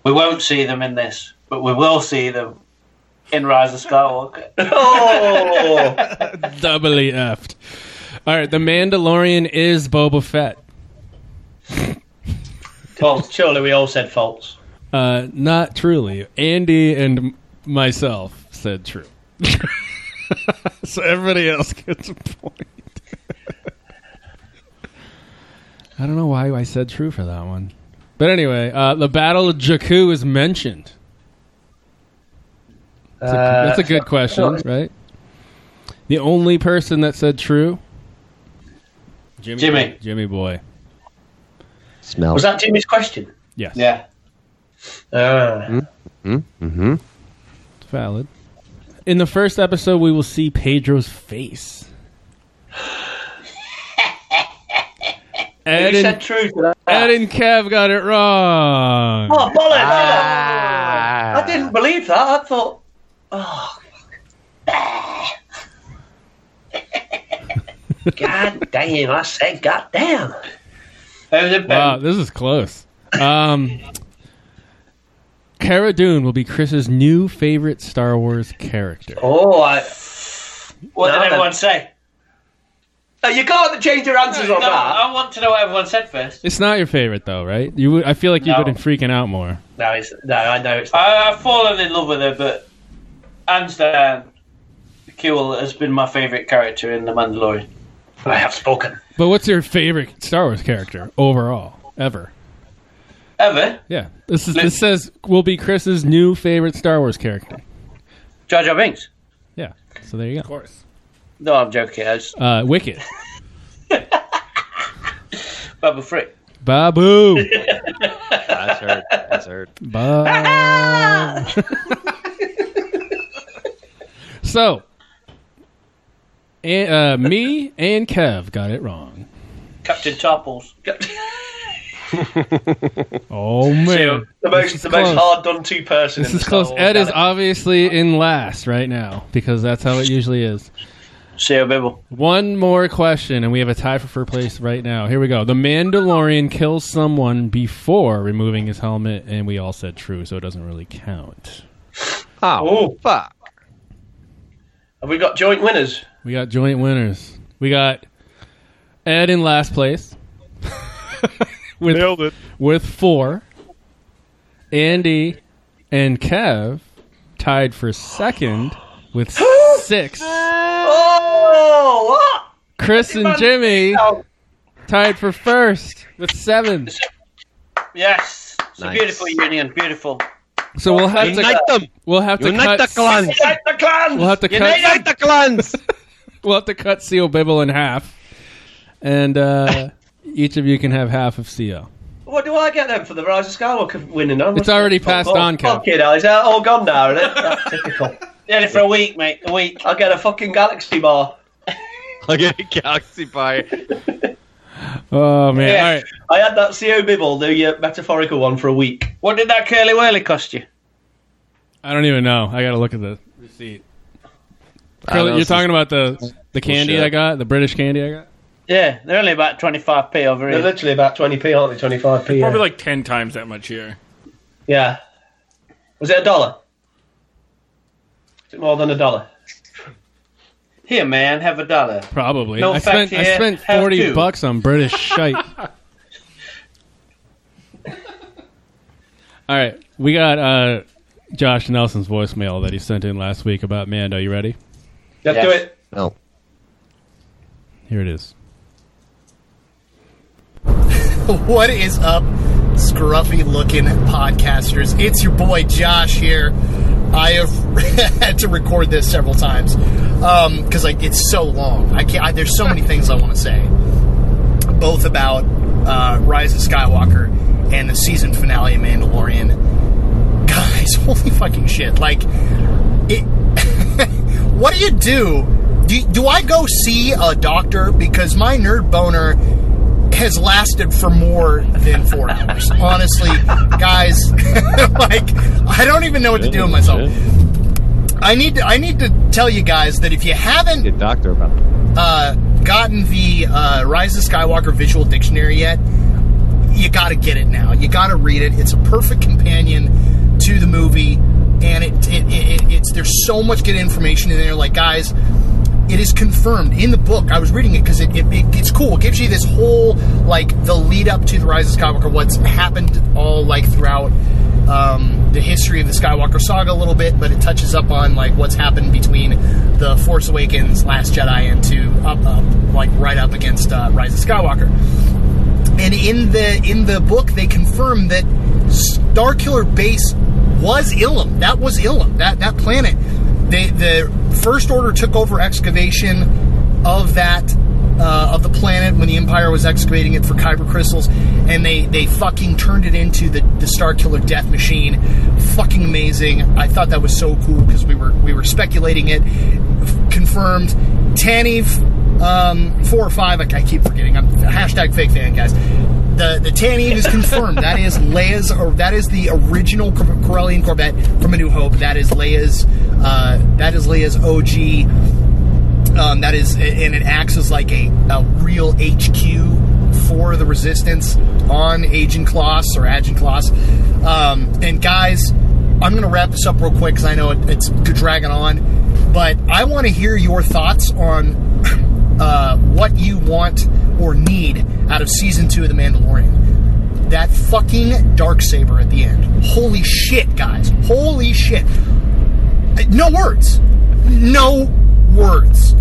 S: "We won't see them in this, but we will see them in Rise of Skywalker."
H: oh,
G: doubly effed. All right, the Mandalorian is Boba Fett.
H: well, surely we all said false.
G: Uh, not truly. Andy and m- myself said true. so everybody else gets a point. I don't know why I said true for that one. But anyway, uh, the Battle of Jakku is mentioned. That's a,
H: Uh,
G: that's a good question, right? The only person that said true? Jimmy.
H: Jimmy.
G: Jimmy boy.
F: Smells.
H: Was that Jimmy's question?
G: Yes.
H: Yeah. Uh,
F: Mm-hmm.
G: It's valid. In the first episode, we will see Pedro's face. Ed
H: you said
G: and,
H: true to that.
G: Ed and Kev got it wrong.
H: Oh, bollocks! I didn't believe that. I thought, oh, fuck. God damn, I said god damn.
G: Wow, Ah, this is close. Um, Cara Dune will be Chris's new favorite Star Wars character.
H: Oh, I...
S: What
H: Now
S: did
H: then.
S: everyone say?
H: Uh, you can't change your answers on
S: No,
H: that.
S: I want to know what everyone said first.
G: It's not your favorite though, right? You, would- I feel like you've
S: No.
G: been freaking out more.
H: No, it's, no, I know it's.
S: I, I've fallen in love with her, but hands down, Kuel has been my favourite character in The Mandalorian. I have spoken.
G: But what's your favorite Star Wars character overall, ever?
S: Ever?
G: Yeah, this is this says will be Chris's new favorite Star Wars character.
S: Jar Jar Binks?
G: Yeah, so there you go. Of course.
S: No, I'm joking. I was
G: Uh, Wicked,
S: Baba Frick.
G: Babu,
F: That's heard. That's heard.
G: Bob. so, and, uh, me and Kev got it wrong.
S: Captain Tarples.
G: Oh man,
H: the most, the most
G: close.
H: hard done to person.
G: this
H: in
G: is
H: the Star
G: close.
H: Wars
G: Ed is
H: galaxy.
G: obviously in last right now because that's how it usually is.
S: Seo Bibble.
G: One more question, and we have a tie for first place right now. Here we go. The Mandalorian kills someone before removing his helmet, and we all said true, so it doesn't really count.
F: Oh, fuck.
H: Have we got joint winners?
G: We got joint winners. We got Ed in last place. with, Nailed it. With four. Andy and Kev tied for second with six.
H: Oh, what?
G: Chris and Jimmy
H: Oh,
G: tied for first with seven.
S: Yes. It's
F: Nice.
S: a beautiful union. Beautiful.
G: So we'll have
F: Unite
G: to
H: Uh,
F: them.
G: we'll have to
F: Unite
G: cut
F: the clans.
H: Unite the clans.
G: We'll have to
S: Unite
G: cut
F: Unite the clans.
G: we'll have to cut Seal Bibble in half. And uh, each of you can have half of Seal.
H: What do I get then for the Rise of Skywalker winning? I must-
G: It's already passed
H: oh,
G: on, Kev.
H: Fuck it, it's all gone now, isn't it? That's typical.
S: Yeah, for a week, mate. A week.
H: I'll get a fucking galaxy bar.
F: I get a galaxy by.
G: Oh man.
S: Yeah.
G: All right.
H: I had that CO Bibble, the uh, metaphorical one, for a week.
S: What did that curly whirly cost you?
G: I don't even know. I gotta look at the receipt. Curly,
F: know,
G: you're
F: this
G: talking about the the candy
F: bullshit.
G: I got, the British candy I got.
S: Yeah, they're only about 25p over
H: They're
S: here.
H: literally about 20p, aren't they? 25p.
T: Probably
H: Yeah.
T: like ten times that much here.
H: yeah. Was it a dollar? Is it more than a dollar?
S: Here, man, have a dollar.
G: Probably.
S: No
G: I
S: fact
G: spent I
S: here.
G: spent
S: Have
G: forty
S: two.
G: bucks on British shite. All right, we got uh, Josh Nelson's voicemail that he sent in last week about Mando. You ready?
H: Let's
S: Yes.
H: do it.
F: No.
G: Here it is.
I: What is up, scruffy looking podcasters? It's your boy Josh here. I have had to record this several times because like it's so long. I can't. I, there's so many things I want to say, both about uh, Rise of Skywalker and the season finale of Mandalorian. Guys, holy fucking shit! Like, it. what do you do? do? Do I go see a doctor because my nerd boner? has lasted for more than four hours. Honestly, guys, like I don't even know what to do with myself. I need to, I need to tell you guys that if you haven't
F: Get doctor about.
I: uh, gotten the uh, Rise of Skywalker Visual Dictionary yet, you got to get it now. You got to read it. It's a perfect companion to the movie, and it, it, it, it it's there's so much good information in there. Like guys, it is confirmed in the book. I was reading it because it, it, it, it's cool. It gives you this whole like the lead up to the Rise of Skywalker, what's happened all like throughout um, the history of the Skywalker saga a little bit, but it touches up on like what's happened between the Force Awakens, Last Jedi, and to up up like right up against uh, Rise of Skywalker. And in the in the book, they confirm that Starkiller Base was Ilum. That was Ilum. That that planet. They the First Order took over excavation of that uh, of the planet when the Empire was excavating it for kyber crystals, and they they fucking turned it into the the Star Killer Death Machine. Fucking amazing! I thought that was so cool because we were we were speculating it. F- confirmed, Tanny um, four or five. I, I keep forgetting. I'm hashtag fake fan guys. The the Tanny is confirmed. that is Leia's, or that is the original Cor- Corellian Corvette from A New Hope. That is Leia's. Uh, that is Leia's OG. Um, that is and it acts as like a, a real HQ for the resistance on Agent Kloss or Agent Kloss. Um, and guys, I'm gonna wrap this up real quick because I know it, it's dragging on, but I want to hear your thoughts on uh, what you want or need out of season two of The Mandalorian. That fucking dark saber at the end. Holy shit, guys! Holy shit! Uh, No words. No words.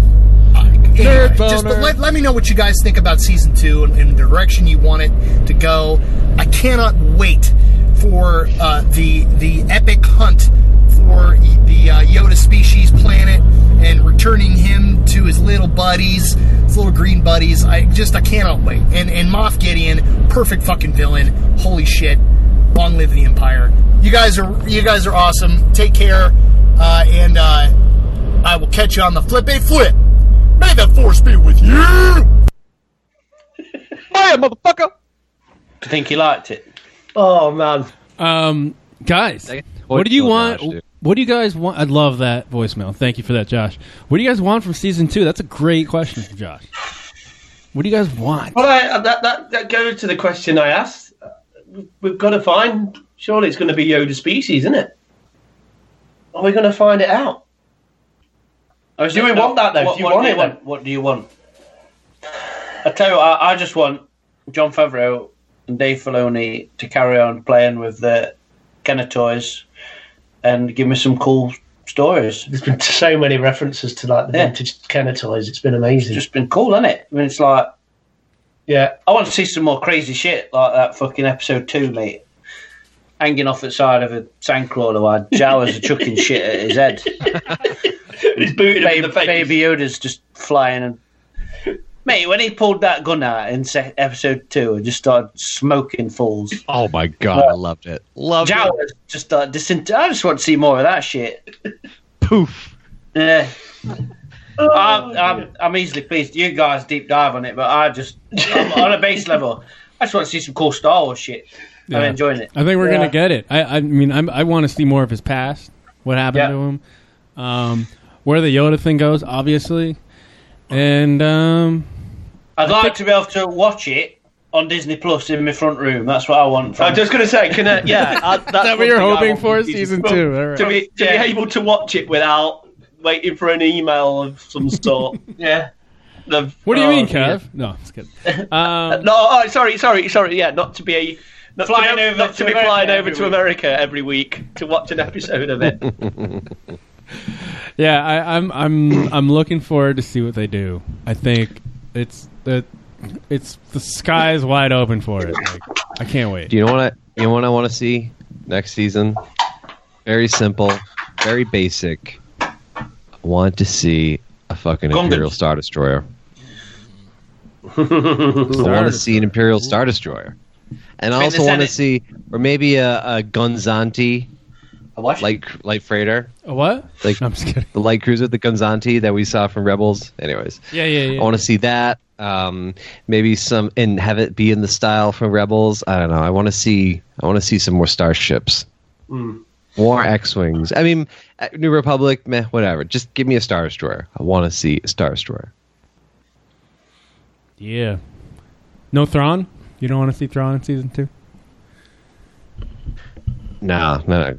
I: Anyway, just but let, let me know what you guys think about season two and, and the direction you want it to go. I cannot wait for uh, the the epic hunt for the uh, Yoda species planet and returning him to his little buddies, his little green buddies. I just I cannot wait. And and Moff Gideon, perfect fucking villain. Holy shit! Long live the Empire. You guys are you guys are awesome. Take care, uh, and I will catch you on the flippy flip. May the force be with you.
F: Bye, motherfucker.
H: I think you liked it.
U: Oh man.
G: Um, guys, what do you want? What do you guys want? I love that voicemail. Thank you for that, Josh. What do you guys want from season two? That's a great question from Josh. What do you guys want?
U: Well,
H: uh,
U: I, that, that that goes to the question I asked. We've got to find. Surely it's going to be Yoda species, isn't it? Are we going to find it out?
H: Oh,
U: do we want that though?
H: What,
U: do you
H: what
U: want
H: do
U: it?
H: you want?
U: then?
H: What do you want? I tell you, what, I, I just want John Favreau and Dave Filoni to carry on playing with the Kenner toys and give me some cool stories.
U: There's been so many references to like the
H: Yeah.
U: vintage Kenner toys. It's been amazing.
H: It's just been cool, hasn't it? I mean, it's like,
U: yeah,
H: I want to see some more crazy shit like that fucking episode two, mate. Hanging off the side of a sandcrawler while Jawas are chucking shit at his head.
U: He's booted him in
H: Baby,
U: the face.
H: Baby Yoda's just flying and. Mate, when he pulled that gun out in se- episode two and just started smoking fools,
F: Oh my god, I loved it. Loved
H: Jawas
F: it.
H: just started disintegrating. I just want to see more of that shit.
F: Poof.
H: Yeah.
U: Oh,
H: I'm, I'm, I'm easily pleased. You guys deep dive on it, but I just, I'm, on a base level, I just want to see some cool Star Wars shit. I'm
G: Yeah.
H: enjoying it.
G: I think we're
H: Yeah.
G: gonna get it. I, I mean, I'm, I want to see more of his past, what happened to him, um, where the Yoda thing goes, obviously, and um,
H: I'd like to be able to watch it on Disney Plus in my front room. That's what I want. From
U: I'm just going to say, can I, yeah, I, that's
G: that what
U: one
G: you're
U: thing I
G: hoping
U: want
G: for,
U: from
G: season
U: two.
G: two? All right.
U: to be to
H: Yeah.
U: be able to watch it without waiting for an email of some sort.
H: yeah.
U: The-
G: What do you
U: oh,
G: mean,
U: yeah.
G: Kev? No, I'm just kidding. Um,
U: No, oh, sorry, sorry, sorry. Yeah, not to be not
H: Flying
U: to be,
H: over
U: not
H: to
U: to be
H: America
U: flying
H: every
U: over to
H: week.
U: America every week to watch an episode of it.
G: yeah, I, I'm I'm I'm looking forward to see what they do. I think it's the it's the sky's wide open for it. Like, I can't wait.
F: Do you know what I, you know what I want to see next season? Very simple, very basic. I want to see a fucking
H: Gungans.
F: Imperial Star Destroyer. I want to see an Imperial Star Destroyer, and I
H: Spin the
F: also want to
H: Senate.
F: see, or maybe a, a Gunzanti,
H: A what?
F: light light freighter,
G: A what?
F: like
G: I'm just kidding.
F: the light cruiser, the Gunzanti that we saw from Rebels. Anyways,
G: Yeah, yeah, yeah.
F: I want to see that. Um, maybe some and have it be in the style from Rebels. I don't know. I want to see. I want to see some more starships, more X wings. I mean, uh, New Republic, meh, whatever. Just give me a star destroyer. I want to see a star destroyer.
G: Yeah. No Thrawn? You don't want to see Thrawn in season two?
F: No, no.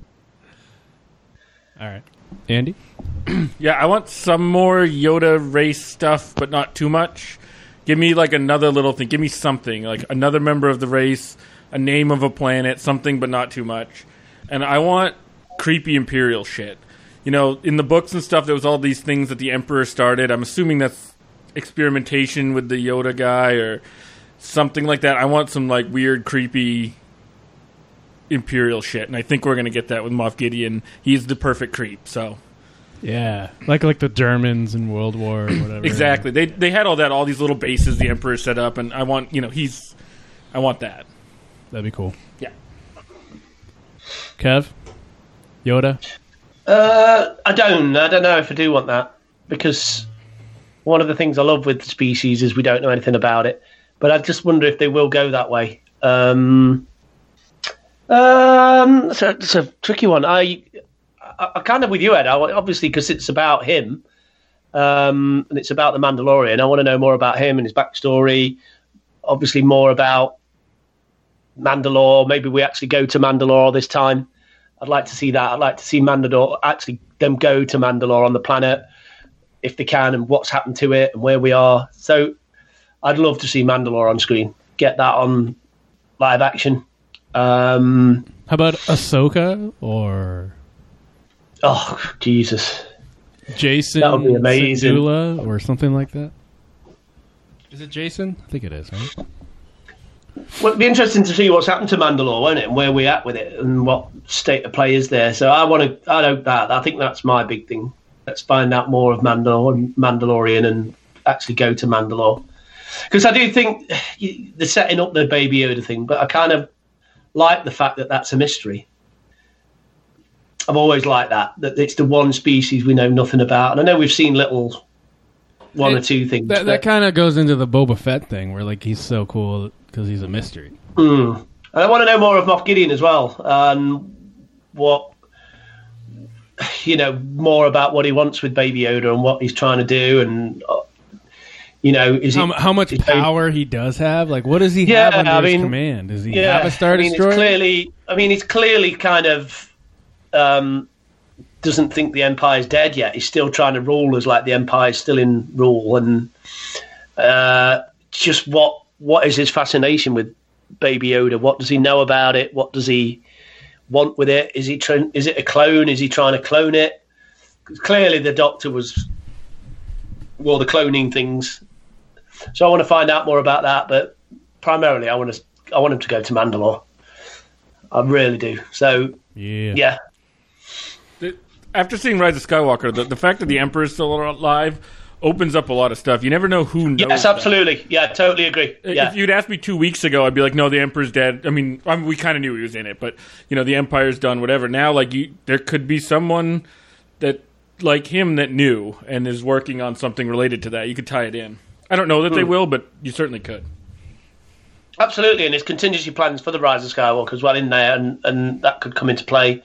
G: All right. Andy?
K: yeah, I want some more Yoda race stuff, but not too much. Give me like another little thing. Give me something like another member of the race, a name of a planet, something, but not too much. And I want creepy Imperial shit. You know, in the books and stuff, there was all these things that the Emperor started. I'm assuming that's experimentation with the Yoda guy or something like that. I want some like weird, creepy Imperial shit, and I think we're gonna get that with Moff Gideon. He's the perfect creep. So
G: Yeah, like like the Germans in World War or whatever.
K: exactly, they they had all that, all these little bases the Emperor set up, and I want you know he's, I want that.
G: That'd be cool.
K: Yeah.
G: Kev, Yoda.
H: Uh, I don't. I don't know if I do want that because one of the things I love with species is we don't know anything about it. But I just wonder if they will go that way. Um, um, it's a, it's a tricky one. I, I, I kind of with you, Ed. I, wa- obviously, because it's about him, um, and it's about the Mandalorian. I want to know more about him and his backstory. Obviously, more about Mandalore. Maybe we actually go to Mandalore this time. I'd like to see that. I'd like to see Mandalore actually them go to Mandalore on the planet if they can, and what's happened to it and where we are. So, I'd love to see Mandalore on screen. Get that on live action. Um,
G: How about Ahsoka or
H: oh Jesus,
G: Jason
H: That would be amazing.
G: Segula or something like that? Is it Jason? I think it is. Right?
H: Well, it'd be interesting to see what's happened to Mandalore, won't it? And where we're at with it, and what state of play is there. So I want to. I don't that. I think that's my big thing. Let's find out more of Mandalore and Mandalorian, and actually go to Mandalore. Because I do think you- they're setting up the Baby Yoda thing, but I kind of like the fact that that's a mystery. I've always liked that that it's the one species we know nothing about, and I know we've seen little one or two things.
G: That,
H: but-
G: that kind of goes into the Boba Fett thing, where like he's so cool because he's a mystery.
H: Mm. And I want to know more of Moff Gideon as well, and what you know more about what he wants with Baby Yoda and what he's trying to do, and uh, you know, is
G: how,
H: it,
G: how much power he does have? Like, what does he
H: Yeah,
G: have under
H: I
G: his
H: mean,
G: command? Does he have a star
H: I mean,
G: destroyer?
H: It's clearly, I mean, he's clearly kind of um, doesn't think the empire's dead yet. He's still trying to rule us like the empire's still in rule, and uh, just what what is his fascination with Baby Yoda? What does he know about it? What does he want with it? Is he trying? Is it a clone? Is he trying to clone it? 'Cause clearly, the Doctor was well, the cloning things. So I want to find out more about that, but primarily I want to I want him to go to Mandalore. I really do. So
G: yeah,
H: yeah,
K: after seeing Rise of Skywalker, the, the fact that the Emperor is still alive opens up a lot of stuff. You never know who knows.
H: yes,
K: that. Uh,
H: absolutely. Yeah, I totally agree. Yeah,
K: If you'd asked me two weeks ago, I'd be like, "No, the Emperor's dead." I mean, I mean we kind of knew he was in it, but you know, the Empire's done whatever. Now, like, you, there could be someone that like him that knew and is working on something related to that. You could tie it in. I don't know that they
H: Hmm.
K: will, but you certainly could.
H: absolutely. And there's contingency plans for the Rise of Skywalker as well in there, and and that could come into play.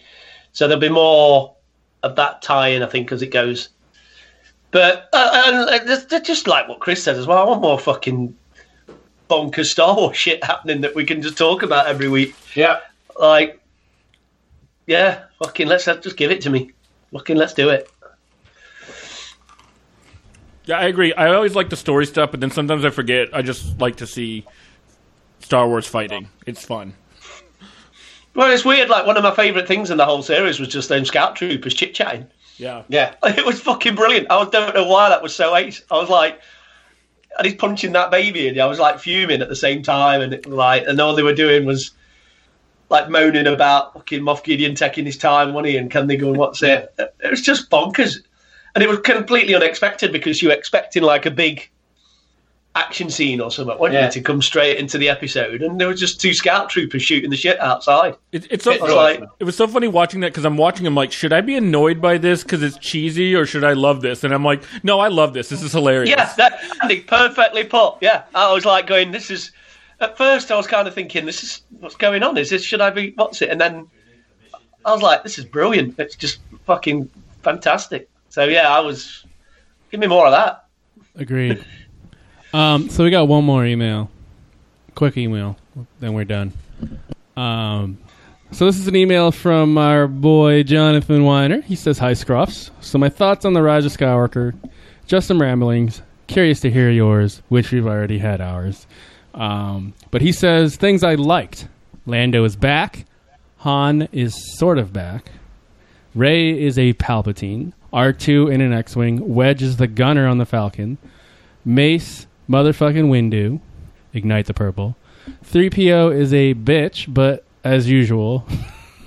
H: So there'll be more of that tie-in, I think, as it goes. But uh, and uh, just- just like what Chris says as well, I want more fucking bonkers Star Wars shit happening that we can just talk about every week.
O: Yeah.
H: Like, yeah, fucking let's just give it to me. Fucking let's do it.
K: Yeah, I agree. I always like the story stuff, but then sometimes I forget. I just like to see Star Wars fighting. It's fun.
H: Well, it's weird. Like one of my favourite things in the whole series was just them scout troopers chit chatting.
K: Yeah.
H: Yeah, it was fucking brilliant. I don't know why that was so ace. I was like, and he's punching that baby, and I was like fuming at the same time, and it, like, and all they were doing was like moaning about fucking Moff Gideon taking his time, wasn't he? And can they go and what's it? It was just bonkers, and it was completely unexpected because you were expecting like a big action scene or something, weren't
O: Yeah.
H: you, to come straight into the episode, and there was just two scout troopers shooting the shit outside.
K: It, it's so,
H: I was like,
K: it was so funny watching that because I'm watching. I'm like, should I be annoyed by this because it's cheesy, or should I love this? And I'm like, no, I love this. This is hilarious.
H: Yeah, that, Andy, perfectly put. Yeah, I was like going, this is. At first, I was kind of thinking, this is what's going on. Is this should I be? What's it? And then I was like, this is brilliant. It's just fucking fantastic. So yeah, I was. Give me more of that.
G: Agreed. Um, so we got one more email, quick email, then we're done. Um, so this is an email from our boy Jonathan Weiner. He says, "Hi Scruffs. So my thoughts on the Rise of Skywalker, just some ramblings. Curious to hear yours, which we've already had ours. Um, but he says things I liked. Lando is back. Han is sort of back. Ray is a Palpatine. R2 in an X Wing. Wedge is the gunner on the Falcon. Mace, motherfucking Windu. Ignite the purple. 3PO is a bitch, but as usual,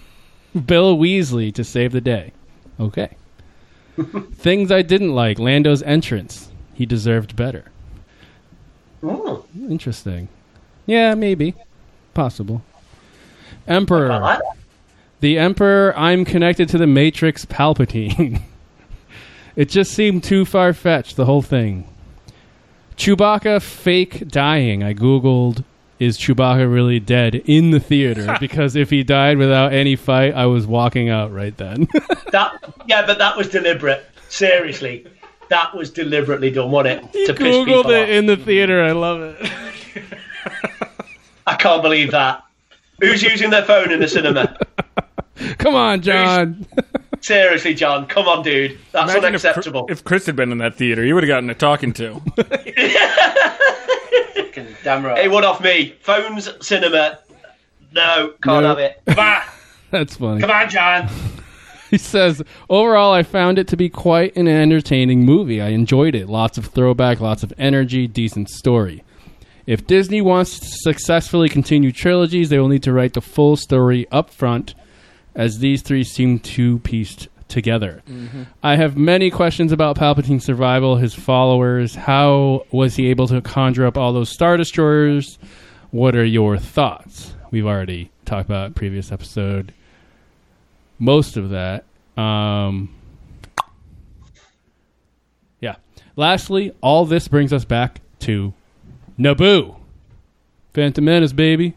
G: Bill Weasley to save the day. Okay. Things I didn't like Lando's entrance. He deserved better.
H: Oh.
G: Interesting. Yeah, maybe. Possible. Emperor.
H: like that.
G: The Emperor, I'm connected to the Matrix Palpatine. it just seemed too far fetched, the whole thing. Chewbacca fake dying. I Googled, is Chewbacca really dead in the theater? because if he died without any fight, I was walking out right then.
H: That yeah, but that was deliberate. Seriously, that was deliberately done, wasn't it? to piss
G: Googled
H: people
G: it
H: off.
G: in the theater. I love it.
H: I can't believe that. Who's using their phone in the cinema?
G: Come on, John.
H: Seriously, John, come on, dude. That's
K: Imagine if Chr-
H: unacceptable.
K: If, Chris had been in that theater, he would have gotten a talking to.
H: Damn right. Hey, one off me. Phones, cinema. No, can't
G: No.
H: have it. Come on,
G: That's funny.
H: come on, John.
G: He says, overall, I found it to be quite an entertaining movie. I enjoyed it. Lots of throwback, lots of energy, decent story. If Disney wants to successfully continue trilogies, they will need to write the full story up front, as these three seem too pieced together.
V: Mhm.
G: I have many questions about Palpatine's survival, his followers. How was he able to conjure up all those Star Destroyers? What are your thoughts? We've already talked about previous episode most of that. Um, yeah. Lastly, all this brings us back to Naboo. Phantom Menace, baby.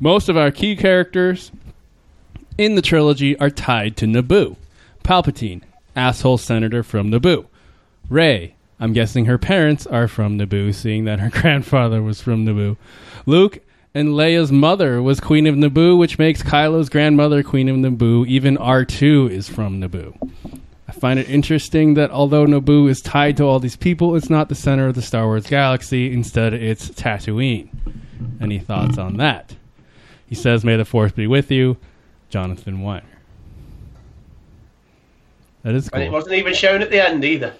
G: Most of our key characters in the trilogy are tied to Naboo. Palpatine, asshole senator from Naboo. Rey, I'm guessing her parents are from Naboo, seeing that her grandfather was from Naboo. Luke and Leia's mother was Queen of Naboo, which makes Kylo's grandmother Queen of Naboo. Even R2 is from Naboo. I find it interesting that although Naboo is tied to all these people, it's not the center of the Star Wars galaxy. Instead, it's Tatooine. Any thoughts on that? He says, May the Force be with you, Jonathan Weiner. That is
H: And it
G: cool.
H: wasn't even shown at the end either.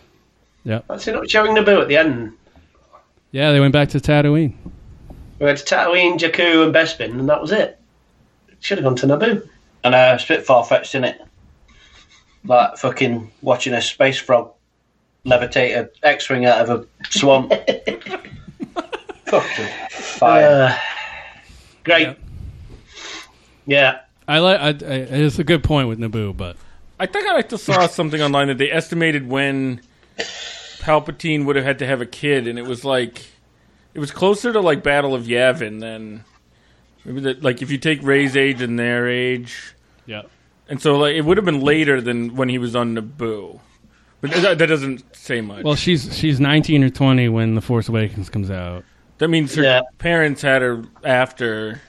G: Yep.
H: That's it, not showing Naboo at the end.
G: Yeah, they went back to Tatooine.
H: We had Tatooine, Jakku, and Bespin, and that was it. Should have gone to Naboo.
I: And uh, it's a bit far fetched, isn't it? Like fucking watching a space frog levitate a X Wing out of a swamp. fucking fire.
H: Uh, great. Yeah.
G: I like. I, I, it's a good point with Naboo, but
K: I think I just saw something online that they estimated when Palpatine would have had to have a kid, and it was like it was closer to like Battle of Yavin than maybe that. Like if you take Ray's age and their age,
G: yeah.
K: And so like it would have been later than when he was on Naboo, but that, that doesn't say much.
G: well, she's she's nineteen or twenty when the Force Awakens comes out.
K: That means her parents had her after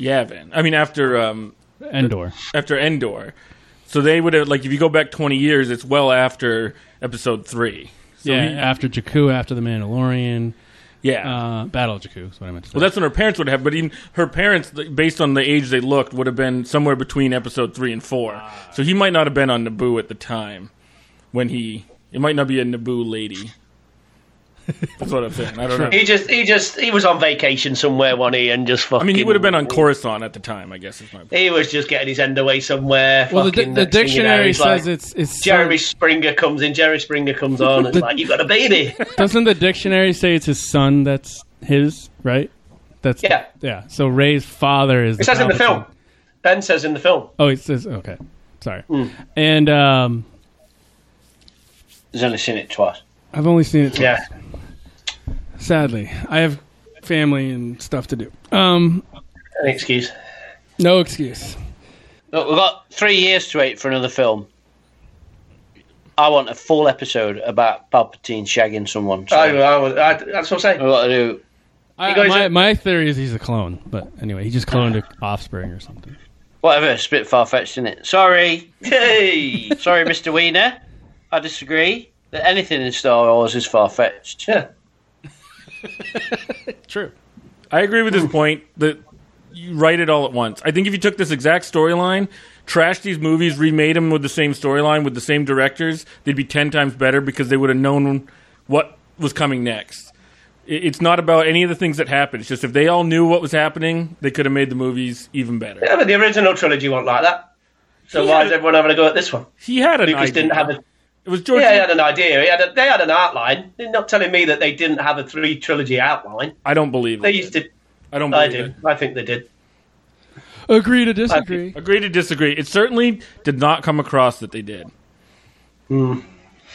K: Yavin. I mean, after um,
G: Endor.
K: After Endor, so they would have like if you go back twenty years, it's well after Episode three. So
G: yeah,
K: he-
G: after Jakku, after the Mandalorian.
K: Yeah.
G: uh, Battle of Jakku. Is what I meant to say.
K: well, that's when her parents would have. But even her parents, like, based on the age they looked, would have been somewhere between Episode three and four. So he might not have been on Naboo at the time when he. It might not be a Naboo lady. That's what I'm saying. I don't know.
H: He just, he just, he was on vacation somewhere, wasn't he? And just fucking.
K: I mean, he would have been on Coruscant at the time, I guess. Is my
H: He was just getting his end away somewhere.
G: Well, the
H: fucking
G: di- the
H: next thing you know,
G: dictionary
H: he's
G: says
H: like,
G: it's- it's
H: Jeremy Springer comes in. Jerry Springer comes on. It's
G: The-
H: like you got a baby.
G: Doesn't the dictionary say it's his son that's his right? That's
H: Yeah.
G: yeah. So Ray's father is.
H: It says in the
G: Palpatine.
H: film. Ben says in the film.
G: Oh, it says okay. Sorry.
H: Hmm.
G: And um,
I: He's only seen it twice.
G: I've only seen it twice.
I: Yeah.
G: Sadly, I have family and stuff to do. Um,
H: An excuse.
G: No excuse.
I: Look, we've got three years to wait for another film. I want a full episode about Palpatine shagging someone. So
H: I, I, was- I, that's what I'm saying.
I: I've got to do.
G: I,
I: You guys
G: my,
I: are-
G: my theory is he's a clone, but anyway, he just cloned a offspring or something.
I: Whatever, it's a bit far fetched, isn't it? Sorry. Hey. Sorry, Mr. Wiener. I disagree that anything in Star Wars is far fetched. Yeah.
G: True.
K: I agree with his point that you write it all at once. I think if you took this exact storyline, trashed these movies, remade them with the same storyline, with the same directors, they'd be 10 times better because they would have known what was coming next. I- It's not about any of the things that happened. It's just if they all knew what was happening, they could have made the movies even better.
H: Yeah, but the original trilogy wasn't like that. So
K: He
H: why
K: had
H: is everyone having a go at this one?
K: He had an
H: Lucas
K: idea.
H: didn't have a.
K: It was George.
H: Yeah, he had an idea. He had a, they had an outline. They're not telling me that they didn't have a three trilogy outline.
K: I don't believe
H: They used to.
K: I don't
H: I
K: believe
H: do. I think they did.
G: Agree to
K: disagree. Agree to disagree. It certainly did not come across that they did.
H: Hmm.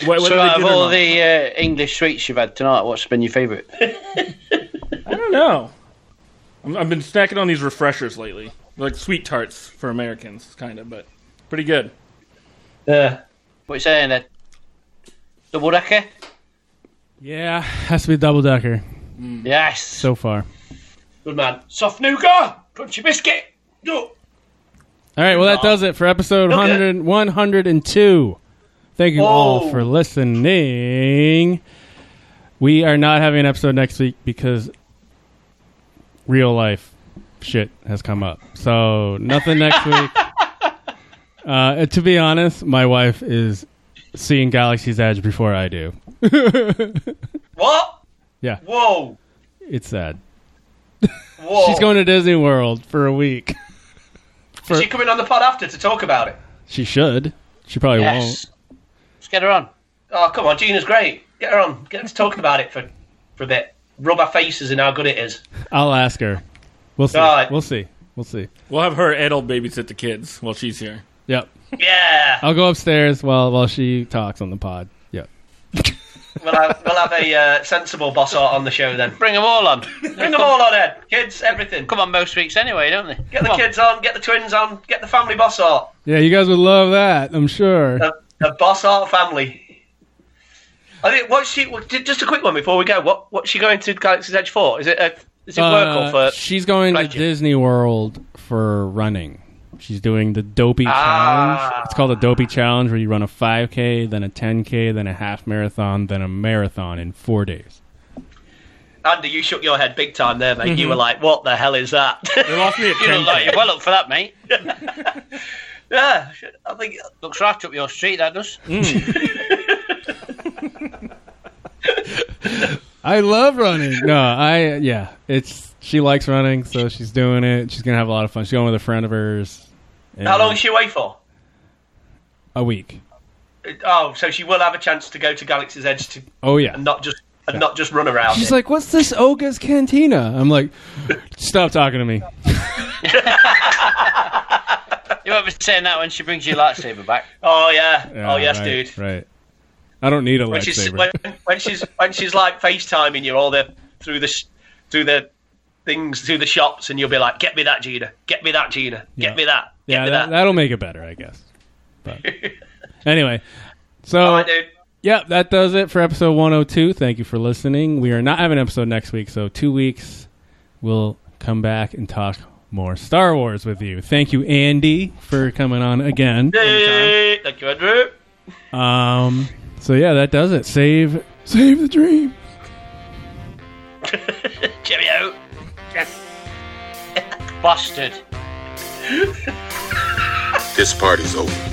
K: Wh- whether
I: so,
K: they
I: out
K: did
I: of
K: or
I: all
K: not.
I: the uh, English sweets you've had tonight, what's been your favourite?
K: I don't know. I'm, I've been snacking on these refreshers lately, like sweet tarts for Americans, kind of, but pretty good.
H: Yeah.
I: What you saying then? Double decker?
G: Yeah, has to be double decker
I: Yes.
G: so far.
H: Good man.
I: Soft nougat, crunchy biscuit. No.
G: All right, well, that does it for episode 100, 102. Thank you all for listening. We are not having an episode next week because real life shit has come up. So, nothing next week. Uh, to be honest, my wife is seeing Galaxy's Edge before I do.
H: What?
G: Yeah,
H: Whoa.
G: it's sad.
H: Whoa.
G: She's going to Disney World for a week.
H: Is she coming on the pod after to talk about it?
G: She should. She probably won't.
H: Yes.
I: Let's get her on.
H: Oh, come on. Gina's great. Get her on. Get her to talk about it for, for a bit. Rub our faces in how good it is.
G: I'll ask her. We'll see.
H: All right.
G: Well see. We'll see.
K: We'll have her Ed'll babysit the kids while she's here.
G: Yep.
H: Yeah.
G: I'll go upstairs while while she talks on the pod. Yep.
H: We'll have, we'll have a uh, sensible boss art on the show then. Bring them all on. Bring them all on, Ed. Kids, everything.
I: Come on, most weeks anyway, don't they?
H: Get the kids on, get the twins on, get the family boss art.
G: Yeah, you guys would love that. I'm sure.
H: The, the boss art family. I think what's she? well, ju- Just a quick one before we go. What what's she going to Galaxy's Edge for? Is it a, is it work
G: Uh,
H: or for?
G: she's going to Disney World for running. She's doing the dopey challenge. It's called the dopey challenge where you run a 5k, then a 10k, then a half marathon, then a marathon in 4 days.
H: Andy, you shook your head big time there, mate. You
G: Mhm.
H: were like, "What the hell is that?"
K: They lost me at
I: You look like you're well up for that, mate.
H: yeah, I think
I: looks right up your street. That does.
G: Mm-hmm. I love running. No, I yeah, it's she likes running, so she's doing it. She's going to have a lot of fun. She's going with a friend of hers. And
H: How long is she away for?
G: A week.
H: Oh, so she will have a chance to go to Galaxy's Edge to
G: Oh yeah.
H: and not just and not just run around.
G: She's
H: it.
G: like, "What's this Oga's Cantina?" I'm like, "Stop talking to
H: Oh,
G: me."
I: You won't be saying that when she brings your lightsaber back.
H: "Oh yeah,
G: Yeah,
H: oh yes,
G: right,
H: dude."
G: Right. I don't need a
H: When she's
G: lightsaber.
H: when, when she's when she's like FaceTiming you all the through the sh- through the things through the shops, and you'll be like, "Get me that, Gina. Get me that, Gina. Get
G: Yeah.
H: me that."
G: yeah, that, that'll make it better, I guess. But anyway, so
H: Oh,
G: yeah, that does it for episode 102. Thank you for listening. We are not having an episode next week, so two weeks we'll come back and talk more Star Wars with you. Thank you, Andy, for coming on again.
H: Hey, thank you, Andrew.
G: Um. So yeah, that does it. Save, save the dream.
I: Cheerio. Yes. Bastard.
B: This party's over.